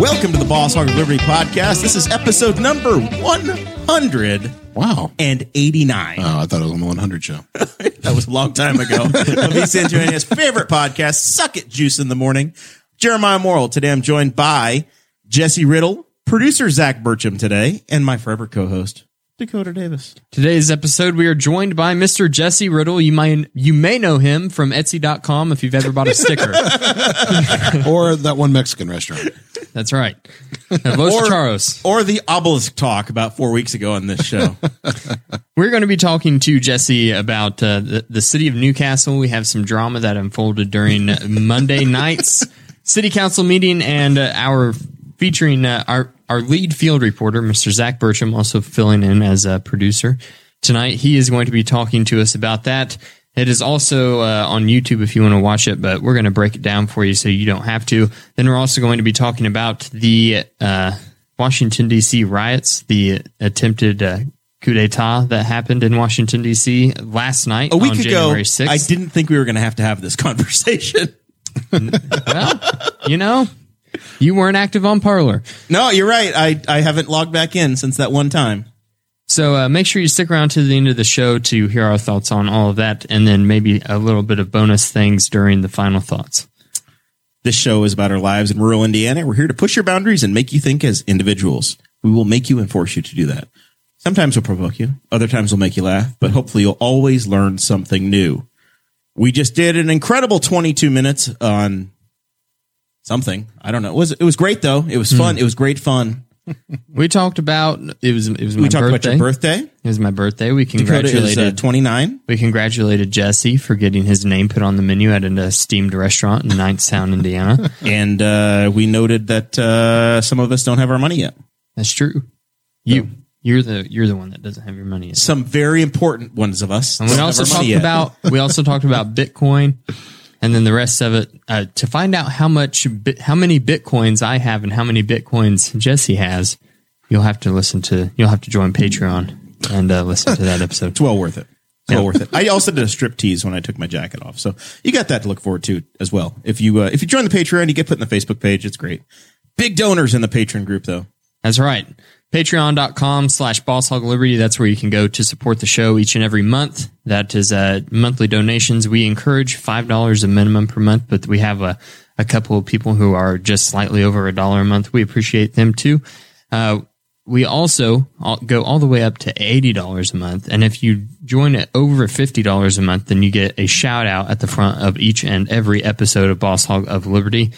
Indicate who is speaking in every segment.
Speaker 1: Welcome to the Boss Hog of Liberty podcast. This is episode number 189.
Speaker 2: Wow.
Speaker 3: Uh.
Speaker 2: Oh, I thought it was on the 100 show.
Speaker 1: That was a long time ago. of East Andreania's favorite podcast, Suck It Juice in the Morning. Jeremiah Morrill. Today I'm joined by Jesse Riddle, producer Zach Burcham today, and my forever co-host, Dakota Davis.
Speaker 3: Today's episode, we are joined by Mr. Jesse Riddle. You might you may know him from Etsy.com if you've ever bought a sticker.
Speaker 2: or that one Mexican restaurant.
Speaker 3: That's right. Los Charos.
Speaker 1: Or the obelisk talk about four weeks ago on this show.
Speaker 3: We're going to be talking to Jesse about uh, the, the city of Newcastle. We have some drama that unfolded during Monday night's city council meeting, and uh, our featuring uh, our our lead field reporter, Mr. Zach Burcham, also filling in as a producer tonight. He is going to be talking to us about that. It is also uh, on YouTube if you want to watch it, but we're going to break it down for you so you don't have to. Then we're also going to be talking about the uh, Washington D.C. riots, the attempted. Uh, Coup d'etat that happened in Washington D.C. last night
Speaker 1: A week
Speaker 3: on
Speaker 1: ago,
Speaker 3: January 6th.
Speaker 1: I didn't think we were going to have to have this conversation.
Speaker 3: well, you know, you weren't active on Parlor.
Speaker 1: No, you're right. I, I haven't logged back in since that one time.
Speaker 3: So uh, make sure you stick around to the end of the show to hear our thoughts on all of that, and then maybe a little bit of bonus things during the final thoughts.
Speaker 1: This show is about our lives in rural Indiana. We're here to push your boundaries and make you think as individuals. We will make you and force you to do that. Sometimes we'll provoke you, other times we'll make you laugh, but hopefully you'll always learn something new. We just did an incredible 22 minutes on something. I don't know. It was it was great though. It
Speaker 3: Hmm.
Speaker 1: was fun. It was great fun.
Speaker 3: We talked about it was it was my
Speaker 1: We talked
Speaker 3: birthday.
Speaker 1: about your birthday.
Speaker 3: It was my birthday. We
Speaker 1: Dakota is
Speaker 3: congratulated
Speaker 1: uh, 29.
Speaker 3: we congratulated Jesse for getting his name put on the menu at an esteemed restaurant in Knightstown, Indiana.
Speaker 1: And uh, we noted that uh, some of us don't have our money yet.
Speaker 3: That's true. You you're the you're the one that doesn't have your money. Yet.
Speaker 1: Some very important ones of us.
Speaker 3: And we
Speaker 1: don't
Speaker 3: also
Speaker 1: have our
Speaker 3: talked
Speaker 1: money yet.
Speaker 3: about we also talked about Bitcoin, and then the rest of it uh, to find out how much bit, how many bitcoins I have and how many bitcoins Jesse has. You'll have to listen to you'll have to join Patreon and uh, listen to that episode.
Speaker 1: It's well worth it. It's well worth it. I also did a strip tease when I took my jacket off, so you got that to look forward to as well. If you uh, if you join the Patreon, you get put in the Facebook page. It's great. Big donors in the Patreon group, though.
Speaker 3: That's right. Patreon.com slash Boss Hog Liberty. That's where you can go to support the show each and every month. That is uh, monthly donations. We encourage $5 a minimum per month, but we have a, a couple of people who are just slightly over a dollar a month. We appreciate them too. Uh, we also all, go all the way up to $80 a month. And if you join at over $50 a month, then you get a shout out at the front of each and every episode of Boss Hog of Liberty.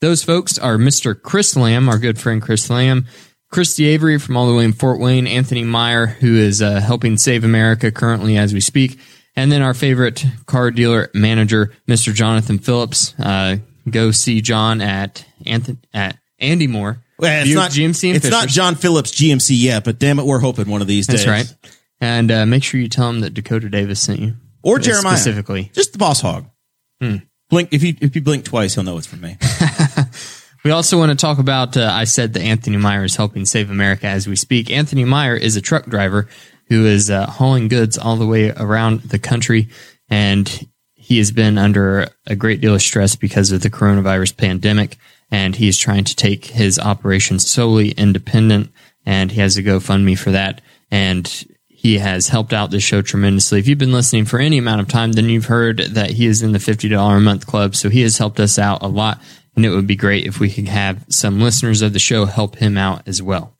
Speaker 3: Those folks are Mr. Chris Lamb, our good friend Chris Lamb, Christy Avery from all the way in Fort Wayne, Anthony Meyer, who is uh, helping save America currently as we speak, and then our favorite car dealer manager, Mr. Jonathan Phillips. Uh, go see John at Anthony at Andy Moore.
Speaker 1: Well,
Speaker 3: Buick GMC and
Speaker 1: it's not
Speaker 3: Fisher's.
Speaker 1: John Phillips GMC yet, but damn it, we're hoping one of these
Speaker 3: That's
Speaker 1: days.
Speaker 3: right. And uh, make sure you tell him that Dakota Davis sent you,
Speaker 1: Or Jeremiah
Speaker 3: Uh, specifically. Hmm.
Speaker 1: just the boss hog. Blink if you if you blink twice, he'll know it's from me.
Speaker 3: We also want to talk about. Uh, I said that Anthony Meyer is helping save America as we speak. Anthony Meyer is a truck driver who is uh, hauling goods all the way around the country, and he has been under a great deal of stress because of the coronavirus pandemic. And he is trying to take his operation solely independent, and he has a GoFundMe for that. And he has helped out this show tremendously. If you've been listening for any amount of time, then you've heard that he is in the $50 a month club. So he has helped us out a lot. And it would be great if we could have some listeners of the show help him out as well.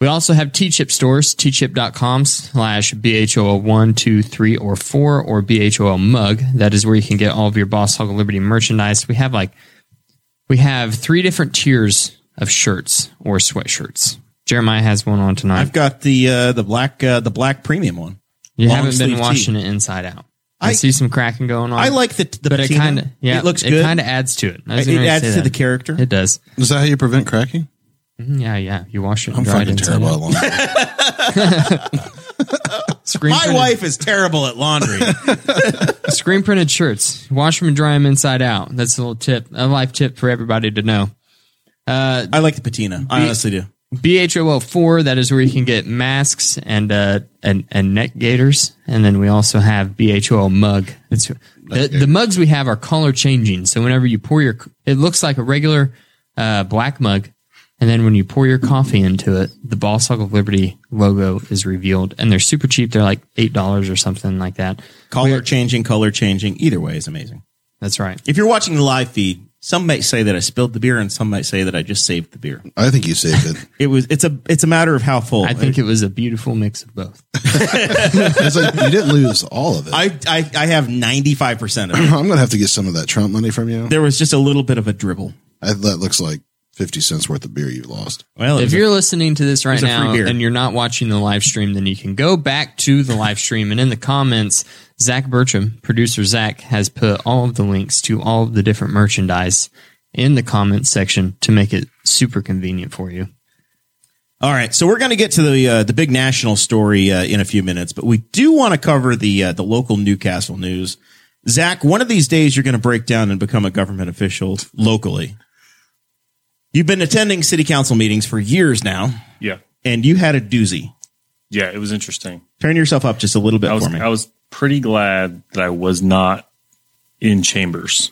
Speaker 3: We also have T-Chip stores, tchip.com slash BHOL1, 2, 3, or 4, or BHOL mug. That is where you can get all of your Boss Hog of Liberty merchandise. We have like, we have three different tiers of shirts or sweatshirts. Jeremiah has one on tonight.
Speaker 1: I've got the uh, the black uh, the black premium one.
Speaker 3: you
Speaker 1: Long
Speaker 3: haven't
Speaker 1: sleeve
Speaker 3: been
Speaker 1: tee.
Speaker 3: washing it inside out. I,
Speaker 1: I-
Speaker 3: see some cracking going on.
Speaker 1: I like the the
Speaker 3: but it
Speaker 1: patina.
Speaker 3: kind of yeah,
Speaker 1: it looks good.
Speaker 3: It kind of adds to it. I was
Speaker 1: It- it
Speaker 3: gonna
Speaker 1: adds
Speaker 3: say
Speaker 1: to
Speaker 3: that.
Speaker 1: the character.
Speaker 3: It does.
Speaker 2: Is that how you prevent cracking?
Speaker 3: Mm, Yeah, yeah. You wash it. And
Speaker 2: I'm
Speaker 3: dry
Speaker 2: fucking
Speaker 3: it inside
Speaker 2: terrible
Speaker 3: out.
Speaker 2: at laundry.
Speaker 3: Screen
Speaker 1: My
Speaker 3: printed-
Speaker 1: wife is terrible at laundry.
Speaker 3: Screen printed shirts. Wash them and dry them inside out. That's a little tip, a life tip for everybody to know.
Speaker 1: I like the patina. I honestly do.
Speaker 3: BHOL4, that is where you can get masks and uh and, and neck gaiters. And then we also have BHOL mug. It's the, the mugs we have are color changing. So whenever you pour your it looks like a regular uh, black mug. And then when you pour your coffee into it, the Ball Sock of Liberty logo is revealed. And they're super cheap. They're like eight dollars or something like that.
Speaker 1: Color changing, color changing. Either way is amazing.
Speaker 3: That's right.
Speaker 1: If you're watching the live feed, some might say that I spilled the beer, and some might say that I just saved the beer.
Speaker 2: I think you saved it.
Speaker 1: It was. It's a. It's a matter of how full.
Speaker 3: I think it was a beautiful mix of both.
Speaker 2: It's like you didn't lose all of it. I,
Speaker 1: I. I, I have ninety five percent of it.
Speaker 2: am gonna have to get some of that Trump money from you.
Speaker 1: There was just a little bit of a dribble.
Speaker 2: I, that looks like fifty cents worth of beer you lost.
Speaker 1: Well,
Speaker 3: If you're listening to this right
Speaker 1: was a free
Speaker 3: now
Speaker 1: beer.
Speaker 3: and you're not watching the live stream, then you can go back to the live stream and in the comments, Zach Bertram, producer Zach, has put all of the links to all of the different merchandise in the comments section to make it super convenient for you.
Speaker 1: All right, so we're going to get to the uh, the big national story uh, in a few minutes, but we do want to cover the uh, the local Newcastle news. Zach, one of these days you're going to break down and become a government official locally. You've been attending city council meetings for years now,
Speaker 4: Yeah.
Speaker 1: and you had a doozy.
Speaker 4: Yeah, it was interesting.
Speaker 1: Turn yourself up just a little bit
Speaker 4: I was
Speaker 1: for me.
Speaker 4: I was pretty glad that I was not in chambers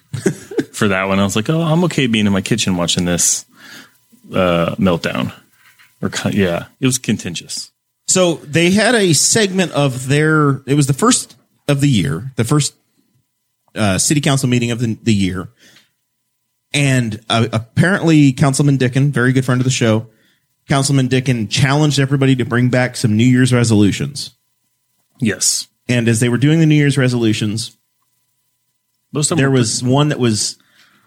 Speaker 4: for that one. I was like, "Oh, I'm okay being in my kitchen watching this uh meltdown." Or con- yeah, it was contentious.
Speaker 1: So they had a segment of their. It was the first of the year, the first uh, city council meeting of the, the year, and uh, apparently Councilman Dickin, very good friend of the show, Councilman Dickin challenged everybody to bring back some New Year's resolutions.
Speaker 4: Yes.
Speaker 1: And as they were doing the New Year's resolutions,
Speaker 4: Most of them
Speaker 1: there
Speaker 4: were-
Speaker 1: was one that was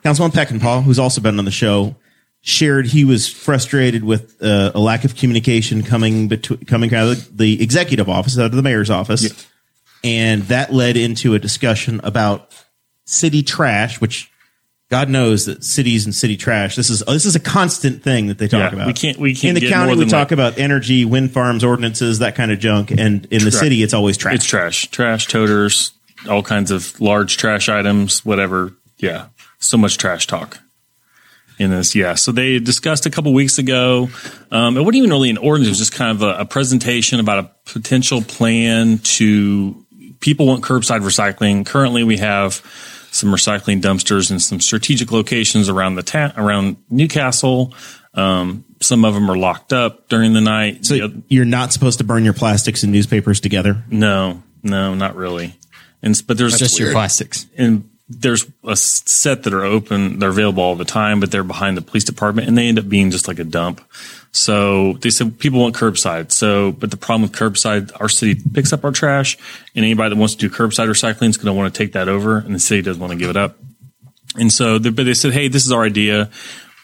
Speaker 1: Councilman Peckinpah, who's also been on the show, shared he was frustrated with uh, a lack of communication coming between coming out of the executive office, out of the mayor's office, and that led into a discussion about city trash, which God knows that cities and city trash. This is this is a constant thing that they talk
Speaker 4: Yeah,
Speaker 1: about.
Speaker 4: we can't- we can't
Speaker 1: in the
Speaker 4: get
Speaker 1: county
Speaker 4: more
Speaker 1: we
Speaker 4: than,
Speaker 1: talk
Speaker 4: like-
Speaker 1: about energy, wind farms, ordinances, that kind of junk, and in the city it's always trash.
Speaker 4: it's trash, trash toters, all kinds of large trash items, whatever. Yeah, so much trash talk in this. Yeah, so they discussed a couple weeks ago. Um, it wasn't even really an ordinance; it was just kind of a, a presentation about a potential plan to. People want curbside recycling. Currently, we have some recycling dumpsters in some strategic locations around the ta- around Newcastle. Um, some of them are locked up during the night.
Speaker 1: So
Speaker 4: The oth-
Speaker 1: you're not supposed to burn your plastics and newspapers together.
Speaker 4: no, no, not really. And s- but there's
Speaker 3: Just your plastics.
Speaker 4: and there's a s- set that are open. They're available all the time, but they're behind the police department, and they end up being just like a dump. So they said people want curbside. So, but the problem with curbside, our city picks up our trash, and anybody that wants to do curbside recycling is going to want to take that over, and the city doesn't want to give it up. And so, they, but they said, hey, this is our idea.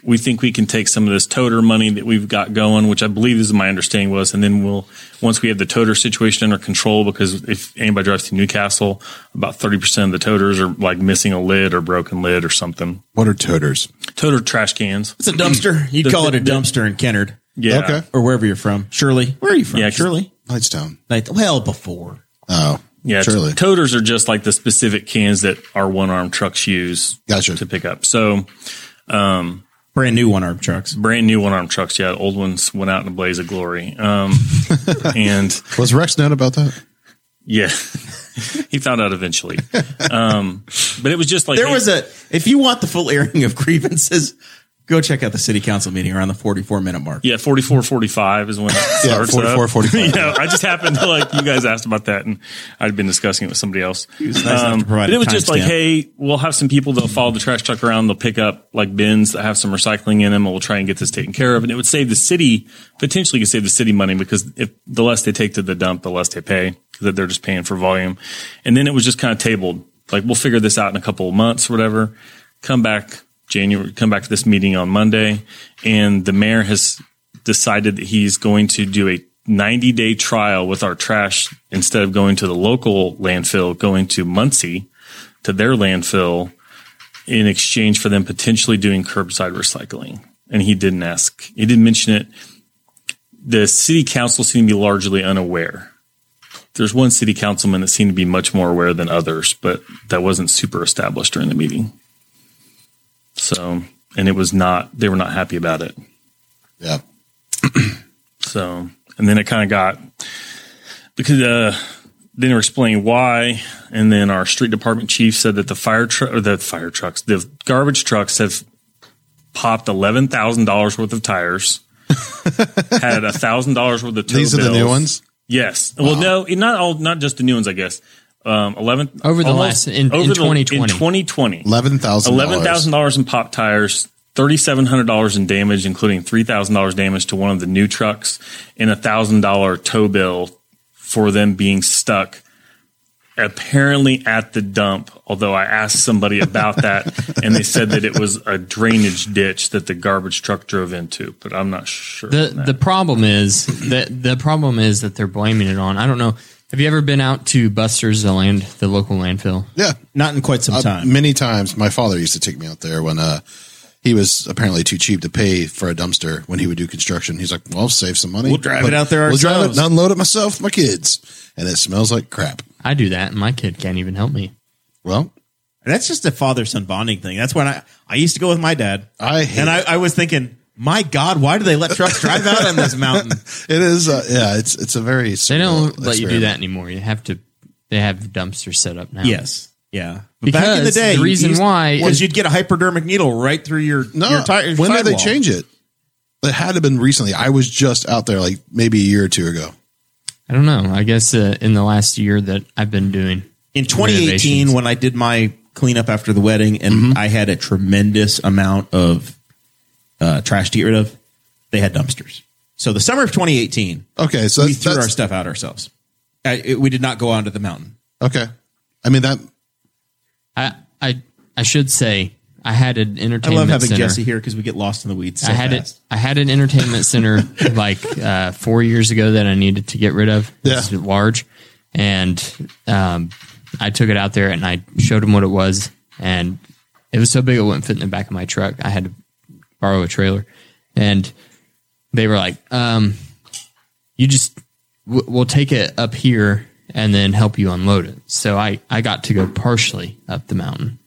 Speaker 4: We think we can take some of this toter money that we've got going, which I believe is my understanding was, and then we'll once we have the toter situation under control, because if anybody drives to Newcastle, about thirty percent of the toters are like missing a lid or broken lid or something.
Speaker 2: What are toters?
Speaker 4: Toter trash cans.
Speaker 1: It's a dumpster. You'd
Speaker 4: The-
Speaker 1: call it a
Speaker 4: the-
Speaker 1: dumpster in Kennard
Speaker 4: Yeah.
Speaker 2: Okay.
Speaker 1: or wherever you're from. Shirley. Where are you from?
Speaker 4: Yeah, 'cause-
Speaker 1: Shirley.
Speaker 2: Knightstown.
Speaker 1: Like, well, before.
Speaker 2: Oh,
Speaker 4: Yeah, t-
Speaker 2: surely.
Speaker 4: toters are just like the specific cans that our one arm trucks use
Speaker 2: Gotcha.
Speaker 4: to pick up. So
Speaker 1: Brand new one arm trucks.
Speaker 4: brand new one arm trucks, yeah, old ones went out in a blaze of glory. Um, and
Speaker 2: Was Rex known about that?
Speaker 4: Yeah. he found out eventually. Um, but it was just like
Speaker 1: There was a, if you want the full airing of grievances, go check out the city council meeting around the 44 minute mark.
Speaker 4: yeah, 44 45 is when it
Speaker 2: Yeah,
Speaker 4: starts.
Speaker 2: 44,
Speaker 4: up.
Speaker 2: 45.
Speaker 4: yeah, I just happened to like you guys asked about that and I'd been discussing it with somebody else. Um,
Speaker 1: was nice enough to provide
Speaker 4: but
Speaker 1: a
Speaker 4: it was just like,
Speaker 1: timestamp.
Speaker 4: hey, we'll have some people that'll follow the trash truck around, they'll pick up like bins that have some recycling in them and we'll try and get this taken care of. And it would save the city potentially could save the city money because if the less they take to the dump, the less they pay because they're just paying for volume. And then it was just kind of tabled. Like we'll figure this out in a couple of months or whatever. Come back January come back to this meeting on Monday and the mayor has decided that he's going to do a 90 day trial with our trash instead of going to the local landfill, going to Muncie to their landfill in exchange for them potentially doing curbside recycling. And he didn't ask, he didn't mention it. The city council seemed to be largely unaware. There's one city councilman that seemed to be much more aware than others, but that wasn't super established during the meeting. So, and it was not, they were not happy about it.
Speaker 2: Yeah.
Speaker 4: So, and then it kind of got because uh, then they were explaining why, and then our street department chief said that the fire truck or the fire trucks, the garbage trucks have popped eleven thousand dollars worth of tires, had a thousand dollars worth of tow
Speaker 2: These are the new
Speaker 4: bills.
Speaker 2: ones?
Speaker 4: Yes. Well, no, not all, not just the new ones, I guess. Um, eleven
Speaker 3: Over the last- in- in 2020.
Speaker 4: in twenty twenty.
Speaker 2: Eleven thousand.
Speaker 4: Eleven thousand dollars in pop tires, thirty seven hundred dollars in damage, including three thousand dollars damage to one of the new trucks, and a thousand dollar tow bill for them being stuck apparently at the dump. Although I asked somebody about that, and they said that it was a drainage ditch that the garbage truck drove into, but I'm not sure. on
Speaker 3: the
Speaker 4: that.
Speaker 3: the problem is that the problem is that they're blaming it on. I don't know. Have you ever been out to Buster's, the land, the local landfill?
Speaker 2: Yeah.
Speaker 1: Not in quite some
Speaker 2: Uh,
Speaker 1: time.
Speaker 2: many times my father used to take me out there when uh he was apparently too cheap to pay for a dumpster when he would do construction. He's like, "Well, I'll save some money.
Speaker 1: We'll drive
Speaker 2: But
Speaker 1: it out there
Speaker 2: We'll drive it
Speaker 1: ourselves."
Speaker 2: and unload it myself, with my kids, and it smells like crap."
Speaker 3: I do that, and my kid can't even help me.
Speaker 2: Well,
Speaker 1: That's just a father son bonding thing. That's when I, I used to go with my dad.
Speaker 2: I hate
Speaker 1: and I, I was thinking, my God, why do they let trucks drive out on this mountain?
Speaker 2: it is. Uh, yeah, it's it's a very.
Speaker 3: They don't
Speaker 2: surreal
Speaker 3: let you do
Speaker 2: experiment.
Speaker 3: that anymore. You have to. They have dumpsters set up now.
Speaker 1: Yes. Yeah. But
Speaker 3: Because the
Speaker 1: you
Speaker 3: reason
Speaker 1: used-
Speaker 3: why
Speaker 1: was
Speaker 3: is-
Speaker 1: you'd get a hypodermic needle right through your
Speaker 2: No,
Speaker 1: Your tire, your
Speaker 2: when did they
Speaker 1: sidewall.
Speaker 2: change it? It had to have been recently. I was just out there like maybe a year or two ago.
Speaker 3: I don't know. I guess uh, in the last year that I've been doing
Speaker 1: in 2018
Speaker 3: renovations. Mm-hmm.
Speaker 1: when I did my cleanup after the wedding and I had a tremendous amount of uh, trash to get rid of, they had dumpsters. So the summer of 2018,
Speaker 2: Okay, so
Speaker 1: we
Speaker 2: that's,
Speaker 1: threw our
Speaker 2: that's
Speaker 1: stuff out ourselves. I, it, we did not go onto the mountain.
Speaker 2: okay. I mean that
Speaker 3: I I I should say I had an
Speaker 1: I
Speaker 3: entertainment.
Speaker 1: love having
Speaker 3: center.
Speaker 1: Jesse here because we get lost in the weeds. So
Speaker 3: I had
Speaker 1: fast.
Speaker 3: it. I had an entertainment center like uh, four years ago that I needed to get rid of.
Speaker 2: Yeah.
Speaker 3: It's large, and um, I took it out there and I showed him what it was, and it was so big it wouldn't fit in the back of my truck. I had to borrow a trailer, and they were like, um, "You just w- we'll take it up here and then help you unload it." So I I got to go partially up the mountain.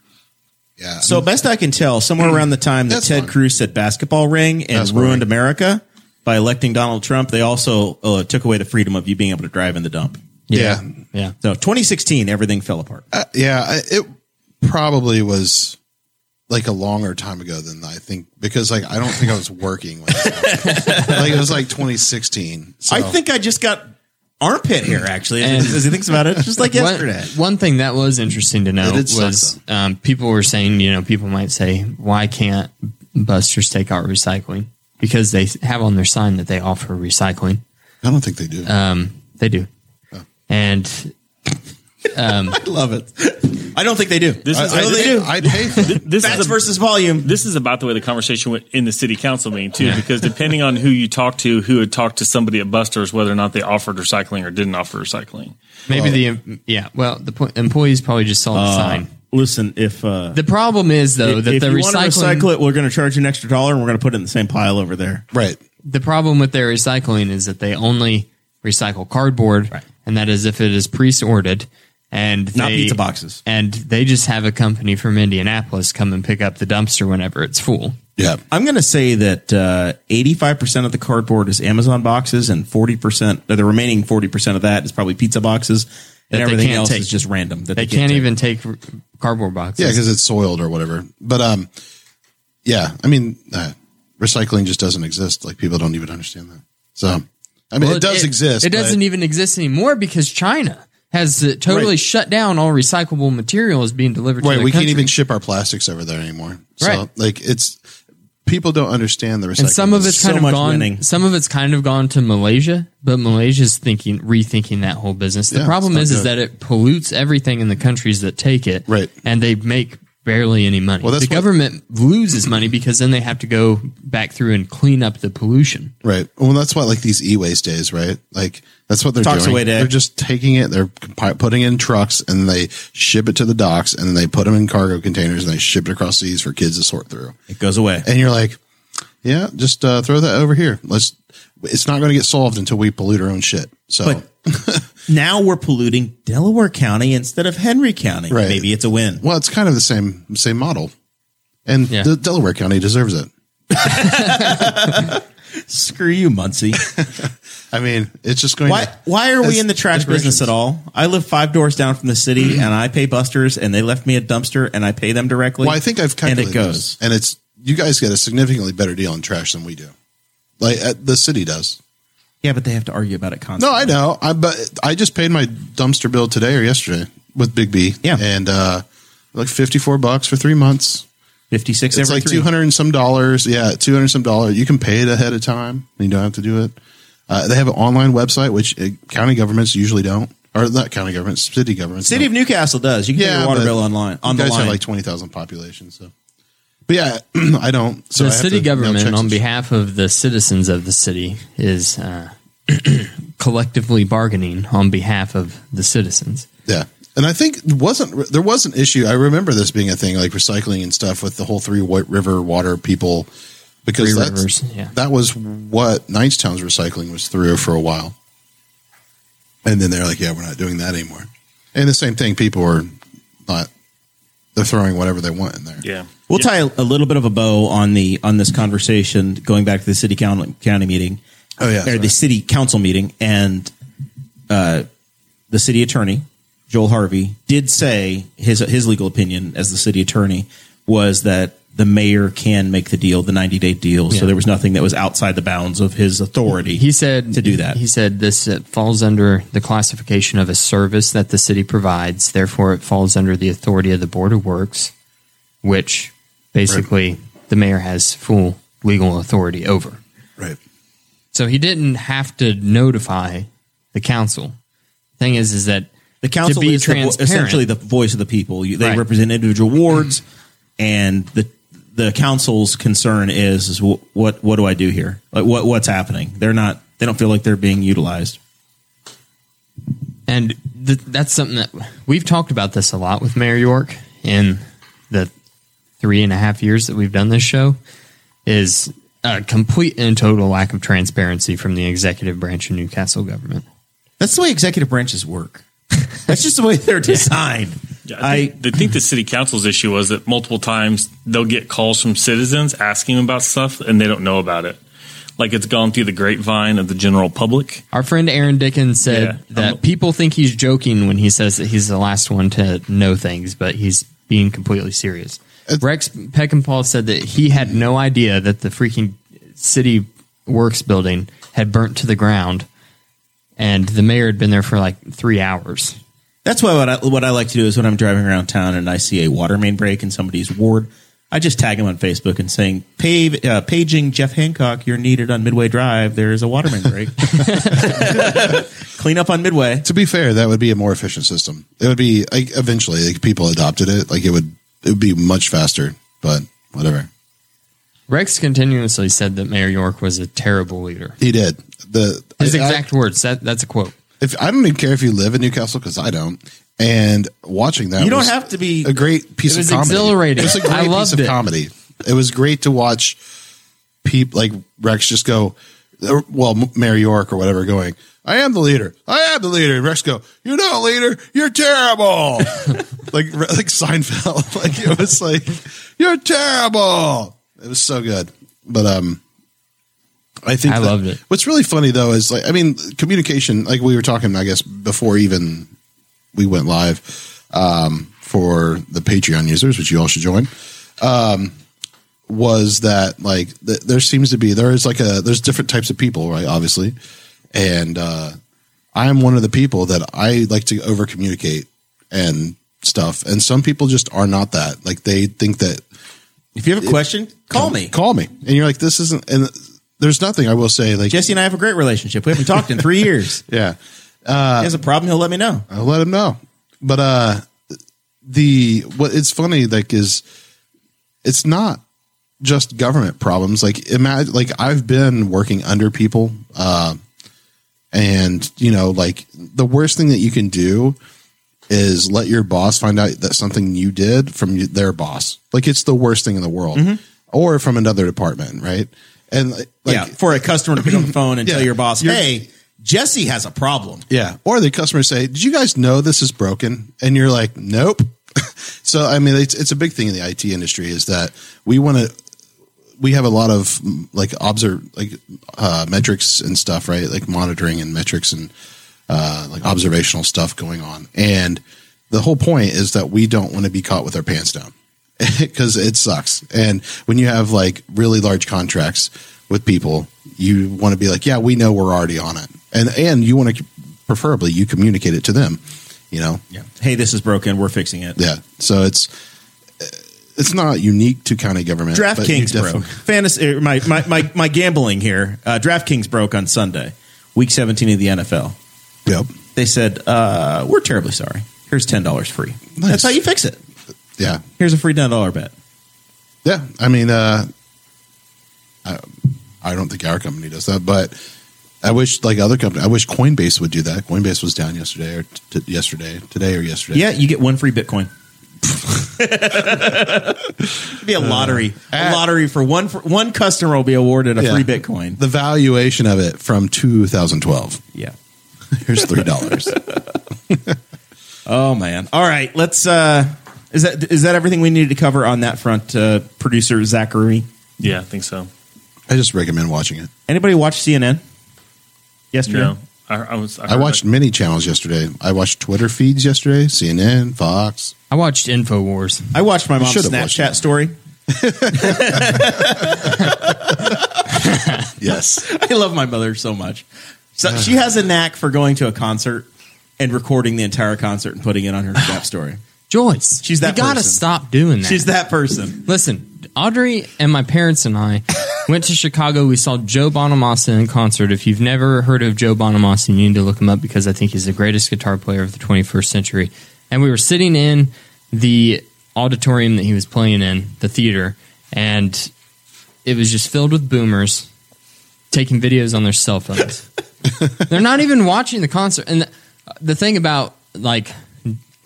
Speaker 2: yeah.
Speaker 1: So best I can tell, somewhere around the time that
Speaker 2: That's
Speaker 1: Ted
Speaker 2: fine.
Speaker 1: Cruz said basketball ring and
Speaker 2: Basketball
Speaker 1: ruined America by electing Donald Trump, they also uh, took away the freedom of you being able to drive in the dump.
Speaker 2: yeah.
Speaker 3: Yeah.
Speaker 1: So 2016, everything fell apart.
Speaker 2: Uh, yeah, I- it probably was like a longer time ago than I think because like I don't think I was working when this happened. like it was like 2016. So
Speaker 1: I think I just got armpit hair actually.
Speaker 3: And-
Speaker 1: As, as he thinks about it, just like
Speaker 3: One-
Speaker 1: yesterday.
Speaker 3: One, thing that was interesting to know
Speaker 2: It did suck,
Speaker 3: was um, people were saying, you know, people might say, why can't Buster's take out recycling? Because they have on their sign that they offer recycling.
Speaker 2: I don't think they do.
Speaker 1: Uh,
Speaker 3: Um, they do.
Speaker 1: Oh.
Speaker 3: And
Speaker 1: I love it. I don't think they do.
Speaker 4: This is-
Speaker 1: I,
Speaker 3: Oh,
Speaker 1: don't
Speaker 4: I-
Speaker 1: think they do.
Speaker 2: I pay for it.
Speaker 4: this
Speaker 1: Fats
Speaker 4: is a,
Speaker 1: versus volume.
Speaker 4: this is about the way the conversation went in the city council meeting too, because depending on who you talk to, who had talked to somebody at Buster's, whether or not they offered recycling or didn't offer recycling.
Speaker 3: maybe the, yeah, well, the po- employees probably just saw the sign.
Speaker 1: Listen, if uh,
Speaker 3: The problem is, though,
Speaker 1: if,
Speaker 3: that
Speaker 1: uh, if
Speaker 3: the
Speaker 1: you want to
Speaker 3: recycling,
Speaker 1: recycle it, we're going to charge you an extra dollar and we're going to put it in the same pile over there.
Speaker 2: right.
Speaker 3: the problem with their recycling is that they only recycle cardboard, and that is if it is pre-sorted and
Speaker 1: Not
Speaker 3: they-
Speaker 1: pizza boxes.
Speaker 3: And they just have a company from Indianapolis come and pick up the dumpster whenever it's full.
Speaker 2: Yeah.
Speaker 1: I'm going to say that uh, 85% of the cardboard is Amazon boxes, and 40%, or the remaining 40% of that is probably pizza boxes, and
Speaker 3: they
Speaker 1: everything
Speaker 3: can't
Speaker 1: else
Speaker 3: take.
Speaker 1: is just random. That
Speaker 3: They can't even take r- cardboard boxes.
Speaker 2: Yeah, because it's soiled or whatever. But um, yeah. I mean, uh, recycling just doesn't exist. Like people don't even understand that. So I mean,
Speaker 3: Well,
Speaker 2: it does exist.
Speaker 3: It
Speaker 2: but-
Speaker 3: doesn't even exist anymore because China has uh, totally
Speaker 1: Right.
Speaker 3: shut down all recyclable material as being delivered. to
Speaker 2: Right.
Speaker 3: their
Speaker 2: We
Speaker 3: country.
Speaker 2: can't even ship our plastics over there anymore. So
Speaker 3: Right.
Speaker 2: like it's people don't understand the recycling.
Speaker 3: and some of it's
Speaker 1: so
Speaker 3: kind
Speaker 1: much
Speaker 3: of gone.
Speaker 1: winning.
Speaker 3: Some of it's kind of gone to Malaysia, but Malaysia's thinking, rethinking that whole business. The
Speaker 2: Yeah,
Speaker 3: problem
Speaker 2: it's
Speaker 3: is,
Speaker 2: not
Speaker 3: is
Speaker 2: good.
Speaker 3: that it pollutes everything in the countries that take it,
Speaker 2: Right.
Speaker 3: And they make barely any money.
Speaker 2: Well, that's
Speaker 3: the
Speaker 2: what-
Speaker 3: government loses money because then they have to go back through and clean up the pollution.
Speaker 2: Right. Well, that's what like these e-waste days, right? Like that's what they're
Speaker 1: Talks
Speaker 2: doing.
Speaker 1: away to-
Speaker 2: They're just taking it, they're compi- putting it in trucks, and they ship it to the docks, and they put them in cargo containers, and they ship it across seas for kids to sort through.
Speaker 1: It goes away.
Speaker 2: And you're like, yeah, just uh, throw that over here. Let's. It's not going to get solved until we pollute our own shit. So
Speaker 1: But now we're polluting Delaware County instead of Henry County.
Speaker 2: Right.
Speaker 1: Maybe it's a win.
Speaker 2: Well, it's kind of the same same model, and
Speaker 3: Yeah.
Speaker 2: the Delaware County deserves it.
Speaker 1: Screw you, Muncie.
Speaker 2: I mean, it's just going.
Speaker 1: Why?
Speaker 2: to-
Speaker 1: Why are
Speaker 2: That's
Speaker 1: we in the trash business
Speaker 2: reparations.
Speaker 1: at all? I live five doors down from the city, and I pay busters, and they left me a dumpster, and I pay them directly.
Speaker 2: Well, I think I've
Speaker 1: and
Speaker 2: calculated
Speaker 1: it goes.
Speaker 2: this, and it's you guys get a significantly better deal on trash than we do. Like uh, the city does.
Speaker 1: Yeah, but they have to argue about it
Speaker 2: No,
Speaker 1: constantly.
Speaker 2: I know. I but I just paid my dumpster bill today or yesterday with Big B.
Speaker 1: Yeah.
Speaker 2: and uh, like fifty four bucks for three months.
Speaker 1: fifty-six
Speaker 2: It's
Speaker 1: every
Speaker 2: like
Speaker 1: three.
Speaker 2: two hundred and some dollars. Yeah, two hundred some dollars. You can pay it ahead of time. You don't have to do it. Uh, they have an online website, which uh, county governments usually don't, or not county governments, city governments.
Speaker 1: City of
Speaker 2: don't.
Speaker 1: Newcastle does. You can pay your water
Speaker 2: but
Speaker 1: bill online. On
Speaker 2: you guys
Speaker 1: the line.
Speaker 2: have like twenty thousand population, so. But yeah, I don't. So
Speaker 3: the
Speaker 2: I have
Speaker 3: city
Speaker 2: to mail
Speaker 3: government,
Speaker 2: checks
Speaker 3: on
Speaker 2: and shit.
Speaker 3: behalf of the citizens of the city, is uh, collectively bargaining on behalf of the citizens.
Speaker 2: Yeah. And I think it wasn't there was an issue. I remember this being a thing, like recycling and stuff, with the whole three White River water people, because
Speaker 3: Three
Speaker 2: that's-
Speaker 3: Rivers, yeah.
Speaker 2: that was what Knightstown's recycling was through for a while, and then they're like, "Yeah, we're not doing that anymore." And the same thing, people are not they're throwing whatever they want in there.
Speaker 4: Yeah.
Speaker 1: We'll
Speaker 4: yeah.
Speaker 1: tie a little bit of a bow on the on this conversation going back to the city county, county meeting.
Speaker 2: Oh, yeah,
Speaker 1: or
Speaker 2: sorry.
Speaker 1: the city council meeting, and uh, the city attorney Joel Harvey did say his his legal opinion as the city attorney was that the mayor can make the deal, the ninety day deal. So
Speaker 3: Yeah.
Speaker 1: there was nothing that was outside the bounds of his authority.
Speaker 3: He said
Speaker 1: to do that.
Speaker 3: He said this uh, falls under the classification of a service that the city provides. Therefore, it falls under the authority of the Board of Works, which basically the mayor has full legal authority over.
Speaker 2: Right.
Speaker 3: So he didn't have to notify the council. Thing is, is that
Speaker 1: the council
Speaker 3: to be
Speaker 1: is the vo-
Speaker 3: transparent,
Speaker 1: essentially the voice of the people. You- They
Speaker 3: Right.
Speaker 1: represent individual wards, and the the council's concern is is wh- what what do I do here? Like what what's happening? They're not. They don't feel like they're being utilized.
Speaker 3: And th- that's something that we've talked about this a lot with Mayor York in the three and a half years that we've done this show is a complete and total lack of transparency from the executive branch of Newcastle government.
Speaker 1: That's the way executive branches work. That's just the way they're designed.
Speaker 4: I think, I think the city council's issue was that multiple times they'll get calls from citizens asking about stuff and they don't know about it. Like it's gone through the grapevine of the general public.
Speaker 3: Our friend Aaron Dickens said
Speaker 4: Yeah.
Speaker 3: that people think he's joking when he says that he's the last one to know things, but he's being completely serious.
Speaker 2: Uh,
Speaker 3: Rex Peckinpah said that he had no idea that the freaking city works building had burnt to the ground, and the mayor had been there for like three hours.
Speaker 1: That's why what I, what I like to do is when I'm driving around town and I see a water main break in somebody's ward, I just tag them on Facebook and saying, "Pave uh, paging Jeff Hancock, you're needed on Midway Drive. There is a water main break. Clean up on Midway."
Speaker 2: To be fair, that would be a more efficient system. It would be like eventually, like people adopted it, like it would it would be much faster. But whatever.
Speaker 3: Rex continuously said that Mayor York was a terrible leader.
Speaker 2: He did. The
Speaker 3: His
Speaker 2: I- I-
Speaker 3: exact words. That, that's a quote.
Speaker 2: if I don't even care if you live in Newcastle because I don't. And watching that,
Speaker 1: You don't
Speaker 2: was
Speaker 1: have to be-
Speaker 2: a great piece
Speaker 3: It was
Speaker 2: of comedy.
Speaker 3: exhilarating.
Speaker 2: It was a great
Speaker 3: I loved
Speaker 2: piece of
Speaker 3: it.
Speaker 2: comedy. It was great to watch people like Rex just go, or, well, M- Mayor York or whatever, going, "I am the leader. I am the leader." And Rex go, "You're not a leader. You're terrible." like like Seinfeld. like it was like, "You're terrible." It was so good, but um. I think
Speaker 3: I
Speaker 2: that-
Speaker 3: loved it.
Speaker 2: What's really funny though is like I mean communication. Like we were talking, I guess before even we went live um, for the Patreon users, which you all should join. Um, was that like th- there seems to be there is like a there's different types of people, right? Obviously, and uh, I'm one of the people that I like to over communicate and stuff. And some people just are not that. Like they think that
Speaker 1: If you have a question, call me.
Speaker 2: call me, and you're like this isn't. And there's nothing I will say. Like
Speaker 1: Jesse and I have a great relationship. We haven't talked in three years.
Speaker 2: yeah. Uh,
Speaker 1: If he has a problem, he'll let me know.
Speaker 2: I'll let him know. But uh the what it's funny like is it's not just government problems. Like imagine like I've been working under people, uh, and you know like the worst thing that you can do is let your boss find out that something you did from y- their boss. Like it's the worst thing in the world, or from another department, right? And like
Speaker 1: yeah, for a customer to pick up the phone and
Speaker 2: Yeah.
Speaker 1: tell your boss,
Speaker 2: You're-
Speaker 1: "Hey, Jesse has a problem."
Speaker 2: Yeah. Or the customers say, "Did you guys know this is broken?" And you're like, "Nope." so I mean, it's it's a big thing in the IT industry is that we want to we have a lot of mm, like observe like uh, metrics and stuff, right? Like monitoring and metrics and uh, like observational stuff going on. And the whole point is that we don't want to be caught with our pants down because it sucks. And when you have like really large contracts with people, you want to be like, yeah, we know we're already on it, and and you want to preferably you communicate it to them, you know.
Speaker 1: Yeah. Hey, this is broken. We're fixing it.
Speaker 2: Yeah. So it's uh, it's not unique to county government. but you
Speaker 1: DraftKings
Speaker 2: definitely-
Speaker 1: broke. Fantasy. er, My my my, my gambling here. Uh, DraftKings broke on Sunday, week seventeen of the NFL.
Speaker 2: Yep.
Speaker 1: They said, uh, "We're terribly sorry. Here's ten dollars free.
Speaker 2: Nice.
Speaker 1: That's how you fix it.
Speaker 2: Yeah.
Speaker 1: Here's a free ten dollar bet."
Speaker 2: Yeah, I mean, uh, I, I don't think our company does that, but I wish like other company. I wish Coinbase would do that. Coinbase was down yesterday or t- t- yesterday, today or yesterday.
Speaker 1: Yeah, you get one free Bitcoin. It'd be a lottery.
Speaker 2: Uh,
Speaker 1: a lottery for one for one customer will be awarded a
Speaker 2: Yeah.
Speaker 1: free Bitcoin.
Speaker 2: the valuation of it from 2012.
Speaker 1: Yeah.
Speaker 2: Here's three dollars.
Speaker 1: Oh man. All right. Let's. uh Is that is that everything we needed to cover on that front? Uh, Producer Zachary.
Speaker 4: Yeah, I think so.
Speaker 2: I just recommend watching it.
Speaker 1: Anybody watch CNN yesterday?
Speaker 4: No, I, I was.
Speaker 2: I
Speaker 4: heard
Speaker 2: watched
Speaker 4: that.
Speaker 2: many channels yesterday. I watched Twitter feeds yesterday, CNN, Fox.
Speaker 3: I watched InfoWars.
Speaker 1: I watched my mom's
Speaker 2: should've watched
Speaker 1: Snapchat
Speaker 2: it.
Speaker 1: story.
Speaker 2: Yes,
Speaker 1: I love my mother so much. So she has a knack for going to a concert and recording the entire concert and putting it on her Snap story.
Speaker 3: Joyce,
Speaker 1: She's that
Speaker 3: You gotta
Speaker 1: person.
Speaker 3: stop doing that.
Speaker 1: She's that person.
Speaker 3: Listen, Audrey and my parents and I went to Chicago. We saw Joe Bonamassa in concert. If you've never heard of Joe Bonamassa, you need to look him up because I think he's the greatest guitar player of the 21st century. And we were sitting in the auditorium that he was playing in, the theater, and it was just filled with boomers taking videos on their cell phones. They're not even watching the concert. And the, the thing about like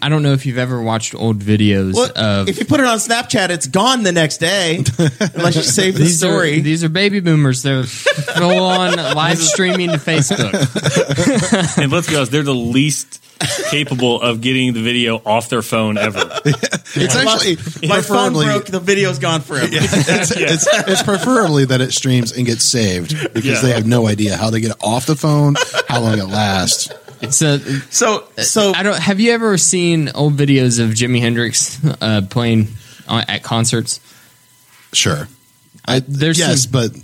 Speaker 3: I don't know if you've ever watched old videos
Speaker 1: Look,
Speaker 3: of
Speaker 1: if you put it on Snapchat, it's gone the next day unless you save the
Speaker 3: these
Speaker 1: story.
Speaker 3: Are, these are baby boomers. They're full on live streaming to Facebook.
Speaker 4: And let's be honest, they're the least capable of getting the video off their phone ever.
Speaker 2: it's actually
Speaker 1: my phone
Speaker 2: preferably-
Speaker 1: broke. The video's gone forever.
Speaker 2: it's, it's, it's preferably that it streams and gets saved because
Speaker 4: Yeah.
Speaker 2: they have no idea how to get it off the phone, how long it lasts.
Speaker 1: So,
Speaker 3: So,
Speaker 1: so
Speaker 3: so I don't. Have you ever seen old videos of Jimi Hendrix uh, playing on, at concerts?
Speaker 2: Sure, I,
Speaker 3: There's
Speaker 2: yes,
Speaker 3: some-
Speaker 2: but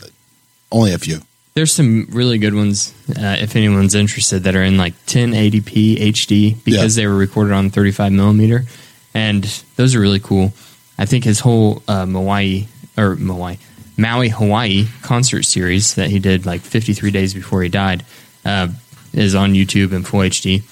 Speaker 2: only a few.
Speaker 3: There's some really good ones. Uh, if anyone's interested, that are in like 1080p HD because
Speaker 2: Yeah.
Speaker 3: they were recorded on 35 millimeter, and those are really cool. I think his whole uh, Maui or Maui Maui Hawaii concert series that he did like 53 days before he died uh, is on YouTube in full HD.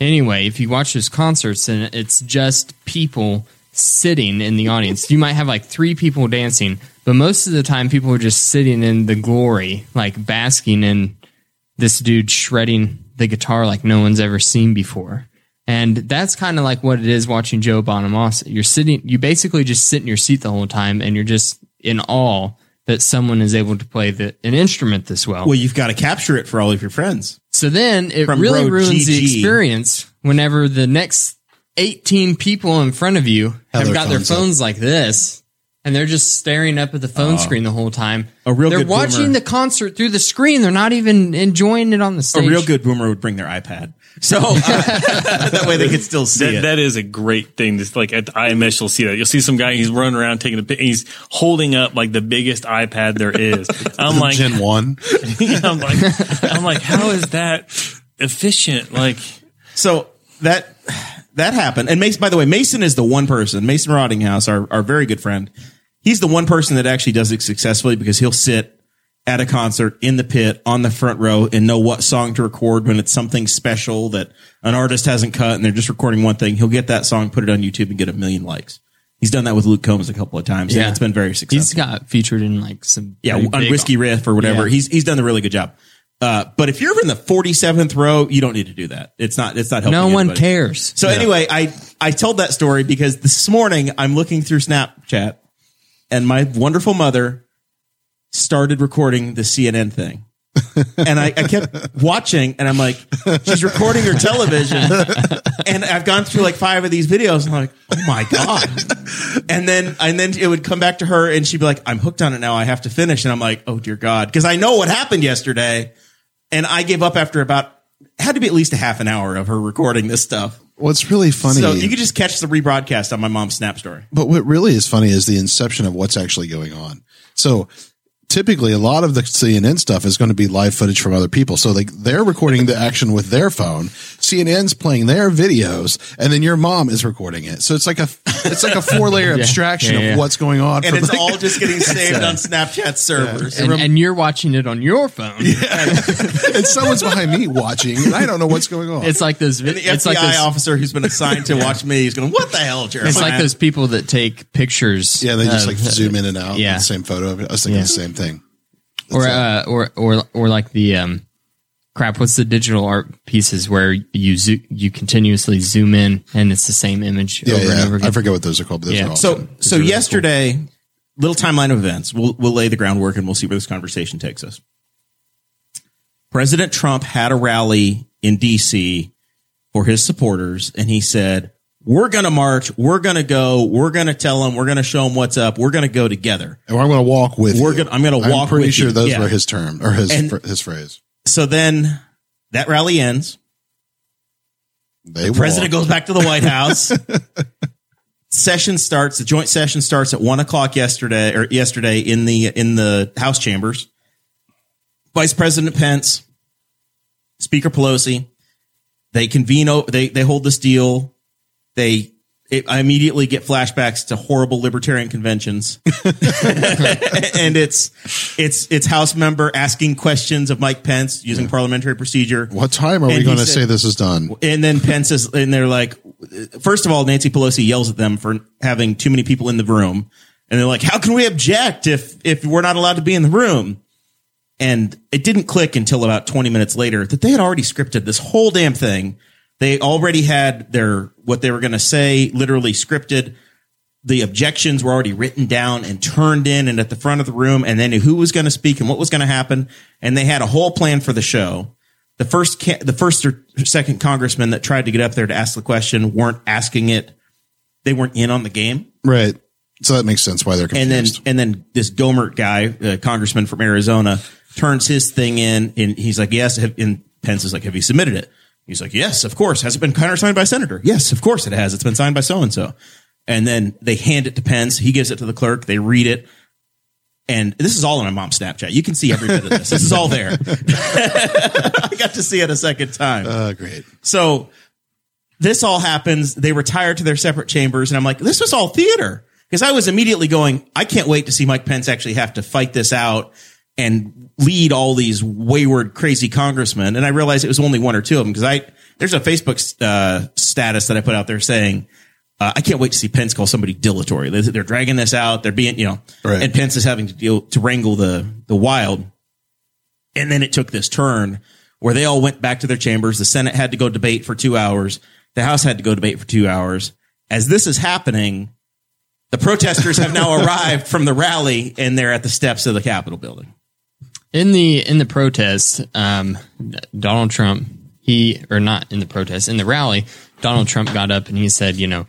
Speaker 3: Anyway, if you watch his concerts, and it's just people sitting in the audience. You might have like three people dancing, but most of the time, people are just sitting in the glory, like basking in this dude shredding the guitar like no one's ever seen before. And that's kind of like what it is watching Joe Bonamassa. You're sitting, you basically just sit in your seat the whole time, and you're just in awe that someone is able to play the, an instrument this well.
Speaker 1: well, you've got to capture it for all of your friends.
Speaker 3: So then it
Speaker 1: From
Speaker 3: really
Speaker 1: row
Speaker 3: ruins the
Speaker 1: GG.
Speaker 3: experience whenever the next 18 people in front of you have
Speaker 2: their
Speaker 3: got their
Speaker 2: phones up.
Speaker 3: phones like this and they're just staring up at the phone screen the whole time.
Speaker 1: Oh. A real
Speaker 3: they're
Speaker 1: good
Speaker 3: watching
Speaker 1: boomer.
Speaker 3: the concert through the screen. They're not even enjoying it on the
Speaker 1: A
Speaker 3: stage.
Speaker 1: real good boomer would bring their iPad, so uh, that way they could still see
Speaker 4: That,
Speaker 1: it.
Speaker 4: that is a great thing. This like at the IMS, you'll see that. You'll see some guy he's running around taking a pic. and He's holding up like the biggest iPad there is. I'm like,
Speaker 2: Gen one.
Speaker 4: I'm like, I'm like, how is that efficient? Like,
Speaker 1: So that that happened. And Mason, by the way, Mason is the one person. Mason Roddinghouse, our our very good friend. He's the one person that actually does it successfully because he'll sit at a concert in the pit on the front row and know what song to record when it's something special that an artist hasn't cut and they're just recording one thing. He'll get that song, put it on YouTube and get a million likes. He's done that with Luke Combs a couple of times and it's been very successful.
Speaker 3: He's got featured in like some
Speaker 1: Yeah,
Speaker 3: pretty
Speaker 1: on
Speaker 3: big-
Speaker 1: whiskey riff or whatever.
Speaker 3: Yeah.
Speaker 1: He's he's done a really good job. Uh, but if you're in the 47th row, you don't need to do that. It's not it's not helping.
Speaker 3: No one
Speaker 1: anybody.
Speaker 3: cares.
Speaker 1: So anyway, I I told that story because this morning I'm looking through Snapchat and my wonderful mother started recording the CNN thing. and I, I kept watching and I'm like, she's recording her television. And I've gone through like five of these videos and I'm like, oh my God. And then, and then it would come back to her and she'd be like, I'm hooked on it now. I have to finish. And I'm like, oh dear God. Cause I know what happened yesterday. And I gave up after about, had to be at least a half an hour of her recording this stuff.
Speaker 2: What's really funny,
Speaker 1: So you could just catch the rebroadcast on my mom's Snap story.
Speaker 2: but what really is funny is the inception of what's actually going on. So typically, a lot of the CNN stuff is going to be live footage from other people. So like they're recording the action with their phone, CNN's playing their videos, and then your mom is recording it. So it's like a it's like a four layer abstraction
Speaker 3: Yeah, yeah.
Speaker 2: of what's going on.
Speaker 1: And
Speaker 2: from
Speaker 1: it's
Speaker 2: the-
Speaker 1: all just getting saved on Snapchat servers.
Speaker 3: and, and you're watching it on your phone.
Speaker 2: and someone's behind me watching, and I don't know what's going on.
Speaker 3: It's like those.
Speaker 1: And the FBI
Speaker 3: it's like those,
Speaker 1: officer who's been assigned to watch me, he's going, "What the hell, Jeremy?"
Speaker 3: It's like those people that take pictures.
Speaker 2: yeah, they just
Speaker 1: uh,
Speaker 2: like
Speaker 3: of-
Speaker 2: zoom in and out.
Speaker 3: yeah.
Speaker 2: Yeah, the same photo. of it. I was thinking the same thing.
Speaker 3: or uh, or or or like the um, crap. What's the digital art pieces where you zo- you continuously zoom in and it's the same image
Speaker 2: Yeah,
Speaker 3: over and over
Speaker 2: yeah. I
Speaker 3: again.
Speaker 2: forget what those are called. But those
Speaker 3: Yeah.
Speaker 2: are awesome.
Speaker 1: So, so yesterday, little timeline of events. We'll we'll lay the groundwork and we'll see where this conversation takes us. President Trump had a rally in D.C. for his supporters, and he said, "We're going to march. We're going to go. We're going to tell them. We're going to show them what's up. We're going to go together."
Speaker 2: and I'm going to walk with.
Speaker 1: We're
Speaker 2: you.
Speaker 1: gonna- I'm gonna walk
Speaker 2: I'm pretty
Speaker 1: with
Speaker 2: sure
Speaker 1: you.
Speaker 2: those
Speaker 1: Yeah.
Speaker 2: were his term or his
Speaker 1: And-
Speaker 2: fr- his phrase.
Speaker 1: So then, that rally ends.
Speaker 2: They the
Speaker 1: President goes back to the White House. session starts. The joint session starts at one o'clock yesterday, or yesterday in the in the House chambers. Vice President Pence, Speaker Pelosi, they convene. o- They they hold this deal. They. It, I immediately get flashbacks to horrible libertarian conventions, and it's it's it's House member asking questions of Mike Pence using parliamentary procedure
Speaker 2: What time are
Speaker 1: And
Speaker 2: we
Speaker 1: he
Speaker 2: going to
Speaker 1: said-
Speaker 2: say this is done?
Speaker 1: and then Pence is, and they're like, first of all, Nancy Pelosi yells at them for having too many people in the room, and they're like, how can we object if if we're not allowed to be in the room? And it didn't click until about 20 minutes later that they had already scripted this whole damn thing. They already had their what they were going to say literally scripted. The objections were already written down and turned in and at the front of the room, and they knew who was going to speak and what was going to happen. And they had a whole plan for the show. The first, ca- the first or second congressman that tried to get up there to ask the question weren't asking it. They weren't in on the game
Speaker 2: Right. So that makes sense why they're
Speaker 1: and
Speaker 2: confused.
Speaker 1: then and then this Gomert guy, uh, congressman from Arizona, turns his thing in, and he's like, "Yes." Have, and Pence is like, "Have you submitted it?" He's like, "Yes, of course." Has it been countersigned by senator? Yes, of course it has. It's been signed by so and so. And then they hand it to Pence. He gives it to the clerk. They read it. And this is all on my mom's Snapchat. You can see every bit of this. This is all there. I got to see it a second time.
Speaker 2: uh, great.
Speaker 1: So this all happens. They retire to their separate chambers. And I'm like, this was all theater. Because I was immediately going, I can't wait to see Mike Pence actually have to fight this out and lead all these wayward, crazy congressmen. And I realized it was only one or two of them. Because I, there's a Facebook uh, status that I put out there saying, uh, I can't wait to see Pence call somebody dilatory. They're, they're dragging this out. They're being, you know,
Speaker 2: Right.
Speaker 1: and Pence is having to deal to wrangle the the wild. And then it took this turn where they all went back to their chambers. The Senate had to go debate for two hours. The House had to go debate for two hours. As this is happening, the protesters have now arrived from the rally and they're at the steps of the Capitol building.
Speaker 3: in the in the protest, um, Donald Trump he or not in the protest in the rally, Donald Trump got up and he said, you know,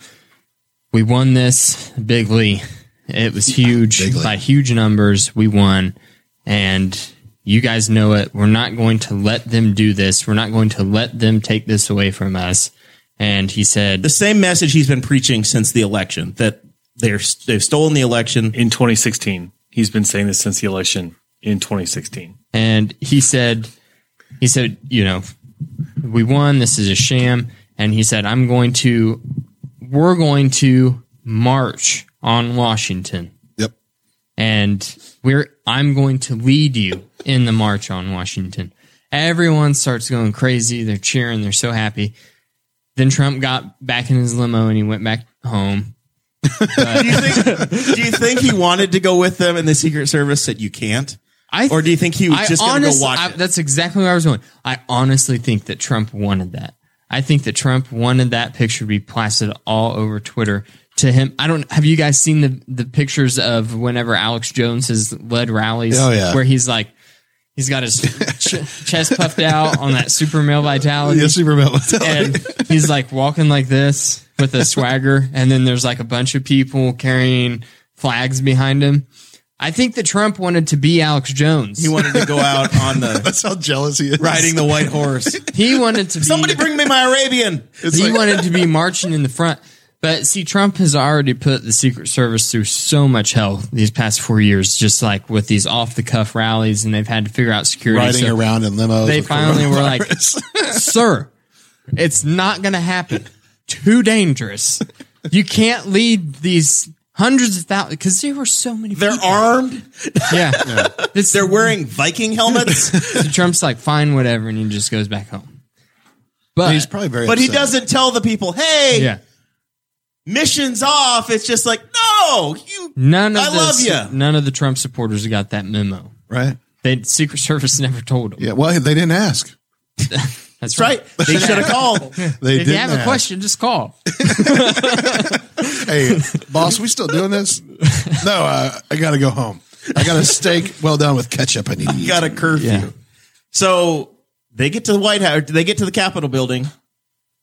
Speaker 3: we won this bigly. It was huge by huge numbers. We won, and you guys know it. We're not going to let them do this. We're not going to let them take this away from us. And he said,
Speaker 1: The same message he's been preaching since the election that they're they've stolen the election.
Speaker 4: in 2016. He's been saying this since the election in 2016.
Speaker 3: and he said he said you know we won this is a sham and he said i'm going to we're going to march on washington
Speaker 2: Yep.
Speaker 3: and we're I'm going to lead you in the march on Washington. Everyone starts going crazy. They're cheering. They're so happy. Then Trump got back in his limo and he went back home.
Speaker 1: do, you think, do you think he wanted to go with them and the Secret Service said you can't?
Speaker 3: I
Speaker 1: Or do you think he was
Speaker 3: I
Speaker 1: just gonna go
Speaker 3: honest-
Speaker 1: watch
Speaker 3: I-
Speaker 1: it?
Speaker 3: That's exactly where I was going. I honestly think that Trump wanted that. I think that Trump wanted that picture to be plastered all over Twitter to him. I don't. Have you guys seen the the pictures of whenever Alex Jones has led rallies?
Speaker 2: Oh, yeah.
Speaker 3: where he's like. He's got his ch- chest puffed out on that super male vitality
Speaker 2: Yes, super
Speaker 3: and he's like walking like this with a swagger, and then there's like a bunch of people carrying flags behind him. I think that Trump wanted to be Alex Jones.
Speaker 1: He
Speaker 3: He,
Speaker 1: wanted to go out on the
Speaker 2: That's how jealous he is.
Speaker 1: riding the white horse.
Speaker 3: wanted to be
Speaker 1: Somebody bring me my Arabian.
Speaker 3: he wanted to be marching in the front. But see, Trump has already put the Secret Service through so much hell these past four years, just like with these off the cuff rallies, and they've had to figure out security.
Speaker 2: riding
Speaker 3: So-
Speaker 2: around in limos.
Speaker 3: they
Speaker 2: with
Speaker 3: finally were like,
Speaker 2: coronavirus.
Speaker 3: sir, it's not going to happen. Too dangerous. You can't lead these hundreds of thousands because there were so many.
Speaker 1: They're
Speaker 3: people.
Speaker 1: armed.
Speaker 3: yeah. This,
Speaker 1: They're wearing Viking helmets,
Speaker 3: Trump's like, fine, whatever, and he just goes back home. But
Speaker 2: he's probably very.
Speaker 1: but he
Speaker 2: upset.
Speaker 1: doesn't tell the people, "Hey,
Speaker 3: yeah,
Speaker 1: mission's off." It's just like, no, you.
Speaker 3: none of
Speaker 1: I
Speaker 3: the,
Speaker 1: love ya.
Speaker 3: None of the Trump supporters got that memo.
Speaker 2: right.
Speaker 3: The Secret Service never told them.
Speaker 2: Yeah, well, they didn't ask.
Speaker 3: That's
Speaker 1: That's right.
Speaker 3: right.
Speaker 1: They should have called.
Speaker 2: They
Speaker 3: If
Speaker 2: didn't
Speaker 3: you have a
Speaker 2: ask.
Speaker 3: question, just call.
Speaker 2: Hey, boss, we still doing this? No, uh, I got to go home. I got a steak well done with ketchup. I need. to eat.
Speaker 1: Got a curfew.
Speaker 3: Yeah.
Speaker 1: So they get to the White House. They get to the Capitol building.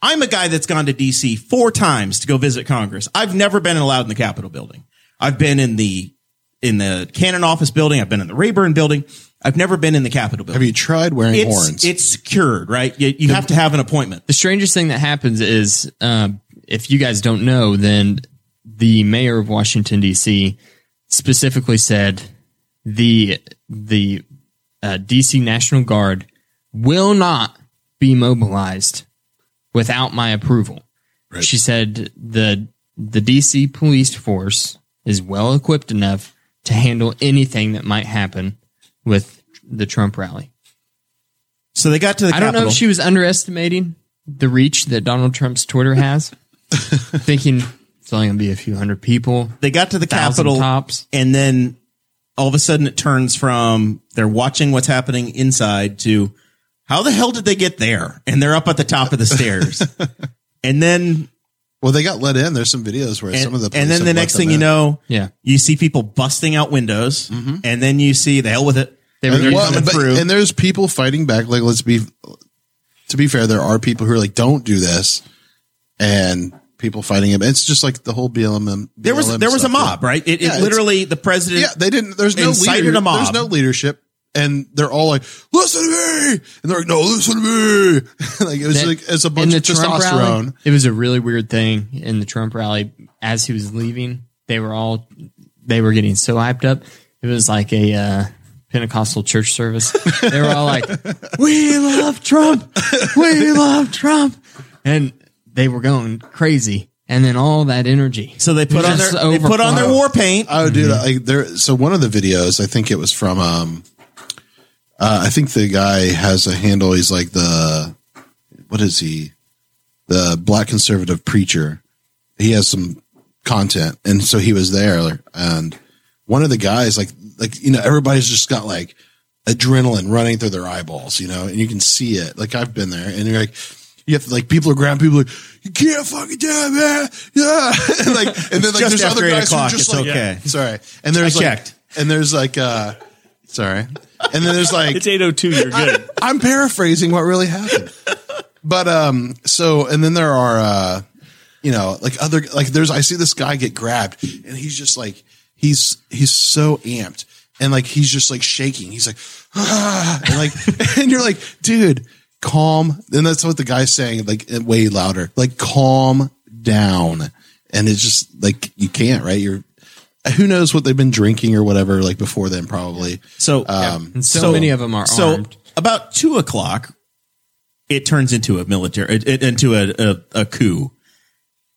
Speaker 1: I'm a guy that's gone to D.C. four times to go visit Congress. I've never been allowed in the Capitol building. I've been in the in the Cannon Office building. I've been in the Rayburn building. I've never been in the Capitol building.
Speaker 2: Have you tried wearing
Speaker 1: it's,
Speaker 2: horns?
Speaker 1: It's secured, right? You, you have to have an appointment.
Speaker 3: the strangest thing that happens is um, if you guys don't know, then the mayor of Washington D.C. specifically said the the uh, D.C. National Guard will not be mobilized without my approval. She said the the D.C. police force is well equipped enough to handle anything that might happen with the Trump rally.
Speaker 1: So they got to the
Speaker 3: I
Speaker 1: Capitol.
Speaker 3: don't know if she was underestimating the reach that Donald Trump's Twitter has, thinking it's only going to be a few hundred people.
Speaker 1: they got to the
Speaker 3: Thousand
Speaker 1: Capitol,
Speaker 3: tops.
Speaker 1: and then all of a sudden it turns from they're watching what's happening inside to how the hell did they get there? And they're up at the top of the stairs. And then,
Speaker 2: well, they got let in. There's some videos where
Speaker 1: and,
Speaker 2: some of the
Speaker 1: and then
Speaker 2: police have
Speaker 1: the
Speaker 2: let
Speaker 1: next
Speaker 2: them
Speaker 1: thing you
Speaker 2: in.
Speaker 1: know,
Speaker 3: Yeah.
Speaker 1: you see people busting out windows,
Speaker 2: Mm-hmm.
Speaker 1: and then you see the hell with it.
Speaker 3: They were
Speaker 2: and,
Speaker 3: they're
Speaker 2: well,
Speaker 3: coming
Speaker 2: but-
Speaker 3: through.
Speaker 2: and there's people fighting back. Like, let's be to be fair, there are people who are like, "Don't do this," and people fighting him. It's just like the whole BLM.
Speaker 1: There was there was a mob, right? It,
Speaker 2: Yeah,
Speaker 1: it
Speaker 2: it's-
Speaker 1: literally the president.
Speaker 2: Yeah, they didn't. There's no
Speaker 1: Incited
Speaker 2: leader,
Speaker 1: a mob.
Speaker 2: There's no leadership, and they're all like, "Listen to me," and they're like, "No, listen to me." like it was
Speaker 3: That-
Speaker 2: like it's a
Speaker 3: in
Speaker 2: bunch
Speaker 3: the
Speaker 2: of
Speaker 3: Trump
Speaker 2: testosterone.
Speaker 3: rally, it was a really weird thing in the Trump rally. As he was leaving, they were all they were getting so hyped up. It was like a uh, Pentecostal church service. They were all like, "We love Trump, we love Trump," and they were going crazy. And then all that energy.
Speaker 1: So they put on their
Speaker 3: Just
Speaker 1: they put on their
Speaker 3: overflow.
Speaker 1: war paint.
Speaker 2: Oh, dude!
Speaker 1: Mm-hmm.
Speaker 2: Like there. So one of the videos, I think it was from. um uh, I think the guy has a handle. He's like the, what is he? The black conservative preacher. He has some content, and so he was there. And one of the guys, like, like you know, everybody's just got like adrenaline running through their eyeballs, you know, and you can see it. Like I've been there, and you're like. You have to like people are ground people are like you can't fucking do it, man. Yeah, and like and then like
Speaker 1: Just
Speaker 2: there's
Speaker 1: after
Speaker 2: other
Speaker 1: eight
Speaker 2: guys who are
Speaker 1: o'clock,
Speaker 2: just
Speaker 1: it's
Speaker 2: like
Speaker 1: okay.
Speaker 2: Sorry. And there's
Speaker 1: I
Speaker 2: like,
Speaker 1: checked.
Speaker 2: And there's like, uh, sorry. And then there's like,
Speaker 4: It's 802. You're good.
Speaker 2: I'm paraphrasing what really happened. But, um, so, and then there are, uh, you know, like other, like there's, I see this guy get grabbed and he's just like, he's, he's so amped and like, he's just like shaking. He's like, ah, and like, and you're like, dude, calm. And that's what the guy's saying, like uh, way louder, like calm down. And it's just like, you can't, right? You're, who knows what they've been drinking or whatever, like before then, probably.
Speaker 1: So
Speaker 3: And so, many of them are
Speaker 1: so
Speaker 3: armed.
Speaker 1: about two o'clock, it turns into a military, it, it- into a, a, a coup,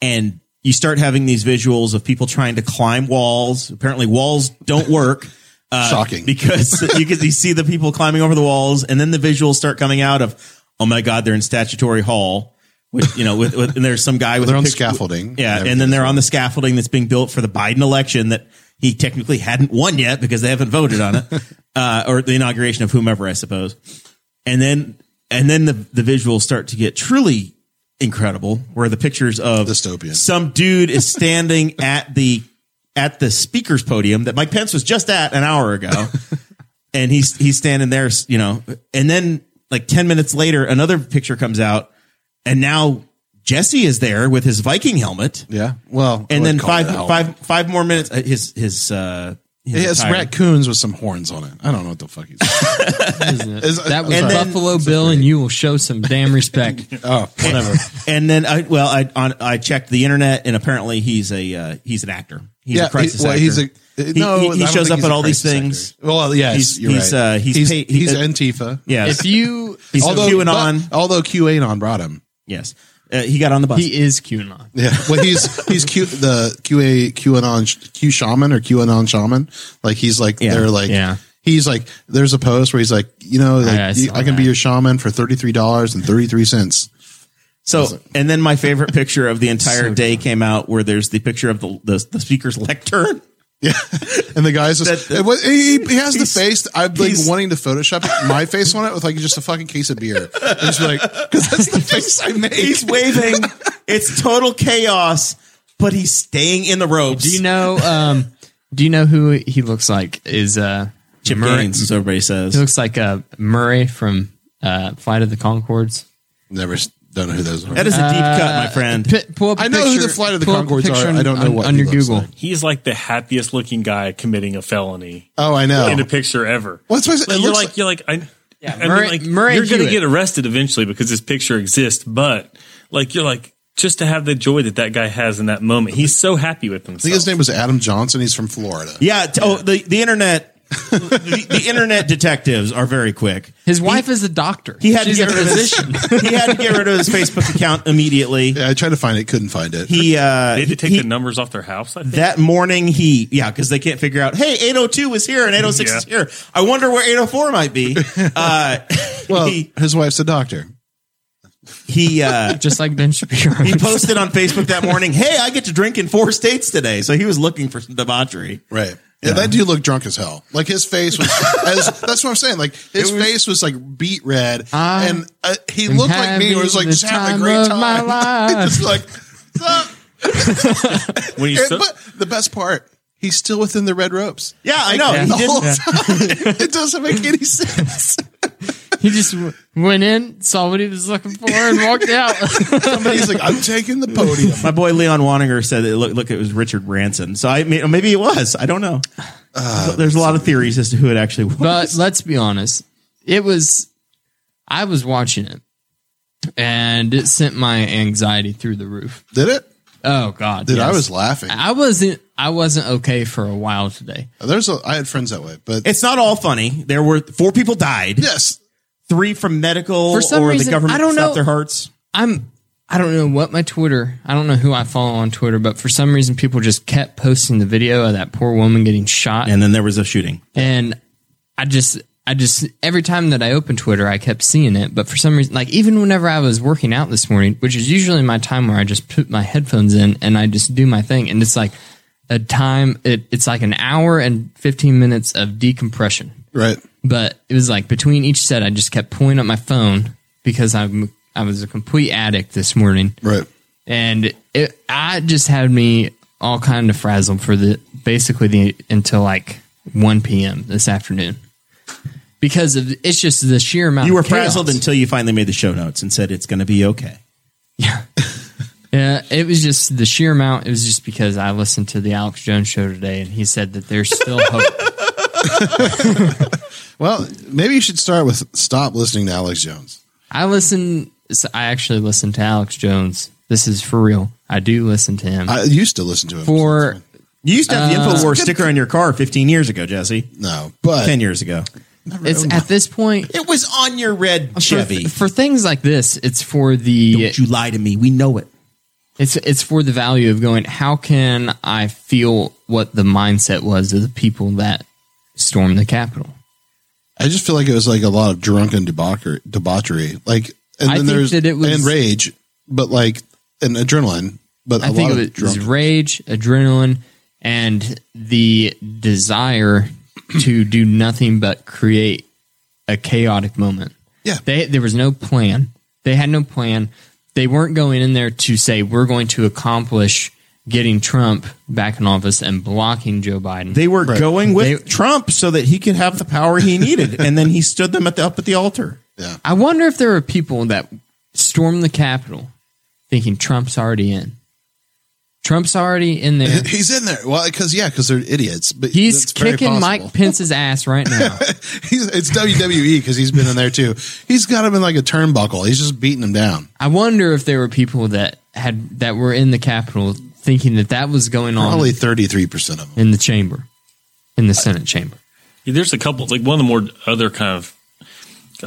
Speaker 1: and you start having these visuals of people trying to climb walls. Apparently, walls don't work. Uh,
Speaker 2: Shocking.
Speaker 1: because you can you see the people climbing over the walls, and then the visuals start coming out of, oh my god, they're in statutory hall. With, you know, with, with, and there's some guy with
Speaker 2: They're
Speaker 1: a
Speaker 2: on
Speaker 1: pic-
Speaker 2: scaffolding.
Speaker 1: yeah, and then they're on the scaffolding that's being built for the Biden election that he technically hadn't won yet because they haven't voted on it, uh, or the inauguration of whomever, I suppose. And then, and then the the visuals start to get truly incredible, where the pictures of
Speaker 2: Dystopian.
Speaker 1: Some dude is standing at the at the speaker's podium that Mike Pence was just at an hour ago, and he's he's standing there, you know. And then like ten minutes later, another picture comes out, and now Jesse is there with his Viking helmet,
Speaker 2: Yeah. Well, I
Speaker 1: and then
Speaker 2: wouldn't call it
Speaker 1: five
Speaker 2: a helmet.
Speaker 1: five five more minutes. uh, His his uh, his
Speaker 2: He has
Speaker 1: attire.
Speaker 2: raccoons with some horns on it. I don't know what the fuck he's. Is-
Speaker 3: That was
Speaker 2: I'm sorry.
Speaker 3: Buffalo Bill, and you will show some damn respect.
Speaker 2: Oh, whatever.
Speaker 1: and then I well I on I checked the internet, and apparently he's a uh, he's an actor. He's
Speaker 2: yeah,
Speaker 1: a crisis
Speaker 2: he, well,
Speaker 1: actor.
Speaker 2: he's a uh,
Speaker 1: He-
Speaker 2: no.
Speaker 1: he,
Speaker 2: I
Speaker 1: he
Speaker 2: don't
Speaker 1: shows
Speaker 2: think
Speaker 1: up
Speaker 2: he's
Speaker 1: at
Speaker 2: a
Speaker 1: all these
Speaker 2: crisis
Speaker 1: things.
Speaker 2: actor. Well, yes,
Speaker 1: He's-
Speaker 2: you're
Speaker 1: he's,
Speaker 2: right.
Speaker 1: uh, he's
Speaker 2: he's,
Speaker 1: paid-
Speaker 2: he's
Speaker 1: uh,
Speaker 2: Antifa.
Speaker 1: Yes,
Speaker 3: If you,
Speaker 1: he's
Speaker 2: although
Speaker 1: QAnon.
Speaker 2: but- although QAnon brought him.
Speaker 1: yes, uh, he got on the bus.
Speaker 3: he is QAnon.
Speaker 2: Yeah, well, he's he's Q, the QA QAnon sh- Q shaman or QAnon shaman. Like he's like
Speaker 1: Yeah,
Speaker 2: they're like
Speaker 3: yeah.
Speaker 2: he's like there's a post where he's like you know like,
Speaker 3: I
Speaker 2: you-
Speaker 3: saw
Speaker 2: I, can be
Speaker 3: that.
Speaker 2: your shaman for thirty three dollars and thirty three cents.
Speaker 1: So, and then my favorite picture of the entire day came out where there's the picture of the the, the speaker's lectern.
Speaker 2: And the guy's just
Speaker 1: That-
Speaker 2: it was- he, he has the
Speaker 1: he's-
Speaker 2: face. I'm like
Speaker 1: he's-
Speaker 2: wanting to Photoshop my face on it with like just a fucking case of beer. And just be like because that's the face I make.
Speaker 1: He's waving. it's total chaos, but he's staying in the ropes.
Speaker 3: Do you know? Um, do you know who he looks like? Is uh,
Speaker 1: Chip
Speaker 3: Murray?
Speaker 1: Gaines, as everybody
Speaker 3: He
Speaker 1: says.
Speaker 3: looks like uh, Murray from uh, Flight of the Concords.
Speaker 2: Never s- don't know who those are.
Speaker 1: That is a deep cut, my friend.
Speaker 3: Uh, P- pull up a
Speaker 2: I know who
Speaker 3: picture-
Speaker 2: the Flight of the
Speaker 3: pull up a
Speaker 2: Conchords
Speaker 3: picture
Speaker 2: are.
Speaker 3: on-
Speaker 2: I don't know
Speaker 3: on-
Speaker 2: what
Speaker 3: on
Speaker 2: he
Speaker 3: your
Speaker 2: looks
Speaker 3: Google.
Speaker 2: like.
Speaker 4: He's like the happiest looking guy committing a felony
Speaker 2: oh, I know.
Speaker 4: in a picture ever.
Speaker 2: What's my? It
Speaker 4: you're
Speaker 2: looks
Speaker 4: like,
Speaker 2: like
Speaker 4: you're like I. I mean,
Speaker 3: Murray-
Speaker 4: like,
Speaker 3: Murray
Speaker 4: you're going to
Speaker 3: Hewitt.
Speaker 4: get arrested eventually because this picture exists, but like you're like just to have the joy that that guy has in that moment. He's so happy with
Speaker 2: I think
Speaker 4: himself.
Speaker 2: his name was Adam Johnson. He's from Florida.
Speaker 1: Yeah. T- oh, the the internet. the, the internet detectives are very quick.
Speaker 3: His wife is a doctor.
Speaker 1: He had
Speaker 3: She's
Speaker 1: to
Speaker 3: a
Speaker 1: get rid of his,
Speaker 3: physician.
Speaker 1: he had to get rid of his Facebook account immediately.
Speaker 2: Yeah, I tried to find it, couldn't find it.
Speaker 1: He uh,
Speaker 4: They had to take
Speaker 1: he-
Speaker 4: the numbers off their house. I think.
Speaker 1: that morning he yeah because they can't figure out hey 802 is here and 806 is
Speaker 4: Yeah.
Speaker 1: here i wonder where 804 might be uh
Speaker 2: well,
Speaker 1: he
Speaker 2: his wife's a doctor.
Speaker 1: he uh
Speaker 3: just like Ben Shapiro.
Speaker 1: he posted on facebook that morning hey i get to drink in four states today so he was looking for some debauchery
Speaker 2: Right. Yeah, that dude looked drunk as hell. Like his face was. as, that's what I'm saying. Like his face was like beat red,
Speaker 3: I
Speaker 2: and uh, he
Speaker 3: am
Speaker 2: looked like me. It was like
Speaker 3: having
Speaker 2: just
Speaker 3: the
Speaker 2: having a
Speaker 3: time
Speaker 2: great
Speaker 3: of
Speaker 2: time.
Speaker 3: my life.
Speaker 2: just like, "Sup?"
Speaker 4: When you
Speaker 2: And-
Speaker 4: so-
Speaker 2: but the best part, he's still within the red ropes.
Speaker 1: yeah i know
Speaker 2: The
Speaker 1: he didn't
Speaker 2: whole time. it doesn't make any sense.
Speaker 3: He just w- went in, saw what he was looking for, and walked out.
Speaker 2: Somebody's like, I'm taking the podium.
Speaker 1: my boy leon waninger said that, look look it was richard branson so i mean maybe it was i don't know there's a lot of theories as to who it actually was
Speaker 3: but let's be honest, it was. I was watching it, and it sent my anxiety through the roof.
Speaker 2: Did it?
Speaker 3: Oh God,
Speaker 2: Dude, I
Speaker 3: yes. Ah.
Speaker 2: was laughing.
Speaker 3: I wasn't. I wasn't okay for a while today.
Speaker 2: There's a. I had friends that way, but
Speaker 1: it's not all funny there were four people died
Speaker 2: yes,
Speaker 1: three from medical
Speaker 3: For some
Speaker 1: or the
Speaker 3: reason,
Speaker 1: government
Speaker 3: I don't
Speaker 1: stopped
Speaker 3: know-
Speaker 1: their hearts
Speaker 3: I'm I don't know what my Twitter I don't know who I follow on Twitter, but for some reason people just kept posting the video of that poor woman getting shot.
Speaker 1: and then there was a shooting
Speaker 3: And I just I just every time that I opened Twitter I kept seeing it. But for some reason like even whenever I was working out this morning, which is usually my time where I just put my headphones in and I just do my thing and it's like a time it, it's like an hour and fifteen minutes of decompression
Speaker 2: right.
Speaker 3: but it was like between each set, I just kept pulling up my phone because I'm I was a complete addict this morning,
Speaker 2: Right.
Speaker 3: and it I just had me all kind of frazzled for the basically the until like one p.m. this afternoon because of it's just the sheer amount.
Speaker 1: You were
Speaker 3: of chaos.
Speaker 1: frazzled until you finally made the show notes and said it's going to be okay.
Speaker 3: yeah, it was just the sheer amount. It was just because I listened to the Alex Jones show today, and he said that there's still hope.
Speaker 2: Well, maybe you should start with stop listening to Alex Jones.
Speaker 3: I listen. so I actually listen to Alex Jones. This is for real. I do listen to him
Speaker 2: I used to listen to him
Speaker 3: for.
Speaker 1: You used to have the
Speaker 3: Uh,
Speaker 1: Infowars sticker on your car 15 years ago, Jesse.
Speaker 2: no, but
Speaker 1: 10 years ago.
Speaker 3: It's at this point
Speaker 1: It was on your red
Speaker 3: for, for things like this. It's for the
Speaker 1: you lie to me. We know it.
Speaker 3: It's it's for the value of going. How can I feel what the mindset was of the people that stormed the Capitol?
Speaker 2: I just feel like it was like a lot of drunken debauchery, debauchery. like, and
Speaker 3: I
Speaker 2: then
Speaker 3: think
Speaker 2: there's
Speaker 3: that it was-
Speaker 2: and rage, but like and adrenaline, but a
Speaker 3: I think
Speaker 2: lot of
Speaker 3: it was
Speaker 2: drunk.
Speaker 3: rage, adrenaline, and the desire to do nothing but create a chaotic moment.
Speaker 2: Yeah.
Speaker 3: They there was no plan. They had no plan. They weren't going in there to say we're going to accomplish getting Trump back in office and blocking Joe Biden.
Speaker 1: They were going with
Speaker 3: They-
Speaker 1: Trump so that he could have the power he needed, and then he stood them at the, up at the altar.
Speaker 3: I wonder if there are people that storm the Capitol thinking Trump's already in. Trump's already in there.
Speaker 2: He's in there. Well, because yeah, because they're idiots. But
Speaker 3: He's
Speaker 2: it's very
Speaker 3: kicking Mike
Speaker 2: possible.
Speaker 3: Pence's ass right now.
Speaker 2: He's, it's WWE because he's been in there too. He's got him in like a turnbuckle. He's just beating him down.
Speaker 3: I wonder if there were people that had that were in the Capitol thinking that that was going
Speaker 4: Uh-huh.
Speaker 3: on
Speaker 2: Probably thirty three percent of them.
Speaker 3: in the chamber, in the Senate chamber.
Speaker 4: Yeah, there's a couple like one of the more other kind of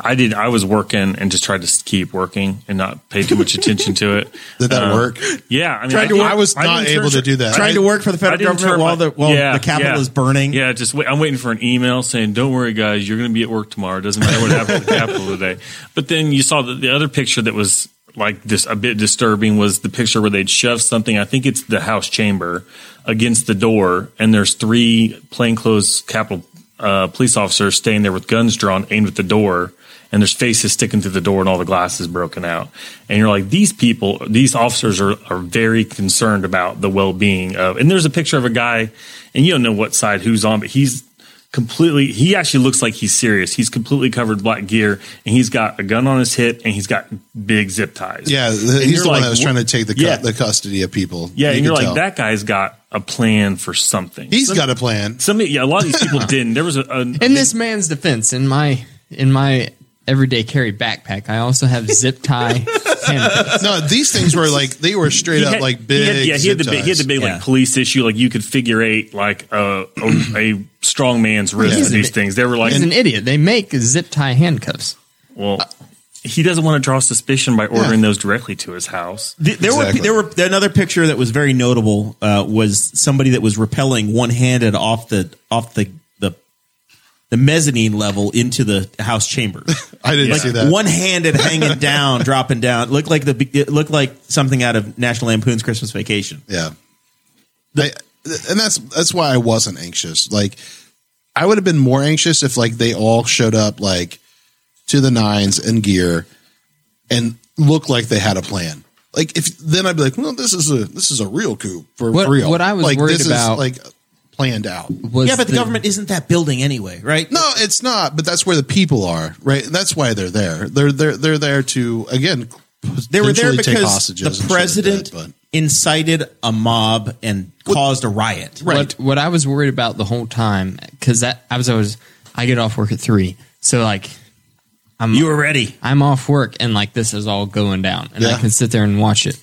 Speaker 4: I did I was working and just tried to keep working and not pay too much attention to it.
Speaker 2: Did that
Speaker 4: Um,
Speaker 2: work?
Speaker 4: Yeah, I mean,
Speaker 1: Tried to
Speaker 4: didn't-
Speaker 1: work-
Speaker 2: I was not
Speaker 4: didn't
Speaker 2: able
Speaker 4: turn-
Speaker 2: to do that.
Speaker 1: Trying
Speaker 2: I-
Speaker 1: to work for the
Speaker 4: I
Speaker 1: federal
Speaker 4: didn't
Speaker 1: government
Speaker 4: turn
Speaker 1: while
Speaker 4: my-
Speaker 1: the while
Speaker 4: yeah,
Speaker 1: the Capitol
Speaker 4: yeah.
Speaker 1: is burning.
Speaker 4: Yeah, just wait, I'm waiting for an email saying, "Don't worry, guys, you're going to be at work tomorrow. It doesn't matter what happened at the Capitol today." But then you saw the, the other picture that was like this a bit disturbing was the picture where they'd shove something. I think it's the House chamber against the door, and there's three plainclothes Capitol uh, police officers standing there with guns drawn, aimed at the door. And there's faces sticking through the door, and all the glass is broken out. And you're like, these people, these officers are, are very concerned about the well being of. And there's a picture of a guy, and you don't know what side who's on, but he's completely he actually looks like he's serious he's completely covered black gear and he's got a gun on his hip and he's got big zip ties
Speaker 2: Yeah, th-
Speaker 4: And
Speaker 2: he's
Speaker 4: you're
Speaker 2: the one
Speaker 4: like,
Speaker 2: that was
Speaker 4: "Wha-
Speaker 2: trying to take the cu-
Speaker 4: Yeah.
Speaker 2: the custody of people.
Speaker 4: yeah and
Speaker 2: could
Speaker 4: you're like
Speaker 2: tell.
Speaker 4: that guy's got a plan for something
Speaker 2: He's
Speaker 4: Some-
Speaker 2: got a plan.
Speaker 4: some yeah a lot of these people didn't there was a, a
Speaker 3: In this man's defense, in my in my everyday carry backpack, I also have zip tie. handcuffs.
Speaker 2: No, these things were like they were straight
Speaker 4: he
Speaker 2: up
Speaker 4: had-
Speaker 2: like big.
Speaker 4: He had, yeah, he had the big, he had the big
Speaker 1: Yeah.
Speaker 4: like police issue. Like you could figure eight like a a, a strong man's wrist
Speaker 3: Yeah.
Speaker 4: with these things. They were like,
Speaker 3: He's an idiot. They make zip tie handcuffs.
Speaker 4: well, he doesn't want to draw suspicion by ordering those directly to his house.
Speaker 1: Th- There
Speaker 2: Exactly.
Speaker 1: were there were another picture that was very notable uh, was somebody that was rappelling one handed off the off the the the mezzanine level into the house chamber.
Speaker 2: I didn't see that.
Speaker 1: One handed hanging down, dropping down. Looked like the it looked like something out of National Lampoon's Christmas Vacation.
Speaker 2: Yeah. They, and that's that's why I wasn't anxious. Like I would have been more anxious if like they all showed up like to the nines and gear and looked like they had a plan. Like if then I'd be like, well, this is a this is a real coup for
Speaker 3: What-
Speaker 2: real.
Speaker 3: what I was
Speaker 2: like,
Speaker 3: worried
Speaker 2: this
Speaker 3: about-
Speaker 2: is like planned out.
Speaker 3: Was
Speaker 1: yeah, but the, government isn't that building anyway, right?
Speaker 2: No, it's not. But that's where the people are, right? That's why they're there. They're they're they're there to again.
Speaker 1: They were there
Speaker 2: potentially take
Speaker 1: because
Speaker 2: hostages and
Speaker 1: the
Speaker 2: shit like
Speaker 1: president
Speaker 2: that, but-
Speaker 1: incited a mob and caused a riot.
Speaker 2: Right.
Speaker 3: What, what I was worried about the whole time, because that I was always I get off work at three, so like
Speaker 1: You were ready.
Speaker 3: I'm off work and like this is all going down and I
Speaker 2: Yeah.
Speaker 3: can sit there and watch it.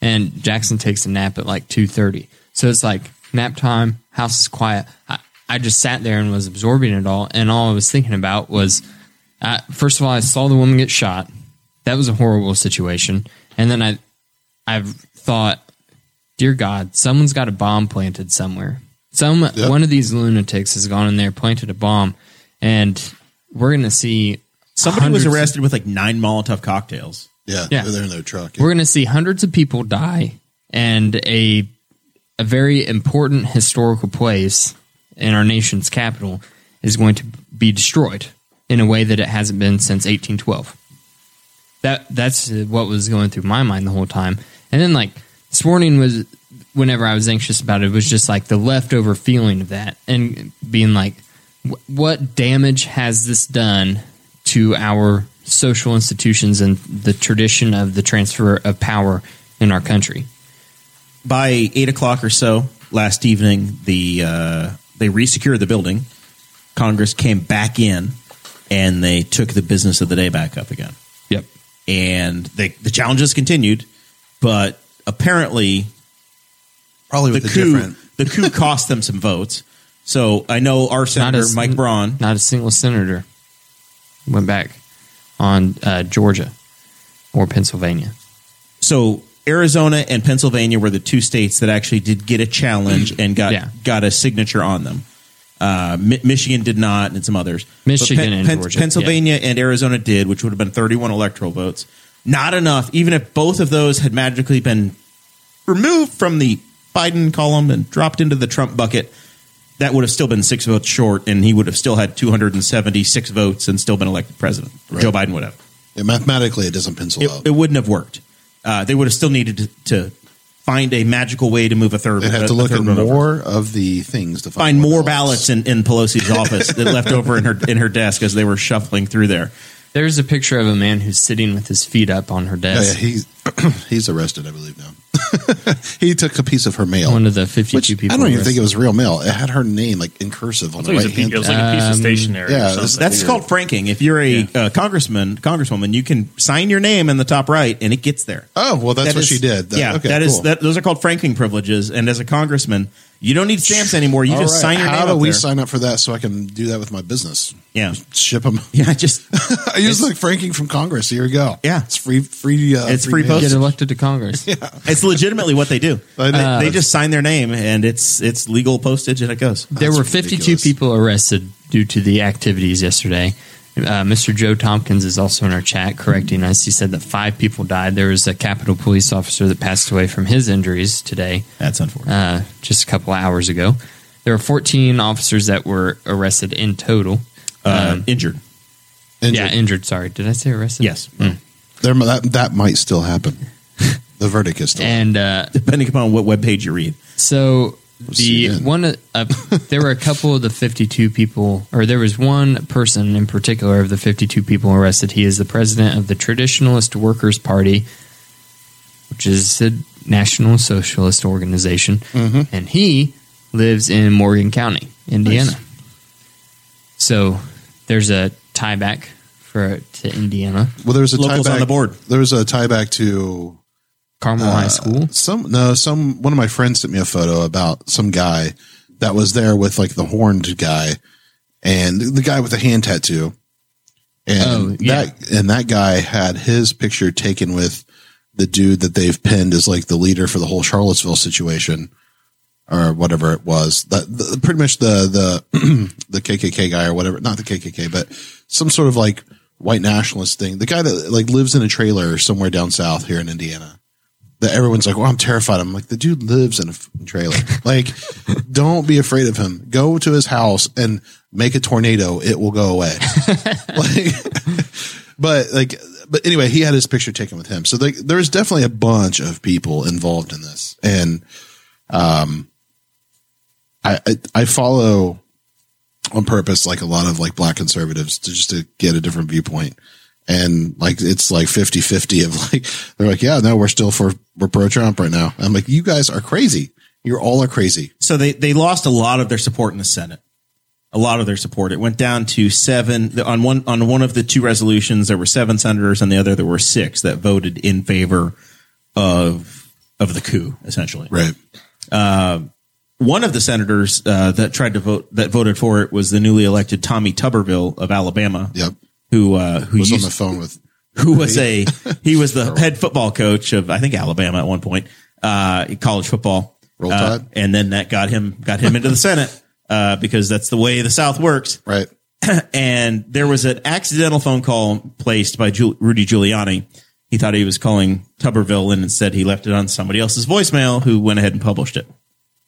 Speaker 3: And Jackson takes a nap at like 2:30. So it's like nap time, house is quiet. I, I just sat there and was absorbing it all and all I was thinking about was uh, first of all I saw the woman get shot. That was a horrible situation. And then I I've thought dear god, someone's got a bomb planted somewhere. Some one of these lunatics has gone in there planted a bomb and we're going to see
Speaker 1: Somebody was
Speaker 3: hundreds-
Speaker 1: arrested with like nine Molotov cocktails.
Speaker 2: yeah,
Speaker 3: Yeah.
Speaker 2: they're in their truck.
Speaker 3: we're going to see hundreds of people die and a a very important historical place in our nation's capital is going to be destroyed in a way that it hasn't been since 1812. That that's uh, what was going through my mind the whole time. And then like this morning was whenever I was anxious about it, it was just like the leftover feeling of that and being like wh- what damage has this done to our social institutions and the tradition of the transfer of power in our country?
Speaker 1: by eight o'clock or so last evening, the uh, they resecured the building. Congress came back in, and they took the business of the day back up again.
Speaker 3: Yep.
Speaker 1: And they, the challenges continued, but apparently
Speaker 2: Probably
Speaker 1: the
Speaker 2: with the,
Speaker 1: coup
Speaker 2: different.
Speaker 1: the coup cost them some votes. So I know our senator
Speaker 3: as-
Speaker 1: Mike Braun.
Speaker 3: Not a single senator went back on uh, Georgia or Pennsylvania.
Speaker 1: So Arizona and Pennsylvania were the two states that actually did get a challenge and got
Speaker 3: Yeah.
Speaker 1: got a signature on them. Uh, Mi- Michigan did not, and some others. But
Speaker 3: Michigan and Georgia,
Speaker 1: Pennsylvania and Arizona did, which would have been 31 electoral votes. Not enough, even if both of those had magically been removed from the Biden column and dropped into the Trump bucket. That would have still been six votes short, and he would have still had 276 votes and still been elected president. Joe Biden would have
Speaker 2: Yeah, mathematically, it doesn't pencil out.
Speaker 1: it, it wouldn't have worked. Uh, they would have still needed to, to find a magical way to move a third.
Speaker 2: They'd
Speaker 1: a-
Speaker 2: have to
Speaker 1: a
Speaker 2: look
Speaker 1: third
Speaker 2: at
Speaker 1: run over.
Speaker 2: more of the things to
Speaker 1: Find more ballots in, in Pelosi's office that left over in her in her desk as they were shuffling through there.
Speaker 3: There's a picture of a man who's sitting with his feet up on her
Speaker 2: Oh, yeah,
Speaker 3: desk.
Speaker 2: he's he's arrested, I believe now. he took a piece of her mail.
Speaker 3: One of the 52
Speaker 2: which
Speaker 3: people.
Speaker 2: I don't even
Speaker 3: arrested.
Speaker 2: think it was real mail. It had her name like in cursive on
Speaker 4: It's
Speaker 2: the
Speaker 4: like it
Speaker 2: right
Speaker 4: was, a, piece-
Speaker 2: hand.
Speaker 4: it was like a piece of stationery.
Speaker 2: yeah,
Speaker 4: or
Speaker 2: that's-
Speaker 4: something.
Speaker 1: That's called franking. If you're a uh, congressman, congresswoman, you can sign your name in the top right, and it gets there.
Speaker 2: Oh well, that's
Speaker 1: That
Speaker 2: what
Speaker 1: is-
Speaker 2: she did. That-
Speaker 1: yeah,
Speaker 2: okay,
Speaker 1: that is
Speaker 2: cool.
Speaker 1: that. Those are called franking privileges. And as a congressman, you don't need stamps anymore. You
Speaker 2: All
Speaker 1: just
Speaker 2: right,
Speaker 1: sign your
Speaker 2: How
Speaker 1: name.
Speaker 2: do
Speaker 1: up
Speaker 2: we
Speaker 1: there.
Speaker 2: sign up for that so I can do that with my business?
Speaker 1: Yeah,
Speaker 2: Ship them.
Speaker 1: yeah. Just
Speaker 2: I use like franking from Congress. Here you go.
Speaker 1: Yeah.
Speaker 2: it's free. Free. Uh,
Speaker 1: It's free
Speaker 2: mail.
Speaker 1: postage.
Speaker 3: Get elected to Congress.
Speaker 1: It's legitimately what they do.
Speaker 2: I know. Uh,
Speaker 1: they, they just sign their name and it's it's legal postage and it goes.
Speaker 3: There
Speaker 2: That's
Speaker 3: were 52
Speaker 2: ridiculous.
Speaker 3: people arrested due to the activities yesterday. Uh, Mr. Joe Tompkins is also in our chat correcting us. He said that five people died. There was a Capitol police officer that passed away from his injuries today,
Speaker 1: That's unfortunate.
Speaker 3: uh, just a couple hours ago. There were 14 officers that were arrested in total.
Speaker 1: Uh,
Speaker 3: um,
Speaker 1: injured.
Speaker 2: And
Speaker 3: Yeah, injured. Sorry, did I say arrested?
Speaker 1: Yes.
Speaker 2: there, that that might still happen. The verdict is still.
Speaker 3: And uh,
Speaker 1: Depending upon what web page you read.
Speaker 3: So the
Speaker 2: CNN.
Speaker 3: one uh, there were a couple of the 52 people or there was one person in particular of the 52 people arrested he is the president of the traditionalist workers party which is a national socialist organization and he lives in morgan county indiana so there's a tie back for to indiana
Speaker 2: well, there was a tie
Speaker 1: Locals
Speaker 2: back
Speaker 1: on the board.
Speaker 2: There was a tie back to
Speaker 3: carmel high school
Speaker 2: Some no, some one of my friends sent me a photo about some guy that was there with like the horned guy and the guy with the hand tattoo. And
Speaker 3: Oh, yeah.
Speaker 2: that and that guy had his picture taken with the dude that they've pinned as like the leader for the whole Charlottesville situation or whatever it was. That the, pretty much the the the KKK guy or whatever, not the KKK, but some sort of like white nationalist thing. The guy that like lives in a trailer somewhere down south here in Indiana that everyone's like, "Well, I'm terrified." I'm like, "The dude lives in a f- trailer. Like, don't be afraid of him. Go to his house and make a tornado. It will go away." like, but like, but anyway, he had his picture taken with him. So like, there's definitely a bunch of people involved in this, and um, I I, I follow on purpose like a lot of like black conservatives to just to get a different viewpoint and like it's like 50 50 of like they're like yeah no we're still for we're pro trump right now i'm like you guys are crazy you're all are crazy
Speaker 1: So they, they lost a lot of their support in the Senate. A lot of their support. It went down to seven the- on one on one of the two resolutions. There were seven senators, on the other there were six that voted in favor of of the coup. Essentially,
Speaker 2: right
Speaker 1: one of the senators uh, that tried to vote that voted for it was the newly elected Tommy Tuberville of Alabama.
Speaker 2: Yep.
Speaker 1: Who uh, who
Speaker 2: was on
Speaker 1: used,
Speaker 2: the phone with
Speaker 1: who was a he was the head football coach of I think Alabama at one point, uh, college football.
Speaker 2: Roll
Speaker 1: Uh,
Speaker 2: Tide.
Speaker 1: and then that got him got him into the Senate uh, because that's the way the South works.
Speaker 2: right
Speaker 1: And there was an accidental phone call placed by Ju- Rudy Giuliani. He thought he was calling Tuberville, and instead he left it on somebody else's voicemail, who went ahead and published it.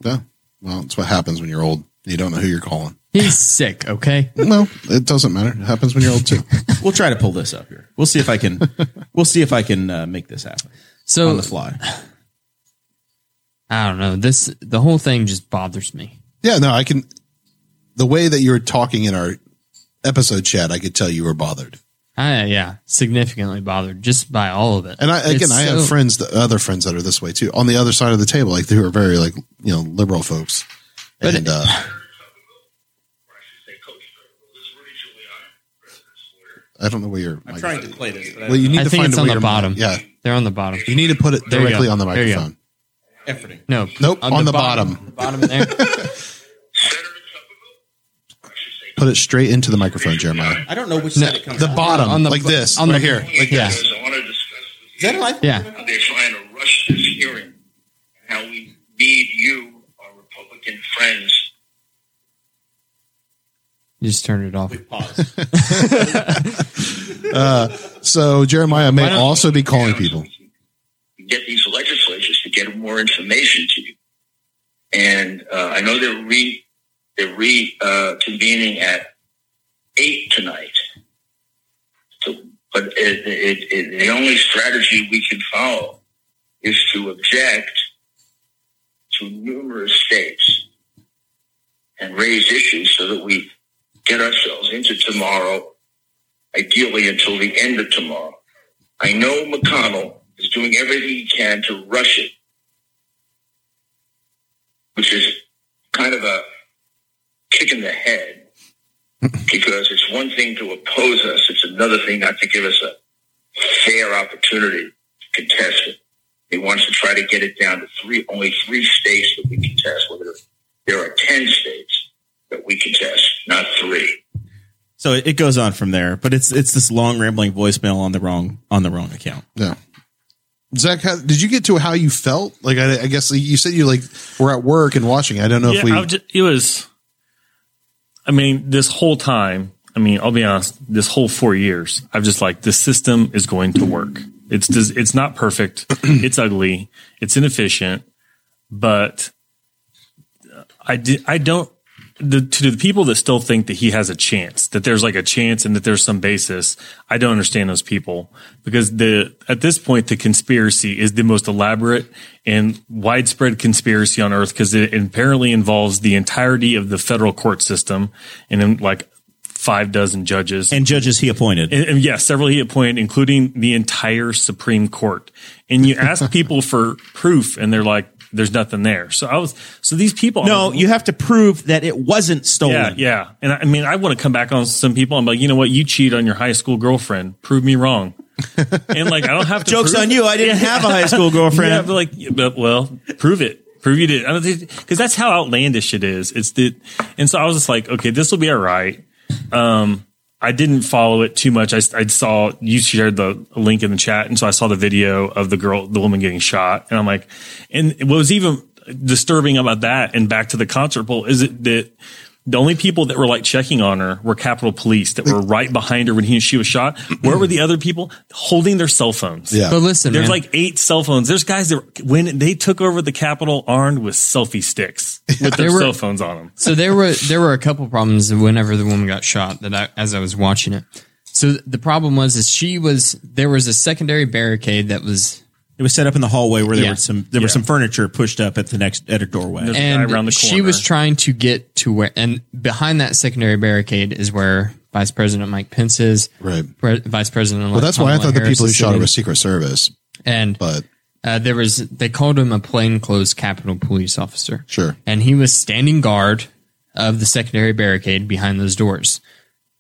Speaker 2: yeah well that's what happens when you're old you don't know who you're calling
Speaker 3: he's sick okay
Speaker 2: no it doesn't matter it happens when you're old too
Speaker 1: We'll try to pull this up here. We'll see if I can. we'll see if I can uh, make this happen
Speaker 3: so
Speaker 1: on the fly.
Speaker 3: i don't know this the whole thing just bothers me
Speaker 2: yeah no i can the way that you were talking in our episode chat i could tell you were bothered
Speaker 3: I, yeah, significantly bothered just by all of it.
Speaker 2: And I, again,
Speaker 3: It's
Speaker 2: I
Speaker 3: so-
Speaker 2: have friends, that, other friends that are this way too, on the other side of the table, like who are very like you know liberal folks.
Speaker 3: But-
Speaker 2: and uh, I don't know where you're.
Speaker 1: I'm trying to play this, but
Speaker 2: Well, you need
Speaker 3: I
Speaker 2: to
Speaker 3: think
Speaker 2: find
Speaker 3: it's
Speaker 2: a
Speaker 3: on
Speaker 2: way to-
Speaker 3: the bottom.
Speaker 2: Yeah,
Speaker 3: They're on the bottom.
Speaker 2: you need to put it
Speaker 3: There you
Speaker 2: directly
Speaker 3: go.
Speaker 2: on the
Speaker 3: There you go.
Speaker 2: microphone.
Speaker 1: I'm efforting.
Speaker 3: No,
Speaker 2: Nope, on the
Speaker 3: Bottom there.
Speaker 2: Put it straight into the microphone, Jeremiah.
Speaker 1: I don't know which side it comes.
Speaker 2: The
Speaker 1: from.
Speaker 2: bottom,
Speaker 3: on the-
Speaker 2: like this,
Speaker 3: on
Speaker 2: on
Speaker 3: the-
Speaker 2: right here. Like
Speaker 3: Yeah.
Speaker 2: this.
Speaker 5: I want to discuss
Speaker 1: Is that a live?
Speaker 3: yeah.
Speaker 5: They're trying to rush this
Speaker 3: You just turn it off.
Speaker 2: So Jeremiah may also be calling people.
Speaker 5: get these legislatures to get more information to you. And uh, I know they're re they're re uh, convening at eight tonight. So, but it, it, it, the only strategy we can follow is to object to numerous states and raise issues so that we get ourselves into tomorrow, ideally until the end of tomorrow. I know McConnell is doing everything he can to rush it, which is kind of a kick in the head because it's one thing to oppose us, it's another thing not to give us a fair opportunity to contest it. He wants to try to get it down to three, only three states that we contest. Well, there- There are 10 states that we contest, not three.
Speaker 1: So it it goes on from there, but it's it's this long rambling voicemail on the wrong on the wrong account.
Speaker 2: Yeah. Zach, how, did you get to how you felt? Like, I, I guess you said you like were at work and watching. I don't know if we.
Speaker 4: I was ju- it was. I mean, this whole time. I mean, I'll be honest. This whole four years, I've just like this system is going to work. It's just, it's not perfect. it's ugly. It's inefficient. But I di- I don't. The, to the people that still think that he has a chance, that there's like a chance and that there's some basis, I don't understand those people because the at this point the conspiracy is the most elaborate and widespread conspiracy on earth because it apparently involves the entirety of the federal court system and then like five dozen judges
Speaker 1: And judges he appointed.
Speaker 4: and, and yes, several he appointed, including the entire Supreme Court. And you ask people for proof, and they're like, "There's nothing there." So I was, so these people,
Speaker 1: no, you have to prove that it wasn't stolen.
Speaker 4: yeah, yeah. And I, I mean, I want to come back on some people. I'm like, you know what? You cheat on your high school girlfriend. Prove me wrong. And like, I don't have to
Speaker 1: Jokes
Speaker 4: prove-
Speaker 1: on you! I didn't have a high school
Speaker 4: Yeah,
Speaker 1: girlfriend.
Speaker 4: but like, yeah, but well, prove it. Prove you did. I don't think because that's how outlandish it is. It's the, and so I was just like, okay, this will be all right. Um, I didn't follow it too much. I, I saw you shared the link in the chat, and so I saw the video of the girl, the woman getting shot, and I'm like, and what was even disturbing about that, and back to the concert pool, is it that the only people that were like checking on her were Capitol Police that were right behind her when he, she was shot. Where were the other people holding their cell phones?
Speaker 2: Yeah.
Speaker 3: But listen,
Speaker 4: There's
Speaker 3: man,
Speaker 4: like eight cell phones. There's guys that when they took over the Capitol armed with selfie sticks with their
Speaker 3: They were-
Speaker 4: cell phones on them.
Speaker 3: so there were there were a couple problems whenever the woman got shot that I, as I was watching it. So the problem was is she was there was a secondary barricade that was
Speaker 1: It was set up in the hallway where there
Speaker 3: Yeah.
Speaker 1: were some there was some furniture pushed up at the next at a doorway.
Speaker 4: There's- guy
Speaker 3: and
Speaker 4: around the
Speaker 3: she
Speaker 4: corner.
Speaker 3: was trying to get to where and behind that secondary barricade is where Vice President Mike Pence is.
Speaker 2: Right.
Speaker 3: Pre- Vice President.
Speaker 2: well, that's why I thought the people who shot her were Secret Service,
Speaker 3: and
Speaker 2: but
Speaker 3: uh, there was they called him a plainclothes Capitol police officer.
Speaker 2: Sure.
Speaker 3: And he was standing guard of the secondary barricade behind those doors.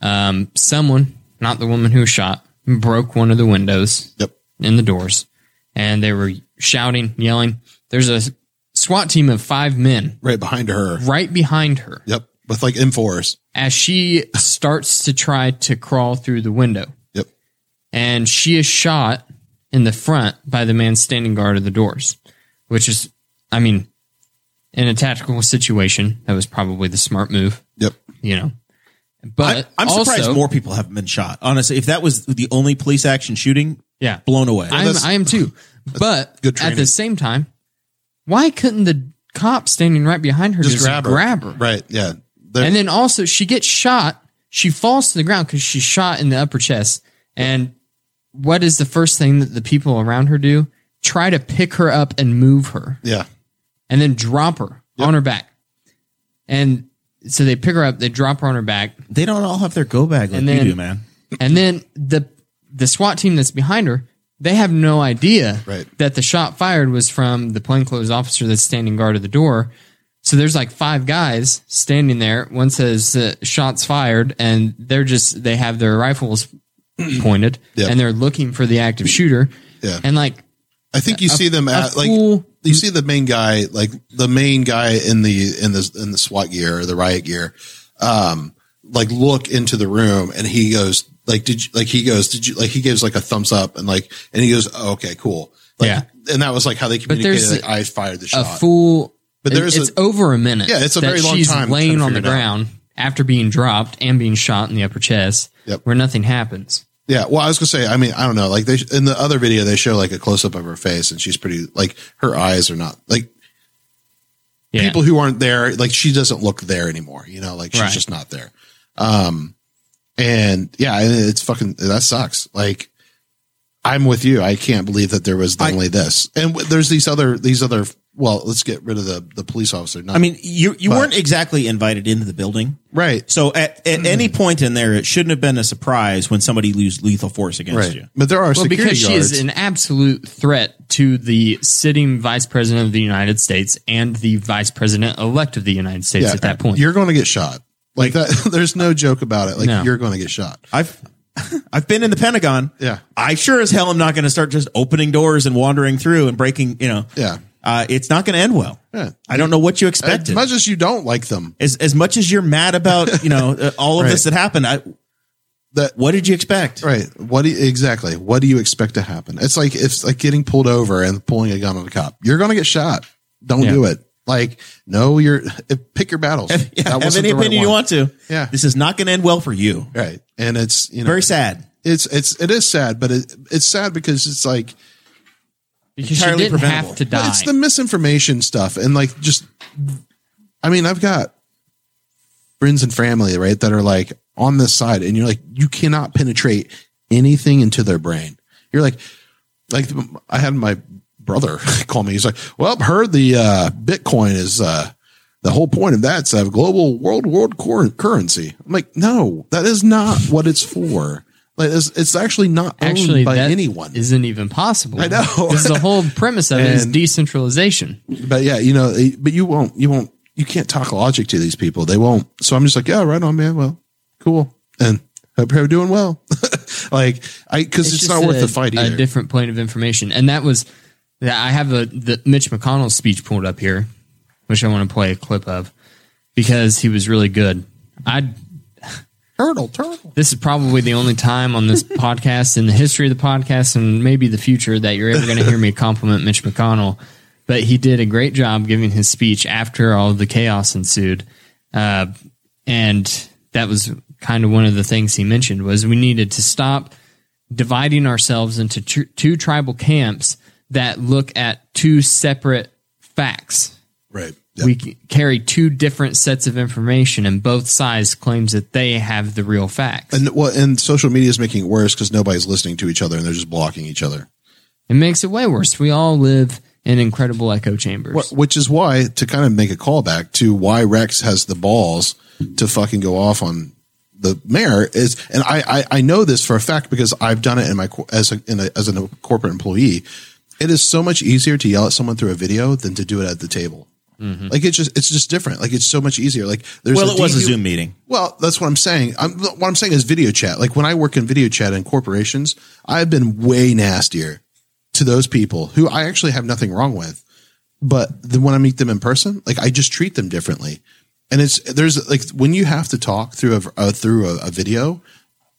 Speaker 3: Um, someone, not the woman who was shot, broke one of the windows
Speaker 2: yep.
Speaker 3: in the doors, and they were shouting, yelling. There's a SWAT team of five men
Speaker 2: Right behind her.
Speaker 3: right behind her
Speaker 2: Yep. With like M4s.
Speaker 3: as she starts to try to crawl through the window.
Speaker 2: Yep.
Speaker 3: and she is shot in the front by the man standing guard of the doors, which is, I mean, in a tactical situation, that was probably the smart move,
Speaker 2: Yep.
Speaker 3: you know. But
Speaker 1: I'm surprised
Speaker 3: uh, also-
Speaker 1: more people haven't been shot. Honestly, if that was the only police action shooting,
Speaker 3: Yeah,
Speaker 1: blown away.
Speaker 3: I'm, I am too. But
Speaker 2: good
Speaker 3: at
Speaker 2: training.
Speaker 3: the same time, why couldn't the cop standing right behind her just, grab her?
Speaker 2: Right. Yeah. They're-
Speaker 3: And then also, she gets shot. She falls to the ground because she's shot in the upper chest. And what is the first thing that the people around her do? Try to pick her up and move her.
Speaker 2: yeah.
Speaker 3: and then drop her on her back. And so they pick her up, they drop her on her back,
Speaker 1: they don't all have their go bag like
Speaker 3: And then-
Speaker 1: you do, man.
Speaker 3: and then the the SWAT team that's behind her, they have no idea
Speaker 2: Right.
Speaker 3: that the shot fired was from the plainclothes officer that's standing guard at the door. So there's like five guys standing there. One says uh, shots fired, and they're just they have their rifles pointed,
Speaker 2: Yeah.
Speaker 3: and they're looking for the active shooter.
Speaker 2: Yeah.
Speaker 3: And like
Speaker 2: I think you see them at like
Speaker 3: fool-
Speaker 2: you see the main guy, like the main guy in the in the in the SWAT gear or the riot gear, um, like look into the room and he goes like did you like he goes did you like he gives like a thumbs up and like and he goes oh, okay cool like,
Speaker 3: Yeah.
Speaker 2: and that was like how they communicated
Speaker 3: there's
Speaker 2: like, I fired the
Speaker 3: a
Speaker 2: shot
Speaker 3: full.
Speaker 2: But
Speaker 3: But
Speaker 2: there's
Speaker 3: there's it's
Speaker 2: a-
Speaker 3: over a minute.
Speaker 2: Yeah, it's a
Speaker 3: that
Speaker 2: very long
Speaker 3: she's
Speaker 2: time trying
Speaker 3: laying
Speaker 2: to
Speaker 3: on the
Speaker 2: figure it out.
Speaker 3: ground after being dropped and being shot in the upper chest,
Speaker 2: Yep.
Speaker 3: where nothing happens.
Speaker 2: Yeah, well, I was gonna say. I mean, I don't know. Like they in the other video, they show like a close up of her face, and she's pretty. Like her eyes are not like
Speaker 3: Yeah.
Speaker 2: people who aren't there. Like she doesn't look there anymore. You know, like she's
Speaker 3: Right.
Speaker 2: just not there. Um, and yeah, and it's fucking that sucks. Like I'm with you. I can't believe that there was
Speaker 1: I-
Speaker 2: only this, and w- there's these other these other. Well, let's get rid of the the police officer. Not,
Speaker 1: I mean, you you
Speaker 2: But-
Speaker 1: weren't exactly invited into the building.
Speaker 2: right,
Speaker 1: So at, at any point in there, it shouldn't have been a surprise when somebody used lethal force against
Speaker 2: right.
Speaker 1: you.
Speaker 2: But there are
Speaker 3: well,
Speaker 2: security
Speaker 3: because she
Speaker 2: guards.
Speaker 3: is an absolute threat to the sitting vice president of the United States and the vice president elect of the United States at that point.
Speaker 2: You're going to get shot. Like that. There's no joke about it. Like
Speaker 3: No.
Speaker 2: you're going to get shot.
Speaker 1: I've I've been in the Pentagon.
Speaker 2: Yeah.
Speaker 1: I sure as hell am not going to start just opening doors and wandering through and breaking. You know,
Speaker 2: Yeah.
Speaker 1: uh, it's not going to end well.
Speaker 2: Yeah.
Speaker 1: I don't know what you
Speaker 2: As
Speaker 1: expected.
Speaker 2: much as you don't like them,
Speaker 1: as as much as you're mad about you know uh, all of
Speaker 2: Right.
Speaker 1: this that happened, I,
Speaker 2: that
Speaker 1: what did you expect?
Speaker 2: right? What do you, exactly? What do you expect to happen? It's like it's like getting pulled over and pulling a gun on a cop. You're going to get shot. Don't
Speaker 3: Yeah.
Speaker 2: do it. Like no, you're pick your battles.
Speaker 1: Yeah, have
Speaker 2: wasn't
Speaker 1: any
Speaker 2: the right
Speaker 1: opinion you
Speaker 2: one.
Speaker 1: want to.
Speaker 2: Yeah.
Speaker 1: this is not going to end well for you.
Speaker 2: Right, and it's you know
Speaker 1: Very sad.
Speaker 2: it's it's it is sad, but it, it's sad because it's like
Speaker 3: because she
Speaker 1: entirely
Speaker 3: didn't
Speaker 1: preventable.
Speaker 3: have to die.
Speaker 2: But it's the misinformation stuff and like just I mean, I've got friends and family, right, that are like on this side and you're like you cannot penetrate anything into their brain. You're like like I had my brother call me. He's like, "Well, I've heard the uh Bitcoin is uh the whole point of that's a global world world cor- currency." I'm like, "No, that is not what it's for." Like it's, it's actually not owned
Speaker 3: Actually,
Speaker 2: by
Speaker 3: that
Speaker 2: anyone.
Speaker 3: isn't even possible.
Speaker 2: I know.
Speaker 3: 'Cause the whole premise of it is
Speaker 2: And-
Speaker 3: decentralization.
Speaker 2: but yeah, you know, eh, but you won't, you won't, you can't talk logic to these people. They won't. So I'm just like, yeah, right on, man. Well, cool. And hope you're doing well. like I, cause it's, not
Speaker 3: just
Speaker 2: worth
Speaker 3: a-
Speaker 2: the fight
Speaker 3: A
Speaker 2: either.
Speaker 3: different plane of information, and that was that. I have a the Mitch McConnell speech pulled up here, which I want to play a clip of because he was really good. I
Speaker 2: turtle, turtle.
Speaker 3: this is probably the only time on this podcast in the history of the podcast and maybe the future that you're ever going to hear me compliment Mitch McConnell. But he did a great job giving his speech after all the chaos ensued, uh, and that was kind of one of the things he mentioned was we needed to stop dividing ourselves into tr- two tribal camps that look at two separate facts
Speaker 2: Right.
Speaker 3: we c- carry two different sets of information and both sides claims that they have the real facts
Speaker 2: And well, and social media is making it worse because nobody's listening to each other and they're just blocking each other.
Speaker 3: it makes it way worse we all live in incredible echo chambers
Speaker 2: Wh- Which is why to kind of make a callback to why Rex has the balls to fucking go off on the mayor is, and I I, I know this for a fact because I've done it in my cor- as a, in a as a corporate employee. It is so much easier to yell at someone through a video than to do it at the table. Like it's just it's just different. Like it's so much easier. Like there's
Speaker 1: Mm-hmm. Well, it was a
Speaker 2: DU
Speaker 1: Zoom meeting.
Speaker 2: well, that's what I'm saying. I'm, what I'm saying is video chat. Like when I work in video chat in corporations, I've been way nastier to those people who I actually have nothing wrong with. But then when I meet them in person, like I just treat them differently. And it's there's like when you have to talk through a uh, through a, a video,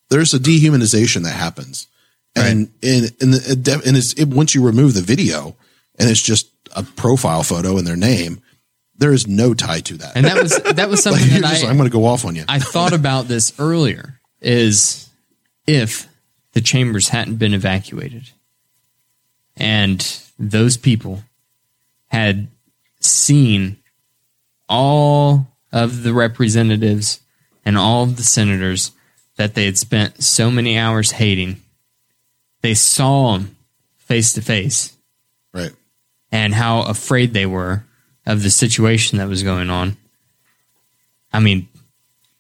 Speaker 2: there's a dehumanization that happens. And and and, the, it de- and it's it, once you remove the video and it's just a profile photo and their name, there is no tie to that.
Speaker 3: and that was that was something
Speaker 2: you're
Speaker 3: that
Speaker 2: just,
Speaker 3: I,
Speaker 2: I'm going to go off on you.
Speaker 3: I thought about this earlier is if the chambers hadn't been evacuated and those people had seen all of the representatives and all of the senators that they had spent so many hours hating, they saw them face to face
Speaker 2: right.
Speaker 3: and how afraid they were of the situation that was going on. I mean,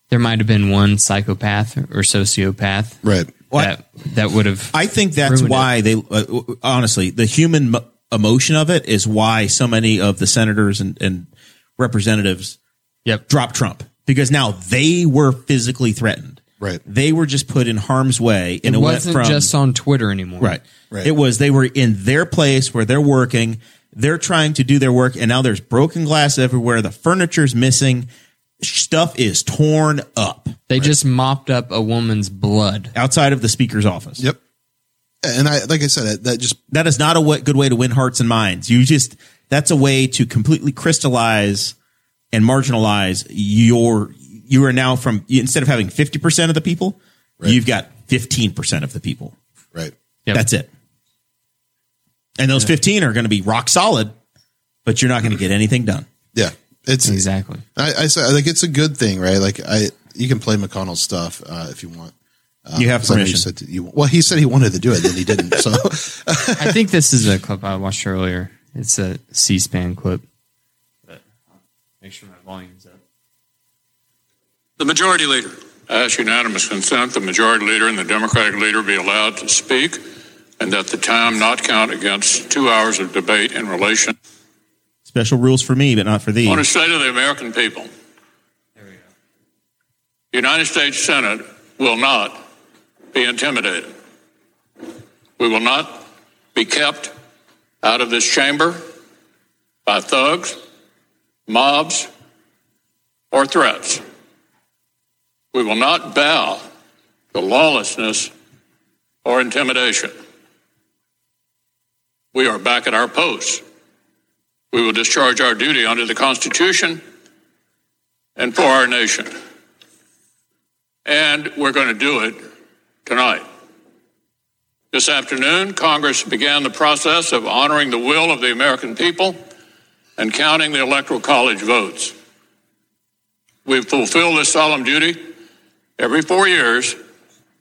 Speaker 3: there might have been one psychopath or sociopath
Speaker 2: Right.
Speaker 3: that that would have.
Speaker 1: I think that's
Speaker 3: Ruined
Speaker 1: why they uh, honestly the human mo- emotion of it is why so many of the senators and, and representatives
Speaker 3: Yep.
Speaker 1: drop Trump because now they were physically threatened.
Speaker 2: Right.
Speaker 1: They were just put in harm's way, and
Speaker 3: It
Speaker 1: it,
Speaker 3: wasn't
Speaker 1: went from
Speaker 3: just on Twitter anymore.
Speaker 1: Right.
Speaker 2: Right.
Speaker 1: It was they were in their place where they're working. They're trying to do their work, and now there's broken glass everywhere. The furniture's missing. Stuff is torn up
Speaker 3: They just mopped up a woman's blood.
Speaker 1: outside of the speaker's office.
Speaker 2: Yep. And I, like I said, that, that just
Speaker 1: That is not a wa- good way to win hearts and minds. You just that's a way to completely crystallize and marginalize your you are now from you- instead of having 50% of the people, you've got 15% of the people.
Speaker 2: Right.
Speaker 3: Yep.
Speaker 1: That's it. And those 15 are going to be rock solid, but you're not going to get anything done.
Speaker 2: Yeah. It's
Speaker 3: Exactly.
Speaker 2: I, I say like it's a good thing, right? Like I, you can play McConnell's stuff uh, if you want.
Speaker 1: you have
Speaker 2: 'Cause I know you
Speaker 1: permission.
Speaker 2: said that you- well, he said he wanted to do it, then he didn't. So
Speaker 3: I think this is a clip I watched earlier. It's a C-SPAN clip. Make sure my volume's up.
Speaker 6: The majority leader.
Speaker 7: Ask unanimous consent the majority leader and the Democratic leader be allowed to speak, and that the time not count against two hours of debate in relation.
Speaker 1: Special rules for me, but not for thee.
Speaker 7: I want to say to the American people the United States Senate will not be intimidated. We will not be kept out of this chamber by thugs, mobs, or threats. We will not bow to lawlessness or intimidation. We are back at our posts. We will discharge our duty under the Constitution and for our nation. And we're going to do it tonight. This afternoon, Congress began the process of honoring the will of the American people and counting the Electoral College votes. We've fulfilled this solemn duty every four years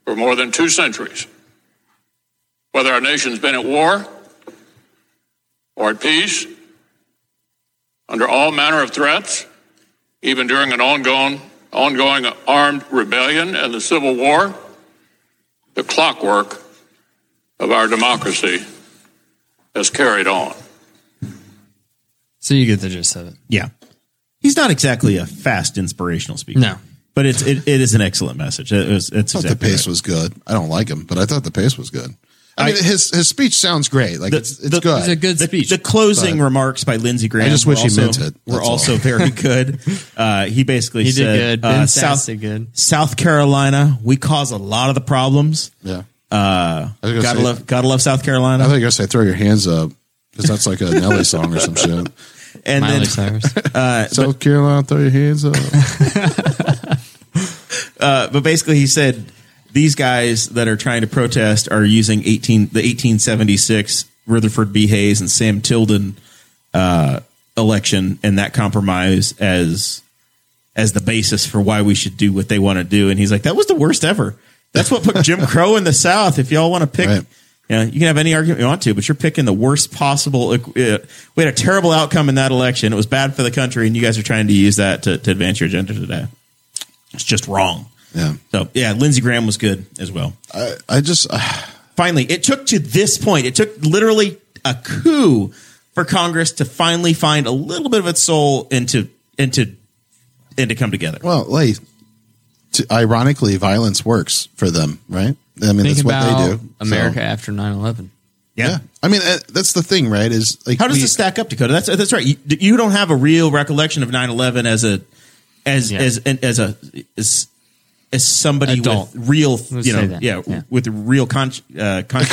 Speaker 7: for more than two centuries. Whether our nation's been at war or at peace, under all manner of threats, even during an ongoing, ongoing armed rebellion and the Civil War, the clockwork of our democracy has carried on.
Speaker 3: So you get the gist of it.
Speaker 1: yeah. He's not exactly a fast inspirational speaker.
Speaker 3: No.
Speaker 1: But it's it, it is an excellent message. It was, it's
Speaker 2: I thought
Speaker 1: exactly
Speaker 2: the pace
Speaker 1: right.
Speaker 2: was good. I don't like him, but I thought the pace was good. I, mean, his his speech sounds great. Like
Speaker 1: The-
Speaker 2: it's it's
Speaker 1: the-
Speaker 2: good.
Speaker 3: It's a good
Speaker 1: the,
Speaker 3: speech.
Speaker 1: the closing remarks by Lindsey Graham.
Speaker 2: I just wish
Speaker 1: were
Speaker 2: he
Speaker 1: also,
Speaker 2: meant it.
Speaker 1: Were
Speaker 2: That's all.
Speaker 1: also very good. Uh, he basically
Speaker 3: He did
Speaker 1: said,
Speaker 3: good.
Speaker 1: uh,
Speaker 3: Ben Sasse
Speaker 1: South,
Speaker 3: did good.
Speaker 1: South Carolina, we cause a lot of the problems.
Speaker 2: yeah.
Speaker 1: Uh,
Speaker 2: was gonna
Speaker 1: gotta
Speaker 2: say-
Speaker 1: love, gotta love South
Speaker 2: I
Speaker 1: Carolina.
Speaker 2: thought you were gonna say throw your hands up because that's like a Nelly song or some shit.
Speaker 1: and
Speaker 3: Miley
Speaker 1: then
Speaker 3: Cyrus.
Speaker 2: South Carolina, throw your hands up.
Speaker 1: but basically he said these guys that are trying to protest are using 18 the 1876 Rutherford B Hayes and Sam Tilden uh, election and that compromise as as the basis for why we should do what they want to do and he's like that was the worst ever that's what put Jim Crow in the south if y'all want to pick
Speaker 2: Right.
Speaker 1: you know, you can have any argument you want to, but you're picking the worst possible. Uh, we had a terrible outcome in that election. It was bad for the country, and you guys are trying to use that to, to advance your agenda today. It's just wrong.
Speaker 2: Yeah.
Speaker 1: So yeah, Lindsey Graham was good as well.
Speaker 2: I, I just
Speaker 1: Finally, it took to this point. It took literally a coup for Congress to finally find a little bit of its soul and to and to and to come together.
Speaker 2: well, like t- ironically, violence works for them, right? I mean,
Speaker 3: Think
Speaker 2: that's what
Speaker 3: about
Speaker 2: they do. So-
Speaker 3: America after 9-11.
Speaker 1: yeah.
Speaker 2: yeah. I mean, uh, that's the thing, right? Is like
Speaker 1: How does
Speaker 2: we-
Speaker 1: this stack up, Dakota? That's that's right. You, you don't have a real recollection of 9-11 as a as
Speaker 3: Yeah.
Speaker 1: as an- as a as as somebody
Speaker 3: Adult.
Speaker 1: with real, you
Speaker 3: say
Speaker 1: know,
Speaker 3: that.
Speaker 1: yeah,
Speaker 3: Yeah.
Speaker 1: with real con- uh, consciousness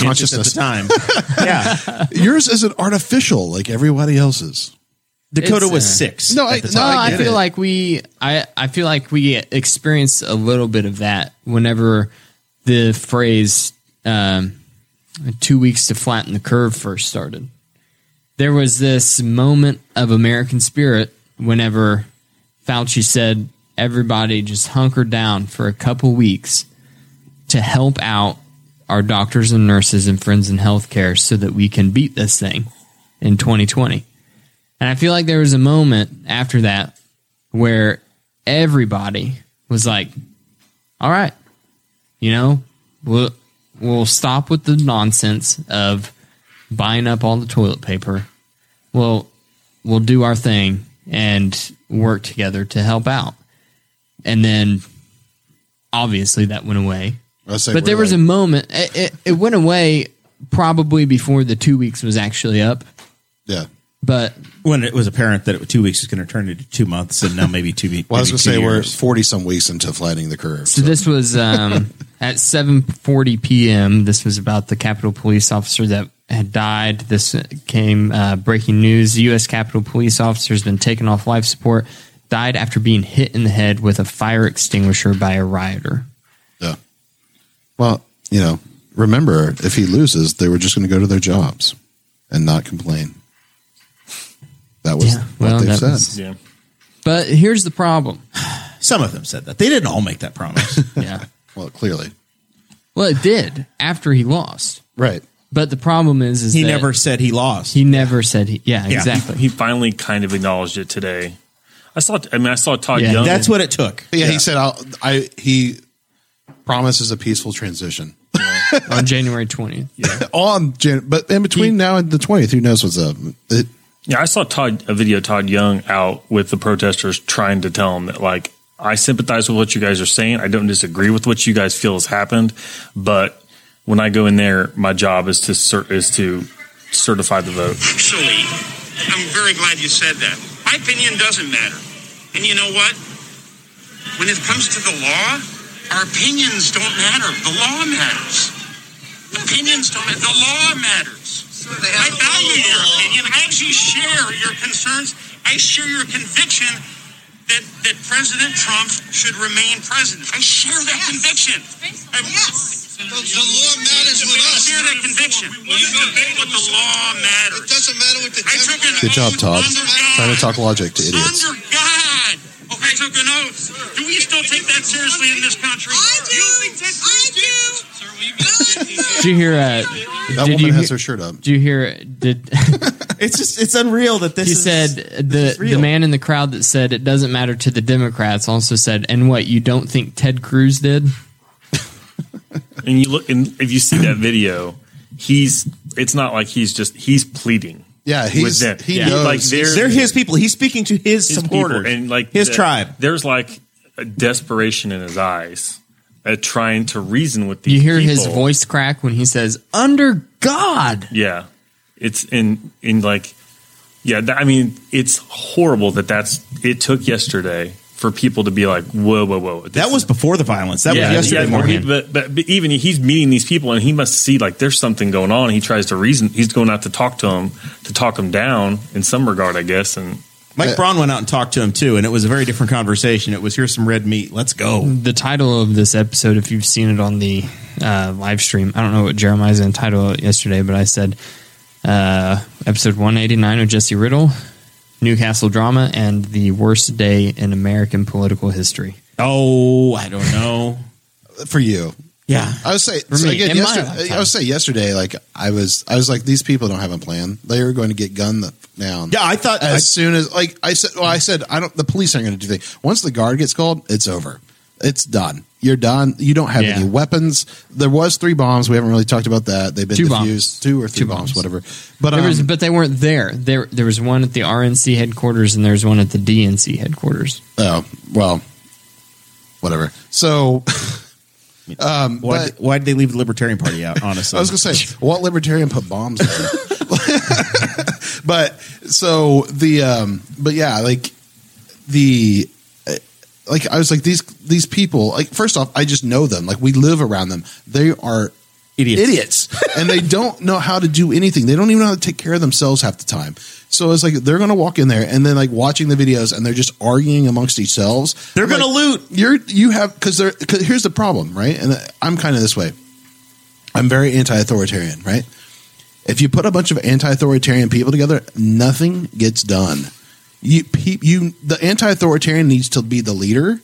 Speaker 1: at the
Speaker 2: Consciousness.
Speaker 1: time. yeah,
Speaker 2: Yours isn't artificial like everybody else's.
Speaker 1: Dakota
Speaker 3: It's,
Speaker 1: was
Speaker 3: uh,
Speaker 1: six.
Speaker 2: No, I-
Speaker 1: at the
Speaker 2: no,
Speaker 1: time.
Speaker 3: I,
Speaker 2: get
Speaker 3: feel
Speaker 2: it.
Speaker 3: like we I, I feel like we experienced a little bit of that whenever the phrase um, two weeks to flatten the curve first started. There was this moment of American spirit whenever Fauci said everybody just hunkered down for a couple weeks to help out our doctors and nurses and friends in healthcare so that we can beat this thing in 2020. And I feel like there was a moment after that where everybody was like, all right, you know, we'll, we'll stop with the nonsense of buying up all the toilet paper. We'll, we'll do our thing and work together to help out. And then obviously that went away.
Speaker 2: I say
Speaker 3: But
Speaker 2: we're
Speaker 3: there was a
Speaker 2: like-
Speaker 3: moment, it, it, it went away probably before the two weeks was actually up.
Speaker 2: yeah.
Speaker 3: But
Speaker 1: when it was apparent that it, two weeks was going to turn into two months, and now maybe two weeks.
Speaker 2: Well, I was gonna say we're forty some weeks into flattening the curve.
Speaker 3: So this was um, at 7:40 p.m. This was about the Capitol police officer that had died. This came uh, breaking news: U.S. Capitol police officer has been taken off life support died after being hit in the head with a fire extinguisher by a rioter.
Speaker 2: Yeah. Well, you know, remember if he loses, they were just going to go to their jobs and not complain. That was
Speaker 3: Yeah,
Speaker 2: what
Speaker 3: well,
Speaker 2: they
Speaker 3: that
Speaker 2: said.
Speaker 3: was-
Speaker 4: Yeah.
Speaker 3: But here's the problem.
Speaker 1: Some of them said that. They didn't all make that promise.
Speaker 3: Yeah.
Speaker 2: Well, clearly,
Speaker 3: well, it did after he lost.
Speaker 2: right?
Speaker 3: But the problem is, is
Speaker 1: he
Speaker 3: that
Speaker 1: never said he lost.
Speaker 3: he never said he, yeah, exactly.
Speaker 4: He finally kind of acknowledged it today. I saw. I mean, I saw Todd
Speaker 3: Yeah,
Speaker 4: Young.
Speaker 1: That's what it took.
Speaker 2: But yeah, he said, I'll, "I." He promises a peaceful transition
Speaker 3: on January 20th.
Speaker 2: on, Jan- but in between now and the twentieth, who knows what's up? It,
Speaker 4: Yeah, I saw Todd a video of Todd Young out with the protesters trying to tell him that like I sympathize with what you guys are saying. I don't disagree with what you guys feel has happened, but when I go in there, my job is to cer- is to certify the vote.
Speaker 8: Actually, I'm very glad you said that. My opinion doesn't matter. And you know what? When it comes to the law, our opinions don't matter. The law matters. Opinions don't matter. The law matters. I value your opinion. I actually share your concerns. I share your conviction that, that President Trump should remain president. I share that conviction. Yes. The, law matters with us. I share that conviction. You debate what the law matters. It doesn't matter what the I took an
Speaker 2: good job,
Speaker 8: oath
Speaker 2: Todd.
Speaker 8: under God.
Speaker 2: Trying to talk logic to idiots.
Speaker 8: Under God. Okay, I took an oath. Do we still take that seriously in this country? I do. You think that's I do. Sir, will you
Speaker 3: Did you hear? Uh,
Speaker 2: That
Speaker 3: did
Speaker 2: woman
Speaker 3: you
Speaker 2: has
Speaker 3: hear,
Speaker 2: her shirt up.
Speaker 3: did you hear? Did
Speaker 1: It's just it's unreal that this
Speaker 3: he
Speaker 1: is-
Speaker 3: said the
Speaker 1: is real.
Speaker 3: the man in the crowd that said it doesn't matter to the Democrats also said, and what you don't think Ted Cruz did?
Speaker 4: And you look, and if you see that video, he's it's not like he's just he's pleading.
Speaker 2: Yeah, he's
Speaker 4: them.
Speaker 2: he
Speaker 4: Yeah.
Speaker 2: knows.
Speaker 4: Like, they're-
Speaker 1: they're his people. He's speaking to his,
Speaker 4: his people
Speaker 1: supporters
Speaker 4: and like
Speaker 1: his
Speaker 4: the-
Speaker 1: tribe.
Speaker 4: There's like a desperation in his eyes at trying to reason with these.
Speaker 3: You hear his
Speaker 4: people.
Speaker 3: voice crack when he says, "Under God."
Speaker 4: Yeah, it's in in like yeah. That, I mean, it's horrible that that's it took yesterday for people to be like, whoa, whoa, whoa. This
Speaker 1: That was before the violence. That
Speaker 4: yeah,
Speaker 1: was yesterday
Speaker 4: yeah,
Speaker 1: morning.
Speaker 4: he- but, but but even he's meeting these people, and he must see like there's something going on. He tries to reason. He's going out to talk to him to talk him down in some regard, I guess. And
Speaker 1: Mike Braun went out and talked to him too, and it was a very different conversation. It was here's some red meat. Let's go.
Speaker 3: The title of this episode, if you've seen it on the uh, live stream, I don't know what Jeremiah's entitled it yesterday, but I said uh, episode 189 of Jesse Riddle, Newcastle drama, and the worst day in American political history.
Speaker 1: Oh, I don't know.
Speaker 2: for you.
Speaker 1: Yeah,
Speaker 2: I would say
Speaker 3: me,
Speaker 2: again,
Speaker 3: in my
Speaker 2: yesterday,
Speaker 3: lifetime.
Speaker 2: I would say yesterday, like I was, I was like, these people don't have a plan. They are going to get gunned the f- down.
Speaker 1: yeah. I thought
Speaker 2: as
Speaker 1: I,
Speaker 2: soon as like I said, well, I said I don't. The police aren't going to do things. Once the guard gets called, it's over. It's done. You're done. You don't have
Speaker 3: Yeah.
Speaker 2: any weapons. There was three bombs. We haven't really talked about that. They've been
Speaker 3: Two
Speaker 2: diffused.
Speaker 3: bombs.
Speaker 2: Two or three
Speaker 3: Two
Speaker 2: bombs,
Speaker 3: bombs.
Speaker 2: whatever. But
Speaker 3: There was,
Speaker 2: um,
Speaker 3: but they weren't there. There, there was one at the RNC headquarters, and there's one at the DNC headquarters.
Speaker 2: oh well, whatever. So
Speaker 1: why
Speaker 2: but-
Speaker 1: why'd they leave the Libertarian Party out? Honestly,
Speaker 2: I was going to say, what libertarian put bombs there? but so the, um, but yeah, like the, uh, like I was like these these people. Like first off, I just know them. Like we live around them. They are
Speaker 1: idiots.
Speaker 2: idiots, and they don't know how to do anything. They don't even know how to take care of themselves half the time. So it's like they're going to walk in there and then like watching the videos and they're just arguing amongst themselves.
Speaker 1: They're
Speaker 2: I'm like,
Speaker 1: gonna loot.
Speaker 2: You're you have because they're cause here's the problem, right? And I'm kind of this way. I'm very anti-authoritarian, right? If you put a bunch of anti-authoritarian people together, nothing gets done. You pe- you the anti-authoritarian needs to be the leader.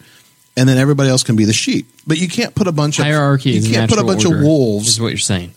Speaker 2: And then everybody else can be the sheep, but you can't put a bunch of
Speaker 3: Hierarchy
Speaker 2: You
Speaker 3: is
Speaker 2: can't put a
Speaker 3: natural
Speaker 2: bunch of
Speaker 3: order,
Speaker 2: wolves
Speaker 3: Is what you're saying?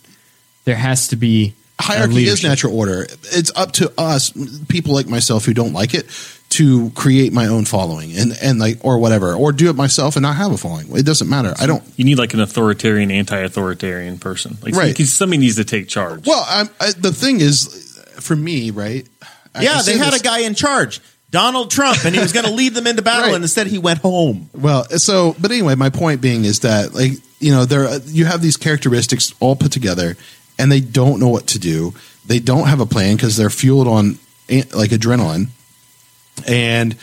Speaker 3: There has to be a
Speaker 2: hierarchy is
Speaker 3: leadership.
Speaker 2: natural order. It's up to us, people like myself who don't like it, to create my own following and, and like or whatever, or do it myself and not have a following. It doesn't matter. I don't.
Speaker 4: you need like an authoritarian, anti-authoritarian person. Like
Speaker 2: Right.
Speaker 4: somebody needs to take charge.
Speaker 2: Well, I'm, I, the thing is, for me, right? I- I
Speaker 1: Yeah,
Speaker 2: say
Speaker 1: they had
Speaker 2: this-
Speaker 1: a guy in charge, Donald Trump, and he was going to lead them into battle,
Speaker 2: Right.
Speaker 1: and instead he went home.
Speaker 2: Well, so but anyway, my point being is that like you know there you have these characteristics all put together, and they don't know what to do. They don't have a plan because they're fueled on eh, like adrenaline, and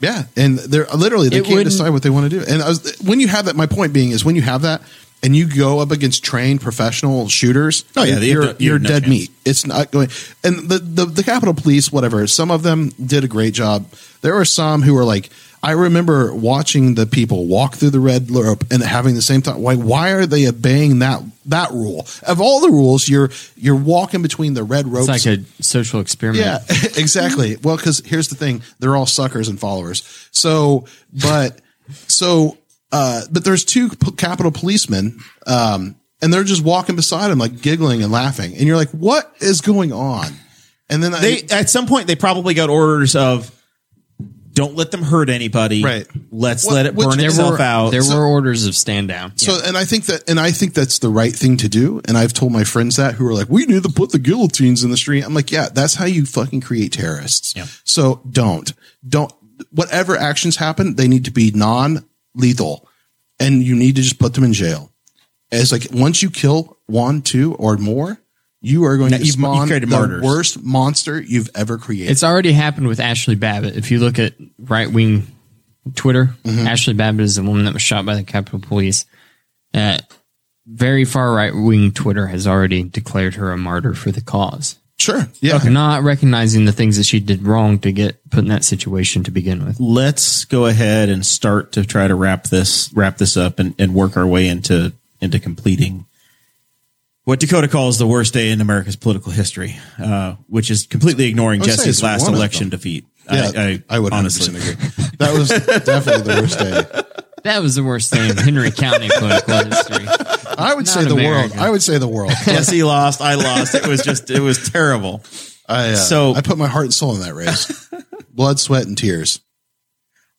Speaker 2: yeah, and they're literally they
Speaker 3: It
Speaker 2: can't
Speaker 3: wouldn't-
Speaker 2: decide what they want to do. And I was, when you have that, my point being is when you have that, and you go up against trained professional shooters,
Speaker 1: Oh, yeah, they have
Speaker 2: you're,
Speaker 1: no- you
Speaker 2: you're
Speaker 1: have no
Speaker 2: dead
Speaker 1: chance.
Speaker 2: meat. It's not going. And the, the the Capitol Police, whatever. Some of them did a great job. There were some who were like, I remember watching the people walk through the red rope and having the same thought. Why? Why are they obeying that that rule? Of all the rules, you're you're walking between the red ropes.
Speaker 3: It's like a social experiment.
Speaker 2: Yeah, exactly. Well, because here's the thing: they're all suckers and followers. So, but so, uh, but there's two p- Capitol policemen, um, and they're just walking beside him, like giggling and laughing, and you're like, "What is going on?" And then
Speaker 1: They at some point they probably got orders of don't let them hurt anybody.
Speaker 2: Right.
Speaker 1: Let's
Speaker 2: What-
Speaker 1: let it
Speaker 2: which-
Speaker 1: burn
Speaker 2: There
Speaker 1: itself
Speaker 3: There were-
Speaker 1: out.
Speaker 3: There were orders of stand down.
Speaker 2: So, and I think that, and I think that's the right thing to do. And I've told my friends that who are like, we need to put the guillotines in the street. I'm like, yeah, that's how you fucking create terrorists. So don't, don't, whatever actions happen, they need to be non lethal and you need to just put them in jail. As like, once you kill one, two, or more, you are going
Speaker 1: Now,
Speaker 2: to
Speaker 1: you've-
Speaker 2: spawn
Speaker 1: you've created
Speaker 2: the
Speaker 1: martyrs.
Speaker 2: worst monster you've ever created.
Speaker 3: It's already happened with Ashley Babbitt. If you look at right wing Twitter,
Speaker 2: Mm-hmm.
Speaker 3: Ashley Babbitt is the woman that was shot by the Capitol Police. Uh, very far right wing Twitter has already declared her a martyr for the cause,
Speaker 2: sure. Yeah.
Speaker 3: not recognizing the things that she did wrong to get put in that situation to begin with.
Speaker 1: let's go ahead and start to try to wrap this wrap this up and, and work our way into into completing what Dakota calls the worst day in America's political history, uh, which is completely ignoring
Speaker 2: would say
Speaker 1: Jesse's
Speaker 2: it's
Speaker 1: last
Speaker 2: one of
Speaker 1: election
Speaker 2: them.
Speaker 1: defeat.
Speaker 2: Yeah, I, would honestly agree. That was definitely the worst day.
Speaker 3: That was the worst thing in Henry County political history.
Speaker 2: I would say the
Speaker 3: America.
Speaker 2: world. I would say the world.
Speaker 1: Jesse lost. I lost. It was just it was terrible.
Speaker 2: I, uh,
Speaker 1: So-
Speaker 2: I put my heart and soul in that race. Blood, sweat, and tears.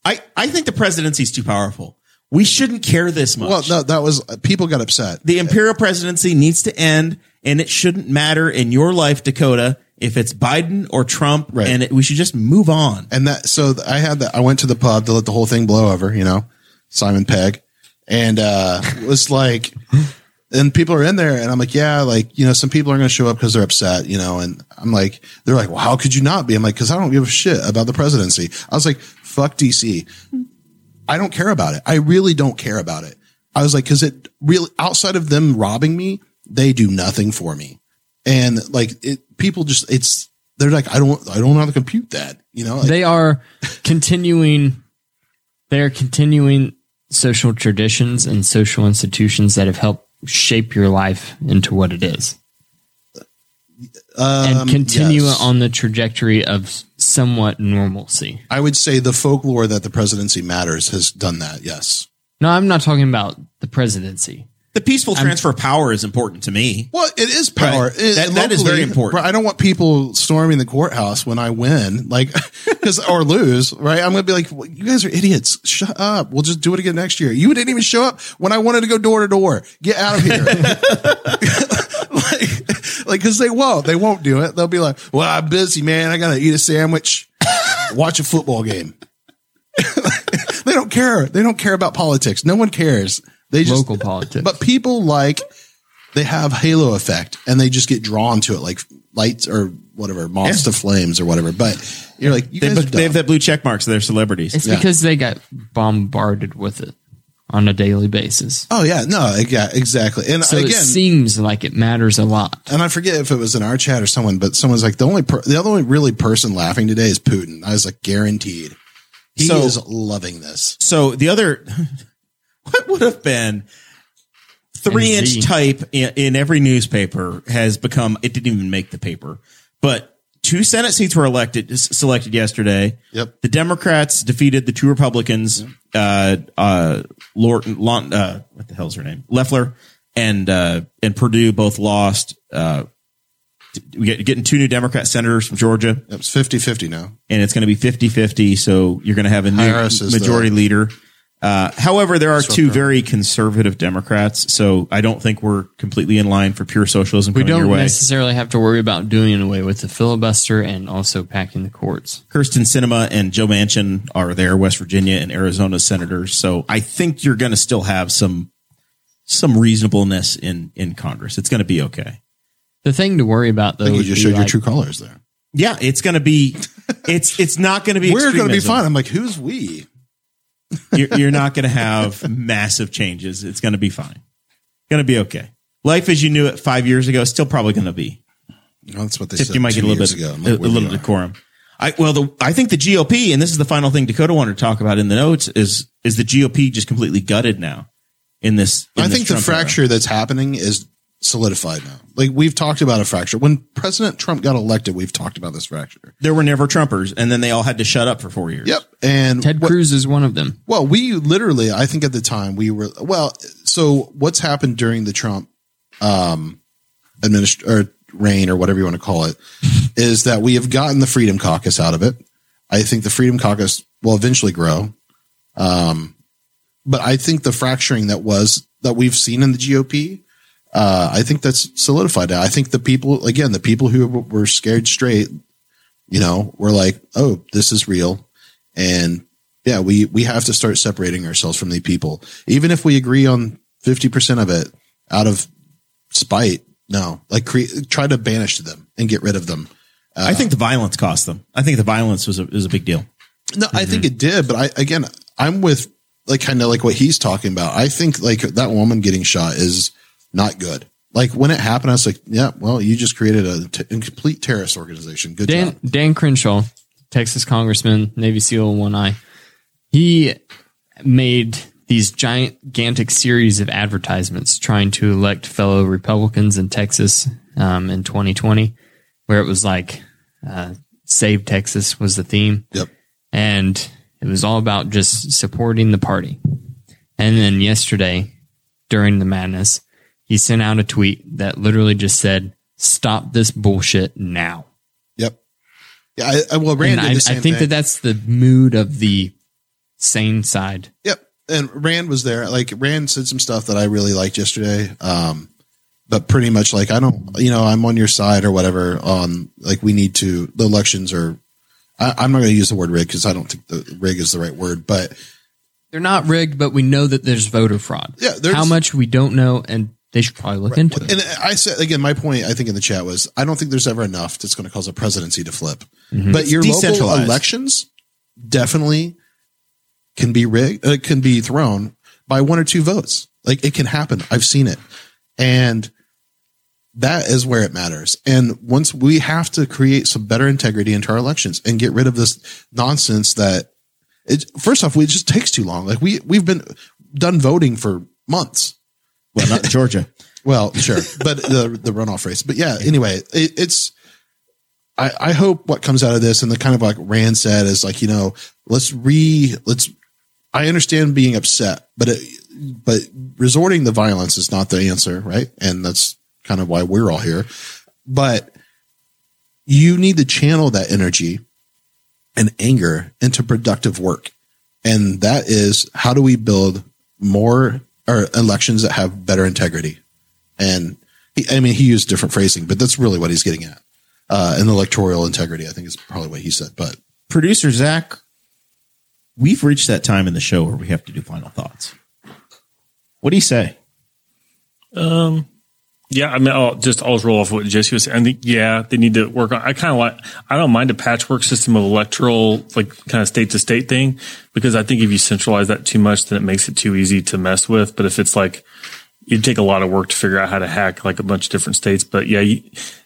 Speaker 1: I I think the presidency's too powerful. We shouldn't care this much.
Speaker 2: Well, no, that was people got upset.
Speaker 1: the imperial presidency needs to end and it shouldn't matter in your life dakota if it's biden or trump
Speaker 2: Right.
Speaker 1: and it, we should just move on
Speaker 2: And that, so th- I had that. I went to the pub to let the whole thing blow over, you know, Simon Pegg, and uh, was like, and people are in there, and I'm like, yeah, like, you know, some people are going to show up because they're upset, you know, and I'm like, they're like, well, how could you not be? I'm like, because I don't give a shit about the presidency. I was like, fuck DC. I don't care about it. I really don't care about it. I was like, because it really, outside of them robbing me, they do nothing for me. And like, it, people just, it's, they're like, I don't, I don't know how to compute that, you know? Like,
Speaker 3: they are continuing they're continuing social traditions and social institutions that have helped shape your life into what it is and continue
Speaker 2: Um, yes.
Speaker 3: on the trajectory of somewhat normalcy
Speaker 2: I would say the folklore that the presidency matters has done that. Yes.
Speaker 3: no i'm not talking about the presidency
Speaker 1: the peaceful transfer of power is important to me
Speaker 2: Well, it is power.
Speaker 1: Right.
Speaker 2: It-
Speaker 1: That- that is very important.
Speaker 2: Right, I don't want people storming the courthouse when I win, like, 'cause- or lose. Right? I'm going to be like, "Well, you guys are idiots. Shut up. We'll just do it again next year. You didn't even show up when I wanted to go door to door. Get out of here. like, like, cause they won't. They won't do it. They'll be like, "Well, I'm busy, man. I got to eat a sandwich, watch a football game." they don't care. They don't care about politics. No one cares. They just
Speaker 3: local politics
Speaker 2: but people like they have halo effect and they just get drawn to it like lights or whatever moths to flames or whatever but you're like you
Speaker 1: they,
Speaker 2: guys are
Speaker 1: they have
Speaker 2: dumb.
Speaker 1: that blue check mark so they're celebrities
Speaker 3: it's
Speaker 2: yeah.
Speaker 3: because they got bombarded with it on a daily basis
Speaker 2: oh yeah no I- yeah exactly and
Speaker 3: so it
Speaker 2: again
Speaker 3: seems like it matters a lot
Speaker 2: and I forget if it was in our chat or someone, but someone's like the only per- the only really person laughing today is Putin. I was like, guaranteed, he
Speaker 1: So-
Speaker 2: is loving this.
Speaker 1: so the other what would have been three
Speaker 3: And Z.
Speaker 1: inch type in, in every newspaper has become it didn't even make the paper but two senate seats were elected s- selected yesterday
Speaker 2: Yep.
Speaker 1: the democrats defeated the two republicans uh uh lorton Lon, uh what the hell's her name leffler and uh and purdue both lost uh we get, getting two new democrat senators from georgia
Speaker 2: It's 50-50 now.
Speaker 1: and it's going to be 50-50 so you're going to have a new
Speaker 2: Harris is
Speaker 1: majority leader uh, however there are two
Speaker 2: Disruptor.
Speaker 1: very conservative democrats so i don't think we're completely in line for pure socialism
Speaker 3: we
Speaker 1: coming your
Speaker 3: don't
Speaker 1: way
Speaker 3: necessarily have to worry about doing away with the filibuster and also packing the courts
Speaker 1: kirsten cinema and joe manchin are there west virginia and arizona senators so i think you're going to still have some some reasonableness in in congress it's going to be okay
Speaker 3: The thing to worry about though,
Speaker 2: I think you
Speaker 3: would
Speaker 2: just
Speaker 3: be,
Speaker 2: showed your
Speaker 3: like,
Speaker 2: true colors there.
Speaker 1: yeah it's going to be it's it's not going to be
Speaker 2: We're going to be
Speaker 1: extremism.
Speaker 2: fine. I'm like, who's we?
Speaker 1: you're, you're not going to have massive changes it's going to be fine Gonna be okay. Life as you knew it five years ago is still probably gonna be.
Speaker 2: No, that's what they
Speaker 1: Except
Speaker 2: said.
Speaker 1: you might
Speaker 2: two
Speaker 1: get a little
Speaker 2: years
Speaker 1: bit
Speaker 2: ago. I'm
Speaker 1: a,
Speaker 2: like,
Speaker 1: a
Speaker 2: where
Speaker 1: little
Speaker 2: we are.
Speaker 1: decorum. I well, the, I think the GOP, and this is the final thing Dakota wanted to talk about in the notes, is is the GOP just completely gutted now in this. in
Speaker 2: I
Speaker 1: this
Speaker 2: think the
Speaker 1: Trump era.
Speaker 2: fracture that's happening is solidified now. Like we've talked about a fracture. When President Trump got elected, we've talked about this fracture.
Speaker 1: There were never Trumpers, and then they all had to shut up for four years.
Speaker 2: Yep. And
Speaker 3: Ted
Speaker 2: what-
Speaker 3: Cruz is one of them.
Speaker 2: Well, we literally, I think at the time we were well. So what's happened during the Trump um, administ- or reign or whatever you want to call it is that we have gotten the Freedom Caucus out of it. I think the Freedom Caucus will eventually grow, um, but I think the fracturing that was that we've seen in the GOP, uh, I think that's solidified now. I think the people again, the people who were scared straight, you know, were like, "Oh, this is real," and yeah, we we have to start separating ourselves from the people, even if we agree on fifty percent of it out of spite. No, like cre- try to banish them and get rid of them.
Speaker 1: I think the violence cost them. I think the violence was a, was a big deal.
Speaker 2: No, I
Speaker 3: Mm-hmm.
Speaker 2: think it did, but I again, I'm with like kind of like what he's talking about. I think like that woman getting shot is not good. Like when it happened, I was like, yeah, well, you just created a t- complete terrorist organization. Good
Speaker 3: Dan
Speaker 2: job.
Speaker 3: Dan Crenshaw, Texas congressman, Navy SEAL, one eye. He made these gigantic series of advertisements trying to elect fellow Republicans in Texas um, in 2020, where it was like uh, "Save Texas" was the theme,
Speaker 2: Yep.
Speaker 3: and it was all about just supporting the party. And then yesterday, during the madness, he sent out a tweet that literally just said, "Stop this bullshit now."
Speaker 2: Yep. Yeah. I, I well,
Speaker 3: And
Speaker 2: Rand
Speaker 3: I,
Speaker 2: did the same
Speaker 3: I think
Speaker 2: thing.
Speaker 3: that that's the mood of the sane side.
Speaker 2: Yep. And Rand was there. Like Rand said some stuff that I really liked yesterday. Um, but pretty much like I don't, you know, I'm on your side or whatever. On like we need to the elections are. I, I'm not going to use the word rig because I don't think the rig is the right word. But
Speaker 3: They're not rigged, but we know that there's voter fraud.
Speaker 2: Yeah, there's-
Speaker 3: how much we don't know, and they should probably look into it.
Speaker 2: and I said again, my point I think in the chat was I don't think there's ever enough that's going to cause a presidency to flip. But your local
Speaker 1: decentralized.
Speaker 2: elections definitely can be rigged. It can be thrown by one or two votes. Like it can happen. I've seen it, and that is where it matters. And once we have to create some better integrity into our elections and get rid of this nonsense that it first off, we, it just takes too long. Like we we've been done voting for months.
Speaker 1: Well, not in Georgia.
Speaker 2: Well, sure, but the the runoff race. But yeah, anyway, it, it's. I, I hope what comes out of this and the kind of like Rand said is like you know let's re let's. I understand being upset, but it, but resorting to violence is not the answer, right? And that's kind of why we're all here. But you need to channel that energy and anger into productive work. And that is how do we build more or elections that have better integrity? And he, I mean, he used different phrasing, but that's really what he's getting at. Uh, and electoral integrity, I think is probably what he said, but
Speaker 1: Producer Zach, we've reached that time in the show where we have to do final thoughts. What do you say?
Speaker 4: Um, yeah, I mean, I'll just always roll off what Jesse was saying. I think, yeah, they need to work on. I kind of like, I don't mind a patchwork system of electoral, like kind of state to state thing, because I think if you centralize that too much, then it makes it too easy to mess with. But if it's like, it'd take a lot of work to figure out how to hack like a bunch of different states. But yeah, you,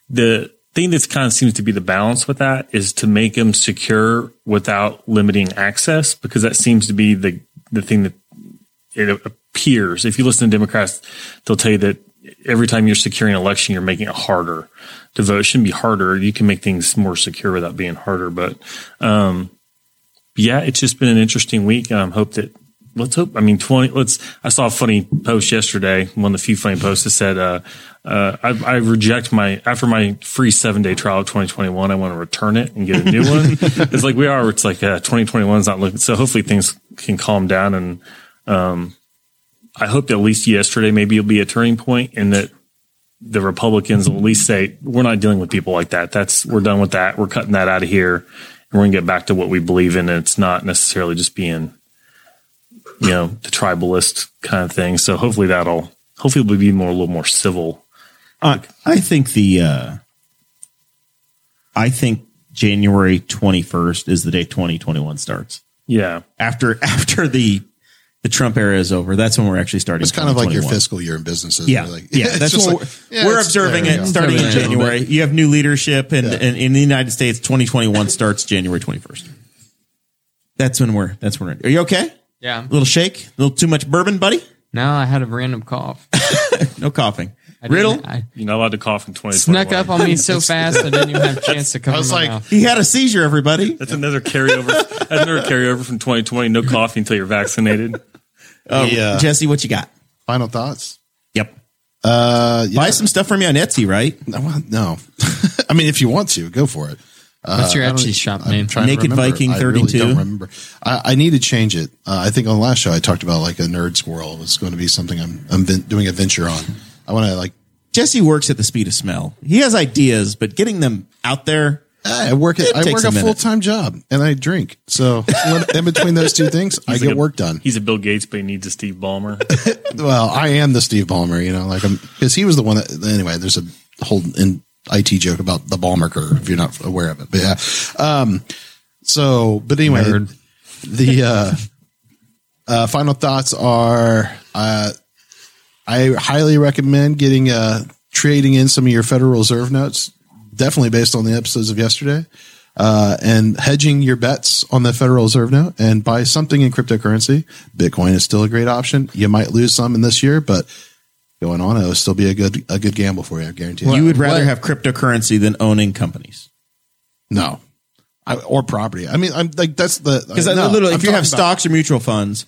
Speaker 4: the thing that's kind of seems to be the balance with that is to make them secure without limiting access, because that seems to be the, the thing that it appears if you listen to Democrats, they'll tell you that every time you're securing an election, you're making it harder to vote. It shouldn't be harder. You can make things more secure without being harder. But um, yeah, it's just been an interesting week. Um, hope that let's hope. I mean, twenty. Let's. I saw a funny post yesterday. One of the few funny posts that said, uh, uh, I, "I reject my after my free seven day trial of 2021. I want to return it and get a new one." it's like we are. It's like uh, 2021 is not looking. So hopefully things can calm down and. Um, I hope that at least yesterday maybe it'll be a turning point and that the Republicans will at least say, we're not dealing with people like that. That's, we're done with that. We're cutting that out of here and we're going to get back to what we believe in. And it's not necessarily just being, you know, the tribalist kind of thing. So hopefully that'll, hopefully it'll be more, a little more civil.
Speaker 1: Uh, I think the uh, I think January twenty first is the day twenty twenty one starts.
Speaker 4: Yeah.
Speaker 1: After after the the Trump era is over. That's when we're actually starting.
Speaker 2: It's kind of like your
Speaker 1: 2021.
Speaker 2: fiscal year in businesses.
Speaker 1: Yeah,
Speaker 2: Like,
Speaker 1: yeah.
Speaker 2: it's
Speaker 1: That's
Speaker 2: just
Speaker 1: what
Speaker 2: like,
Speaker 1: we're,
Speaker 2: yeah,
Speaker 1: we're
Speaker 2: it's-
Speaker 1: observing
Speaker 2: there you
Speaker 1: it
Speaker 2: go.
Speaker 1: starting in
Speaker 3: Everything a little
Speaker 1: January. You have new leadership, and,
Speaker 2: Yeah.
Speaker 1: and in the United States, 2021 starts January 21st. That's when we're. That's when we're. Are you okay?
Speaker 3: Yeah.
Speaker 1: A little shake, a little too much bourbon, buddy.
Speaker 3: Now I had a random cough.
Speaker 1: No coughing.
Speaker 3: I didn't-
Speaker 1: Riddle.
Speaker 3: I
Speaker 4: You're not allowed to cough in 2021.
Speaker 3: snuck up on me so fast I didn't even have a chance to cover
Speaker 2: I was
Speaker 3: my
Speaker 2: like,
Speaker 3: mouth.
Speaker 1: He had a seizure. Everybody.
Speaker 4: That's another carryover. that's another carryover from 2020. No coffee until you're vaccinated.
Speaker 1: Uh,
Speaker 2: Yeah.
Speaker 1: Jesse, what you got?
Speaker 2: Final thoughts.
Speaker 1: Yep.
Speaker 2: Uh, yeah.
Speaker 1: Buy some stuff from you on Etsy, right?
Speaker 2: No, well, no. I mean, if you want to, go for it.
Speaker 3: What's
Speaker 2: uh,
Speaker 3: your Etsy shop name?
Speaker 2: trying
Speaker 1: Naked
Speaker 2: remember.
Speaker 1: Viking
Speaker 2: I
Speaker 1: 32.
Speaker 2: really don't remember. I, I need to change it. Uh, I think on the last show I talked about like a nerd squirrel was going to be something I'm, I'm vin- doing a venture on. I want to like
Speaker 1: Jesse works at the speed of smell. He has ideas, but getting them out there,
Speaker 2: I work
Speaker 1: It
Speaker 2: at, I
Speaker 1: takes
Speaker 2: work
Speaker 1: a
Speaker 2: a
Speaker 1: minute.
Speaker 2: full time job and I drink. So when- in between those two things, I
Speaker 4: He's
Speaker 2: get
Speaker 4: like a-
Speaker 2: work done.
Speaker 4: He's a Bill Gates, but he needs a Steve Ballmer.
Speaker 2: Well, I am the Steve Ballmer, you know, like I'm because he was the one that anyway. There's a whole in IT joke about the Ballmer curve if you're not aware of it, but yeah. Um, so, but anyway,
Speaker 3: Nerd.
Speaker 2: the uh, uh, final thoughts are uh, I highly recommend getting uh, trading in some of your Federal Reserve notes, definitely based on the episodes of yesterday. Uh, and hedging your bets on the Federal Reserve note and buy something in cryptocurrency. Bitcoin is still a great option. You might lose some in this year, but going on, it'll still be a good a good gamble for you. I guarantee you.
Speaker 1: you would rather
Speaker 3: what-
Speaker 1: have cryptocurrency than owning companies.
Speaker 2: No, I, or property. I mean, I'm like that's the
Speaker 1: Because
Speaker 2: no,
Speaker 1: literally, if
Speaker 2: I'm
Speaker 1: you have
Speaker 2: talking about-
Speaker 1: stocks or mutual funds,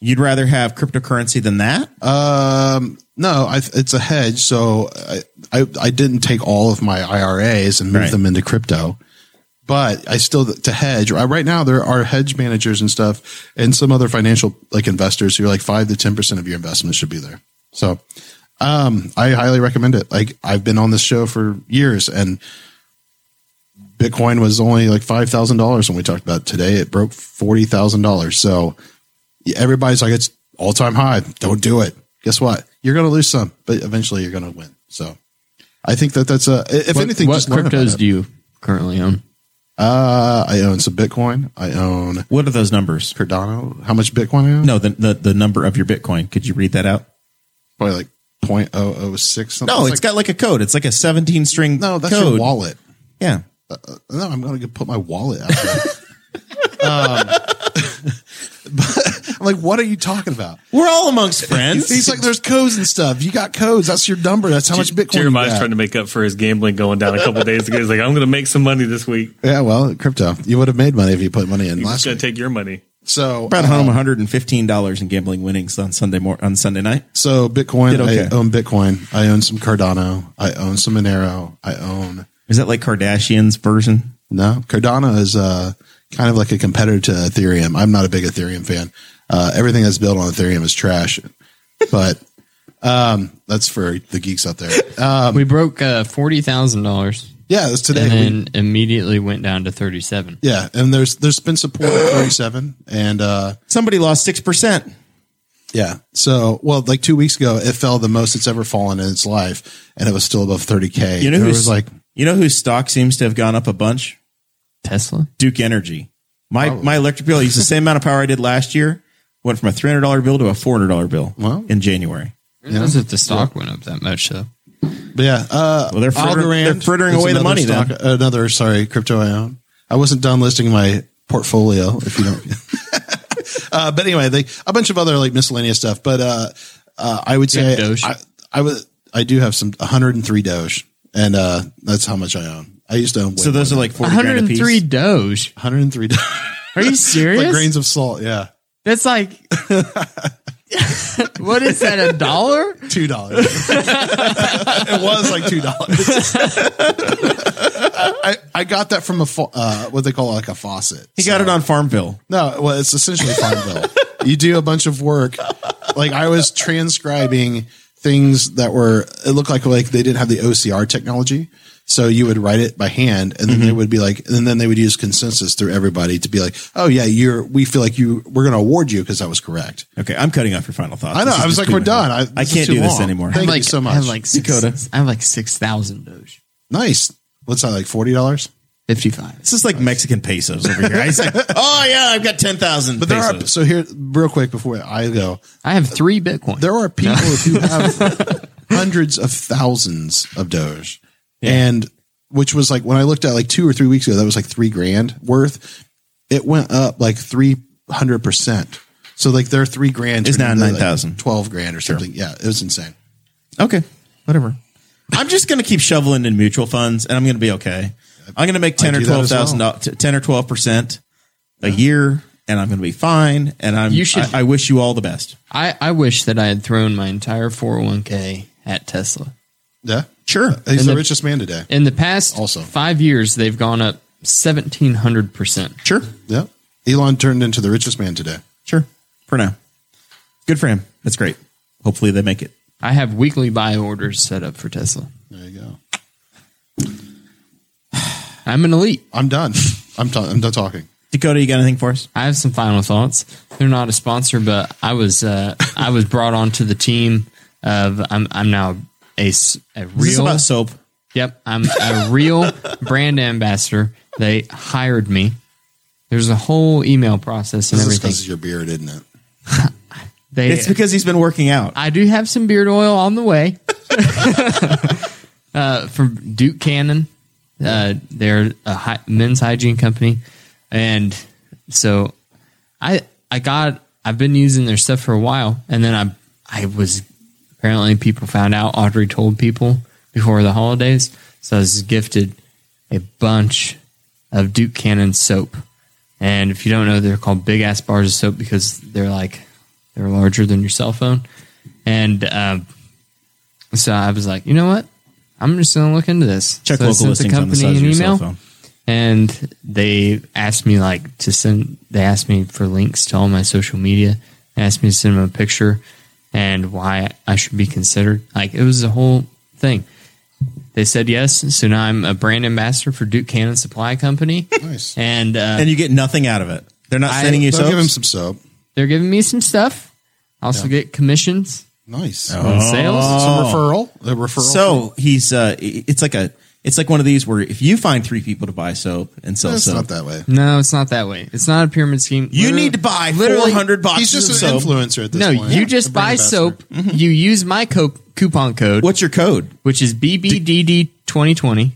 Speaker 1: you'd rather have cryptocurrency than that.
Speaker 2: Um, no, I, it's a hedge. So I, I, I didn't take all of my IRAs and move
Speaker 1: Right.
Speaker 2: them into crypto, but I still to hedge right right now, there are hedge managers and stuff and some other financial like investors who are like five to 10% of your investments should be there. So, um, I highly recommend it. Like I've been on this show for years and Bitcoin was only like $5,000 when we talked about it today. It broke $40,000. So, everybody's like it's all time high. Don't do it. Guess what? You're going to lose some, but eventually you're going to win. So I think that that's a. If
Speaker 3: What,
Speaker 2: anything,
Speaker 3: what
Speaker 2: just learn about
Speaker 3: cryptos
Speaker 2: it.
Speaker 3: do you currently own?
Speaker 2: Uh, I own some Bitcoin. I own
Speaker 1: What are those numbers?
Speaker 2: Cardano. How much Bitcoin I own?
Speaker 1: No, the, the the number of your Bitcoin. Could you read that out?
Speaker 2: probably like point oh oh six. Something.
Speaker 1: No,
Speaker 2: it's
Speaker 1: it's got like a code. It's like a 17 string
Speaker 2: no. That's
Speaker 1: code.
Speaker 2: your wallet.
Speaker 1: Yeah.
Speaker 2: Uh, no, I'm going to put my wallet out. There. um, but I'm like, what are you talking about?
Speaker 1: We're all amongst friends.
Speaker 2: He's like, there's codes and stuff. You got codes. That's your number. That's how much Bitcoin. you
Speaker 4: Jeremiah's
Speaker 2: got.
Speaker 4: trying to make up for his gambling going down a couple days ago. He's like, I'm going to make some money this week.
Speaker 2: Yeah, well, crypto. You would have made money if you put money in
Speaker 4: He's
Speaker 2: last
Speaker 4: going
Speaker 2: week.
Speaker 4: to take your money.
Speaker 2: So uh,
Speaker 1: brought home $115 in gambling winnings on Sunday mor- on Sunday night.
Speaker 2: so Bitcoin.
Speaker 1: Did okay.
Speaker 2: I own Bitcoin. I own some Cardano. I own some Monero. I own
Speaker 1: Is that like Kardashian's version?
Speaker 2: no Cardano is uh, kind of like a competitor to Ethereum. I'm not a big Ethereum fan. Uh, everything that's built on Ethereum is trash, but um, that's for the geeks out there. Uh,
Speaker 3: we broke uh, forty thousand dollars
Speaker 2: yeah, it's today.
Speaker 3: and
Speaker 2: We-
Speaker 3: then immediately went down to thirty-seven.
Speaker 2: yeah, and there's there's been support at 37, and uh,
Speaker 1: Somebody lost 6%.
Speaker 2: Yeah. So, well, like two weeks ago, it fell the most it's ever fallen in its life, and it was still above 30k.
Speaker 1: You know
Speaker 2: it
Speaker 1: who's
Speaker 2: was like,
Speaker 1: You know whose stock seems to have gone up a bunch?
Speaker 3: Tesla.
Speaker 1: Duke Energy. My my electric bill I used the same amount of power I did last year. Went from a three hundred dollar bill to a four hundred dollar bill
Speaker 2: Wow.
Speaker 1: in January.
Speaker 3: Who knows if the stock went up that much though?
Speaker 2: but yeah, uh,
Speaker 1: Well, they're frittering-
Speaker 2: Algorand
Speaker 1: they're frittering
Speaker 2: is
Speaker 1: away the
Speaker 2: another
Speaker 1: money,
Speaker 2: uh,
Speaker 1: then.
Speaker 2: Another sorry, crypto I own. I wasn't done listing my portfolio. If you don't, uh, but anyway, they a bunch of other like miscellaneous stuff. But uh, uh, I would say
Speaker 3: have Doge?
Speaker 2: I, I would I do have some 103 Doge, and uh, that's how much I own. I used to own way
Speaker 1: So those are
Speaker 2: more
Speaker 1: like forty
Speaker 3: One
Speaker 1: grand
Speaker 3: hundred
Speaker 1: a
Speaker 3: and three
Speaker 1: piece.
Speaker 3: Doge.
Speaker 2: than- 103 Doge.
Speaker 3: Are you
Speaker 2: like
Speaker 3: serious?
Speaker 2: grains of salt. Yeah,
Speaker 3: That's like. what is that? A dollar?
Speaker 2: two dollars. it was like two dollars. I, I got that from a fa- uh, what they call like a faucet.
Speaker 1: He got it on Farmville.
Speaker 2: No, well, it's essentially Farmville. you do a bunch of work. Like I was transcribing things that were it looked like like they didn't have the OCR technology. So you would write it by hand and then they would be like and then they would use consensus through everybody to be like, "Oh yeah, you're we feel like you we're going to award you because that was correct."
Speaker 1: Okay, I'm cutting off your final thoughts.
Speaker 2: I know.
Speaker 1: This is
Speaker 2: I was
Speaker 1: just
Speaker 2: like,
Speaker 1: too
Speaker 2: "We're
Speaker 1: much.
Speaker 2: done. I,
Speaker 1: I
Speaker 2: this is
Speaker 1: can't
Speaker 2: too
Speaker 1: do this
Speaker 2: long.
Speaker 1: anymore.
Speaker 2: Thank
Speaker 3: I'm
Speaker 2: you
Speaker 3: like,
Speaker 2: so much.
Speaker 3: I have like six,
Speaker 1: Dakota.
Speaker 3: I have like six thousand Doge.
Speaker 2: Nice. What's that like forty dollars?
Speaker 3: 55.
Speaker 1: This is like Mexican pesos over here. He's like, oh yeah, I've got ten thousand.
Speaker 2: But there are so here real quick before I go.
Speaker 3: I have three Bitcoin.
Speaker 2: There are people who have hundreds of thousands of Doge, and which was like when I looked at like two or three weeks ago, that was like three grand worth. It went up like three hundred percent. So like their three grand
Speaker 1: It's
Speaker 2: turned
Speaker 1: now
Speaker 2: into, like,
Speaker 1: 9,000.
Speaker 2: twelve grand or something. Yeah, it was insane.
Speaker 1: okay, whatever. I'm just gonna keep shoveling in mutual funds, and I'm gonna be okay. I'm gonna make ten
Speaker 2: I
Speaker 1: or
Speaker 2: do that
Speaker 1: twelve
Speaker 2: as well.
Speaker 1: thousand, ten or twelve percent a year, and I'm gonna be fine. And I'm.
Speaker 3: You should-
Speaker 1: I, I wish you all the best.
Speaker 3: I, I wish that I had thrown my entire 401k at Tesla.
Speaker 2: Yeah, Uh,
Speaker 1: Sure.
Speaker 2: he's
Speaker 3: And
Speaker 2: the
Speaker 3: the-
Speaker 2: richest man today.
Speaker 3: In the past
Speaker 2: Also.
Speaker 3: five years, they've gone up 1,700%.
Speaker 1: Sure.
Speaker 2: Yeah, Elon turned into the richest man today.
Speaker 1: Sure. For now. Good for him. That's great. Hopefully they make it.
Speaker 3: I have weekly buy orders set up for Tesla.
Speaker 2: There you go.
Speaker 3: I'm an elite.
Speaker 2: I'm done. I'm done. I'm done talking.
Speaker 1: Dakota, you got anything for us?
Speaker 3: I have some final thoughts. They're not a sponsor, but I was uh, I was brought onto the team of I'm I'm now a, s- a
Speaker 1: Is this
Speaker 3: real
Speaker 1: about soap?
Speaker 3: Yep, I'm a real brand ambassador. They hired me. There's a whole email process and
Speaker 2: This is
Speaker 3: everything.
Speaker 2: because of your beard, isn't it?
Speaker 3: They,
Speaker 1: It's because he's been working out.
Speaker 3: I do have some beard oil on the way uh, from Duke Cannon. Uh, they're a hi- men's hygiene company, and so I I got I've been using their stuff for a while, and then I I was apparently people found out Audrey told people before the holidays, so I was gifted a bunch of Duke Cannon soap. And if you don't know, they're called big ass bars of soap because they're like they're larger than your cell phone. And um, so I was like, you know what? I'm just gonna look into this.
Speaker 1: Check
Speaker 3: so I
Speaker 1: local
Speaker 3: sent
Speaker 1: listings on the size of your cell phone.
Speaker 3: and they asked me like to send. They asked me for links to all my social media. They asked me to send them a picture and why I should be considered. Like it was a whole thing. They said yes, so now I'm a brand ambassador for Duke Cannon Supply Company.
Speaker 2: Nice.
Speaker 3: And uh,
Speaker 1: And you get nothing out of it. They're not
Speaker 3: I-
Speaker 1: sending you
Speaker 2: So
Speaker 1: soap.
Speaker 2: give him some soap.
Speaker 3: they're giving me some stuff. I also get commissions
Speaker 2: Nice.
Speaker 3: on sales.
Speaker 2: Some referral. A referral.
Speaker 1: so he's uh i- it's like a it's like one of these where if you find three people to buy soap and sell
Speaker 2: it's
Speaker 1: soap.
Speaker 2: not that way.
Speaker 3: No, it's not that way. It's not a pyramid scheme.
Speaker 1: You
Speaker 3: Literally-
Speaker 1: need to buy
Speaker 3: literally-
Speaker 1: 400 boxes
Speaker 2: He's just an
Speaker 1: of soap.
Speaker 2: influencer at this
Speaker 3: No,
Speaker 2: point.
Speaker 3: you
Speaker 2: Yeah, a
Speaker 3: just
Speaker 2: brand
Speaker 3: buy
Speaker 2: ambassador. Mm-hmm.
Speaker 3: soap. You use my co- coupon code,
Speaker 1: What's your code?
Speaker 3: which is BBDD2020.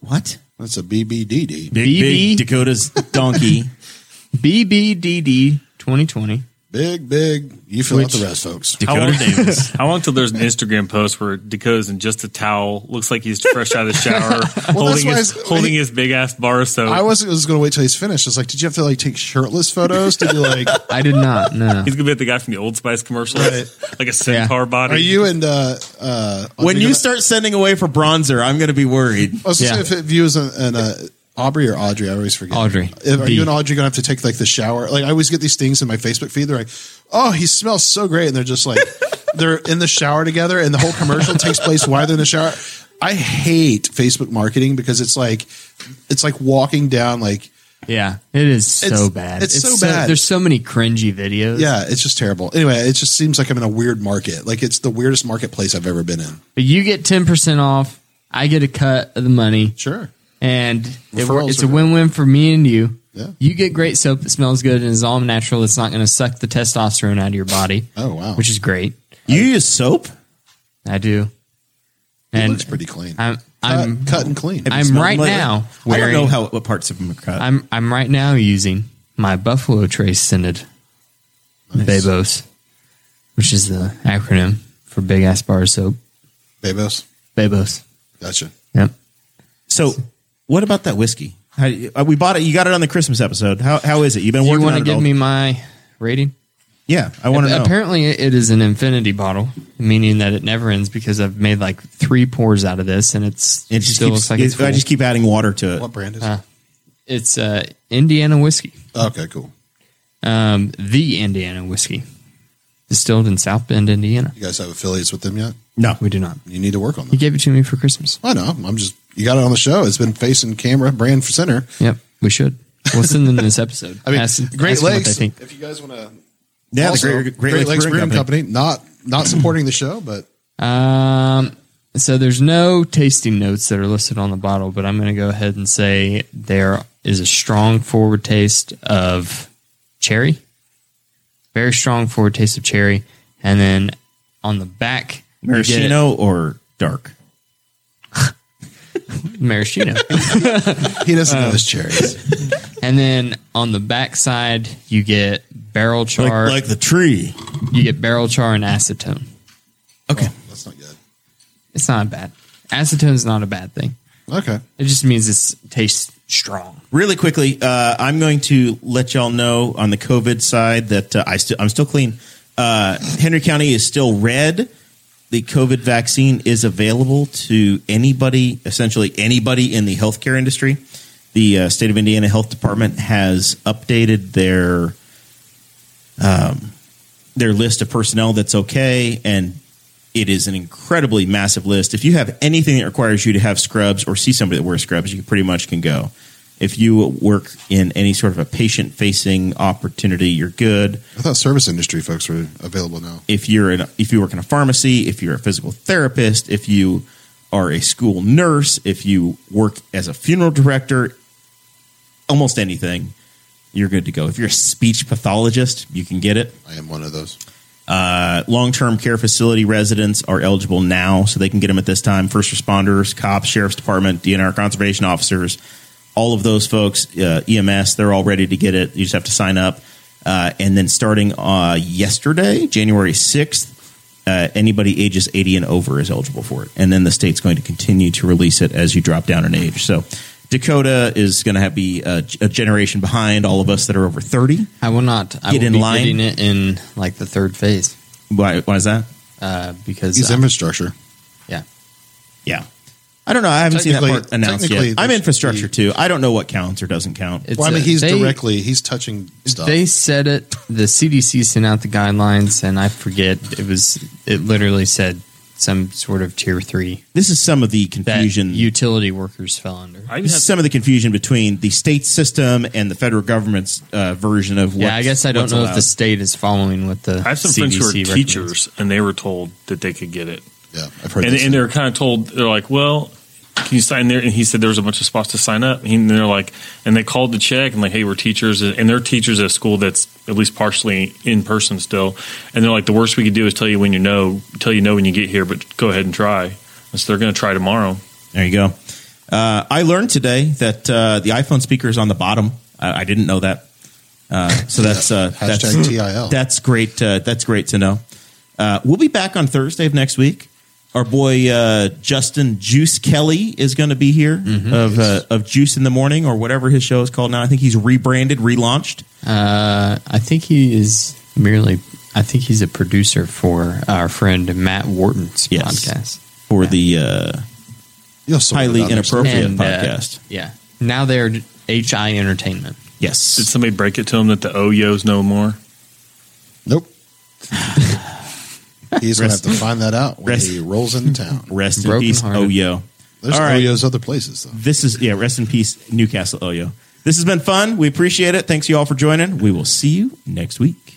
Speaker 1: What?
Speaker 2: That's a
Speaker 1: Big,
Speaker 2: BBDD.
Speaker 3: BB.
Speaker 1: big Dakota's donkey.
Speaker 3: BBDD2020.
Speaker 2: Big, big. You fill
Speaker 3: Which-
Speaker 2: out the rest, folks.
Speaker 4: How
Speaker 1: Dakota
Speaker 4: long,
Speaker 1: Davis.
Speaker 4: how long till there's an Instagram post where Dakota's in just a towel, looks like he's fresh out of the shower, holding
Speaker 2: why
Speaker 4: his
Speaker 2: I was-
Speaker 4: holding his big ass bar of soap.
Speaker 2: I was, was going to wait till he's finished. It's like, did you have to like take shirtless photos? Did you like,
Speaker 3: I did not. No.
Speaker 4: he's gonna be the guy from the Old Spice commercials,
Speaker 2: Right.
Speaker 4: like a centaur body.
Speaker 2: are you and uh, uh,
Speaker 1: when
Speaker 2: Audrey
Speaker 1: you
Speaker 2: gonna-
Speaker 1: start sending away for bronzer, I'm going to be worried.
Speaker 2: I was gonna
Speaker 3: Yeah.
Speaker 2: say if, if you was an, an uh, Aubrey or Audrey, I always forget.
Speaker 3: Audrey.
Speaker 2: If- are
Speaker 3: B.
Speaker 2: you and Audrey gonna have to take like the shower? Like I always get these things in my Facebook feed. They're like, "Oh, he smells so great," and they're just like, they're in the shower together, and the whole commercial takes place while they're in the shower. I hate Facebook marketing because it's like, it's like walking down like,
Speaker 3: Yeah. It is so
Speaker 2: It's-
Speaker 3: bad.
Speaker 2: it's so bad.
Speaker 3: There's so many cringy videos.
Speaker 2: yeah, it's just terrible. Anyway, it just seems like I'm in a weird market. Like it's the weirdest marketplace I've ever been in.
Speaker 3: But you get 10% off. I get a cut of the money.
Speaker 2: Sure.
Speaker 3: And it, wor-
Speaker 2: Referrals
Speaker 3: it's
Speaker 2: are
Speaker 3: a
Speaker 2: good.
Speaker 3: win win for me and you.
Speaker 2: Yeah.
Speaker 3: You get great soap that smells good and is all natural. It's not going to suck the testosterone out of your body,
Speaker 2: Oh wow,
Speaker 3: which is great.
Speaker 1: You use soap?
Speaker 3: I do.
Speaker 2: it
Speaker 3: And
Speaker 2: looks pretty clean.
Speaker 3: I'm,
Speaker 2: cut,
Speaker 3: I'm,
Speaker 2: cut and clean.
Speaker 1: Have you
Speaker 3: I'm
Speaker 1: smelled
Speaker 3: right
Speaker 1: them lately?
Speaker 3: now
Speaker 1: I
Speaker 3: wearing-
Speaker 1: don't know how what parts of them are cut.
Speaker 3: I'm, I'm right now using my Buffalo Trace scented Babos, which is the acronym for big ass bar of soap.
Speaker 2: Babos.
Speaker 3: Babos.
Speaker 2: Gotcha.
Speaker 3: Yep.
Speaker 1: so, what about that whiskey? How, uh, we bought it. You got it on the Christmas episode. How how is it? You've been
Speaker 3: Do you
Speaker 1: working
Speaker 3: want
Speaker 1: on
Speaker 3: to
Speaker 1: it
Speaker 3: give
Speaker 1: all-
Speaker 3: me my rating?
Speaker 1: Yeah, I want to know.
Speaker 3: Apparently, it is an infinity bottle, meaning that it never ends because I've made like three pours out of this, and it's
Speaker 1: It
Speaker 3: it
Speaker 1: just
Speaker 3: still
Speaker 1: keeps,
Speaker 3: looks like
Speaker 1: it-
Speaker 3: it's full.
Speaker 1: I just keep adding water to it.
Speaker 2: What brand is
Speaker 3: it's uh, Indiana whiskey,
Speaker 2: it? Okay, cool.
Speaker 3: um, the Indiana whiskey, distilled in South Bend, Indiana.
Speaker 2: You guys have affiliates with them yet?
Speaker 1: No,
Speaker 3: We do not.
Speaker 2: You need to work on
Speaker 3: You
Speaker 2: that.
Speaker 3: gave it to me for Christmas.
Speaker 2: I know. I'm just you got it on the show. It's been facing camera brand for center.
Speaker 3: Yep, we should. We'll send them this episode.
Speaker 2: I mean,
Speaker 3: Ask-
Speaker 2: Great
Speaker 3: ask them what
Speaker 2: Lakes.
Speaker 3: they think.
Speaker 2: If you guys want to,
Speaker 1: yeah, the
Speaker 2: Mm-hmm. Great, Lakes Brewing Company. not not supporting the show, but
Speaker 3: Um, So there's no tasting notes that are listed on the bottle, but I'm going to go ahead and say there is a strong forward taste of cherry, very strong forward taste of cherry, and then on the back, you get-
Speaker 1: Maraschino or dark?
Speaker 3: maraschino,
Speaker 2: He doesn't know his cherries.
Speaker 3: and then on the back side you get barrel char,
Speaker 1: the tree.
Speaker 3: you get barrel char and acetone.
Speaker 1: Okay.
Speaker 2: That's not good.
Speaker 3: It's not bad. Acetone's not a bad thing.
Speaker 2: Okay.
Speaker 3: It just means this tastes strong.
Speaker 1: Really quickly, uh, I'm going to let y'all know on the COVID side that uh, I sti- I'm still clean. Uh, Henry County is still red. The COVID vaccine is available to anybody, essentially anybody in the healthcare industry. The uh, state of Indiana Health Department has updated their um, their list of personnel that's okay, and it is an incredibly massive list. If you have anything that requires you to have scrubs or see somebody that wears scrubs, you pretty much can go. If you work in any sort of a patient facing opportunity, you're good.
Speaker 2: I thought service industry folks were available now.
Speaker 1: If you're in, if you work in a pharmacy, if you're a physical therapist, if you are a school nurse, if you work as a funeral director, almost anything, you're good to go. If you're a speech pathologist, you can get it.
Speaker 2: I am one of those.
Speaker 1: long term Uh, care facility residents are eligible now, so they can get them at this time. First responders, cops, sheriff's department, DNR conservation officers, all of those folks, uh, EMS, they're all ready to get it. You just have to sign up. Uh, and then starting uh, yesterday, January 6th, uh, anybody ages 80 and over is eligible for it. And then the state's going to continue to release it as you drop down in age. So Dakota is going to have be a, a generation behind all of us that are over 30.
Speaker 3: I will not. I
Speaker 1: Get
Speaker 3: will
Speaker 1: in
Speaker 3: be
Speaker 1: line.
Speaker 3: getting it in like the third phase
Speaker 1: Why, why is that?
Speaker 3: uh, because
Speaker 2: He's
Speaker 3: uh,
Speaker 2: infrastructure.
Speaker 3: yeah,
Speaker 1: Yeah. I don't know. I haven't seen that
Speaker 2: Technically-
Speaker 1: part announced
Speaker 2: technically,
Speaker 1: yet. I'm
Speaker 2: there's-
Speaker 1: infrastructure too. I don't know what counts or doesn't count.
Speaker 3: It's
Speaker 2: Well, I mean,
Speaker 3: a-
Speaker 2: he's
Speaker 3: they-
Speaker 2: directly he's touching stuff.
Speaker 3: They said it. The CDC sent out the guidelines, and I forget it was. It literally said some sort of tier three
Speaker 1: This is some of the
Speaker 3: that
Speaker 1: confusion.
Speaker 3: utility workers fell under.
Speaker 4: I even
Speaker 1: this
Speaker 4: had
Speaker 1: is some of the confusion between the state system and the federal government's uh, version of what.
Speaker 3: yeah, I guess I don't know if the state is following what the
Speaker 4: I have some
Speaker 3: CDC
Speaker 4: friends who are
Speaker 3: recommends.
Speaker 4: teachers, and they were told that they could get it,
Speaker 2: yeah, I've heard.
Speaker 4: and,
Speaker 2: this.
Speaker 4: and they're kind of told they're like, "Well, can you sign there?" And he said there was a bunch of spots to sign up, and they're like, and they called to check, and like, "Hey, we're teachers, and they're teachers at a school that's at least partially in person still," and they're like, "The worst we could do is tell you when you know, tell you know when you get here, but go ahead and try." And so they're going to try tomorrow.
Speaker 1: There you go. Uh, I learned today that uh, the iPhone speaker is on the bottom. I, I didn't know that. Uh, so that's uh,
Speaker 2: Hashtag
Speaker 1: that's,
Speaker 2: TIL.
Speaker 1: That's great. Uh, that's great to know. Uh, we'll be back on Thursday of next week. Our boy uh, Justin Juice Kelly is going to be here of uh, of Juice in the Morning or whatever his show is called now. I think he's rebranded, relaunched.
Speaker 3: Uh, I think he is merely. I think he's a producer for our friend Matt Wharton's
Speaker 1: Yes.
Speaker 3: podcast.
Speaker 1: for the uh,
Speaker 2: You'll sort it
Speaker 1: highly
Speaker 2: out next time.
Speaker 1: inappropriate
Speaker 3: uh,
Speaker 1: podcast.
Speaker 3: yeah. Now they're HI Entertainment.
Speaker 4: Did
Speaker 1: yes,
Speaker 4: somebody break it to him that the OYO's no more?
Speaker 2: Nope. He's gonna have to find that out when
Speaker 1: Rest-
Speaker 2: he rolls into town.
Speaker 1: rest in
Speaker 3: Broken
Speaker 1: peace,
Speaker 3: hearted.
Speaker 1: Oyo.
Speaker 2: There's
Speaker 1: All right.
Speaker 2: Oreos other places though.
Speaker 1: This is yeah, rest in peace, Newcastle Oyo. This has been fun. We appreciate it. Thanks you all for joining. We will see you next week.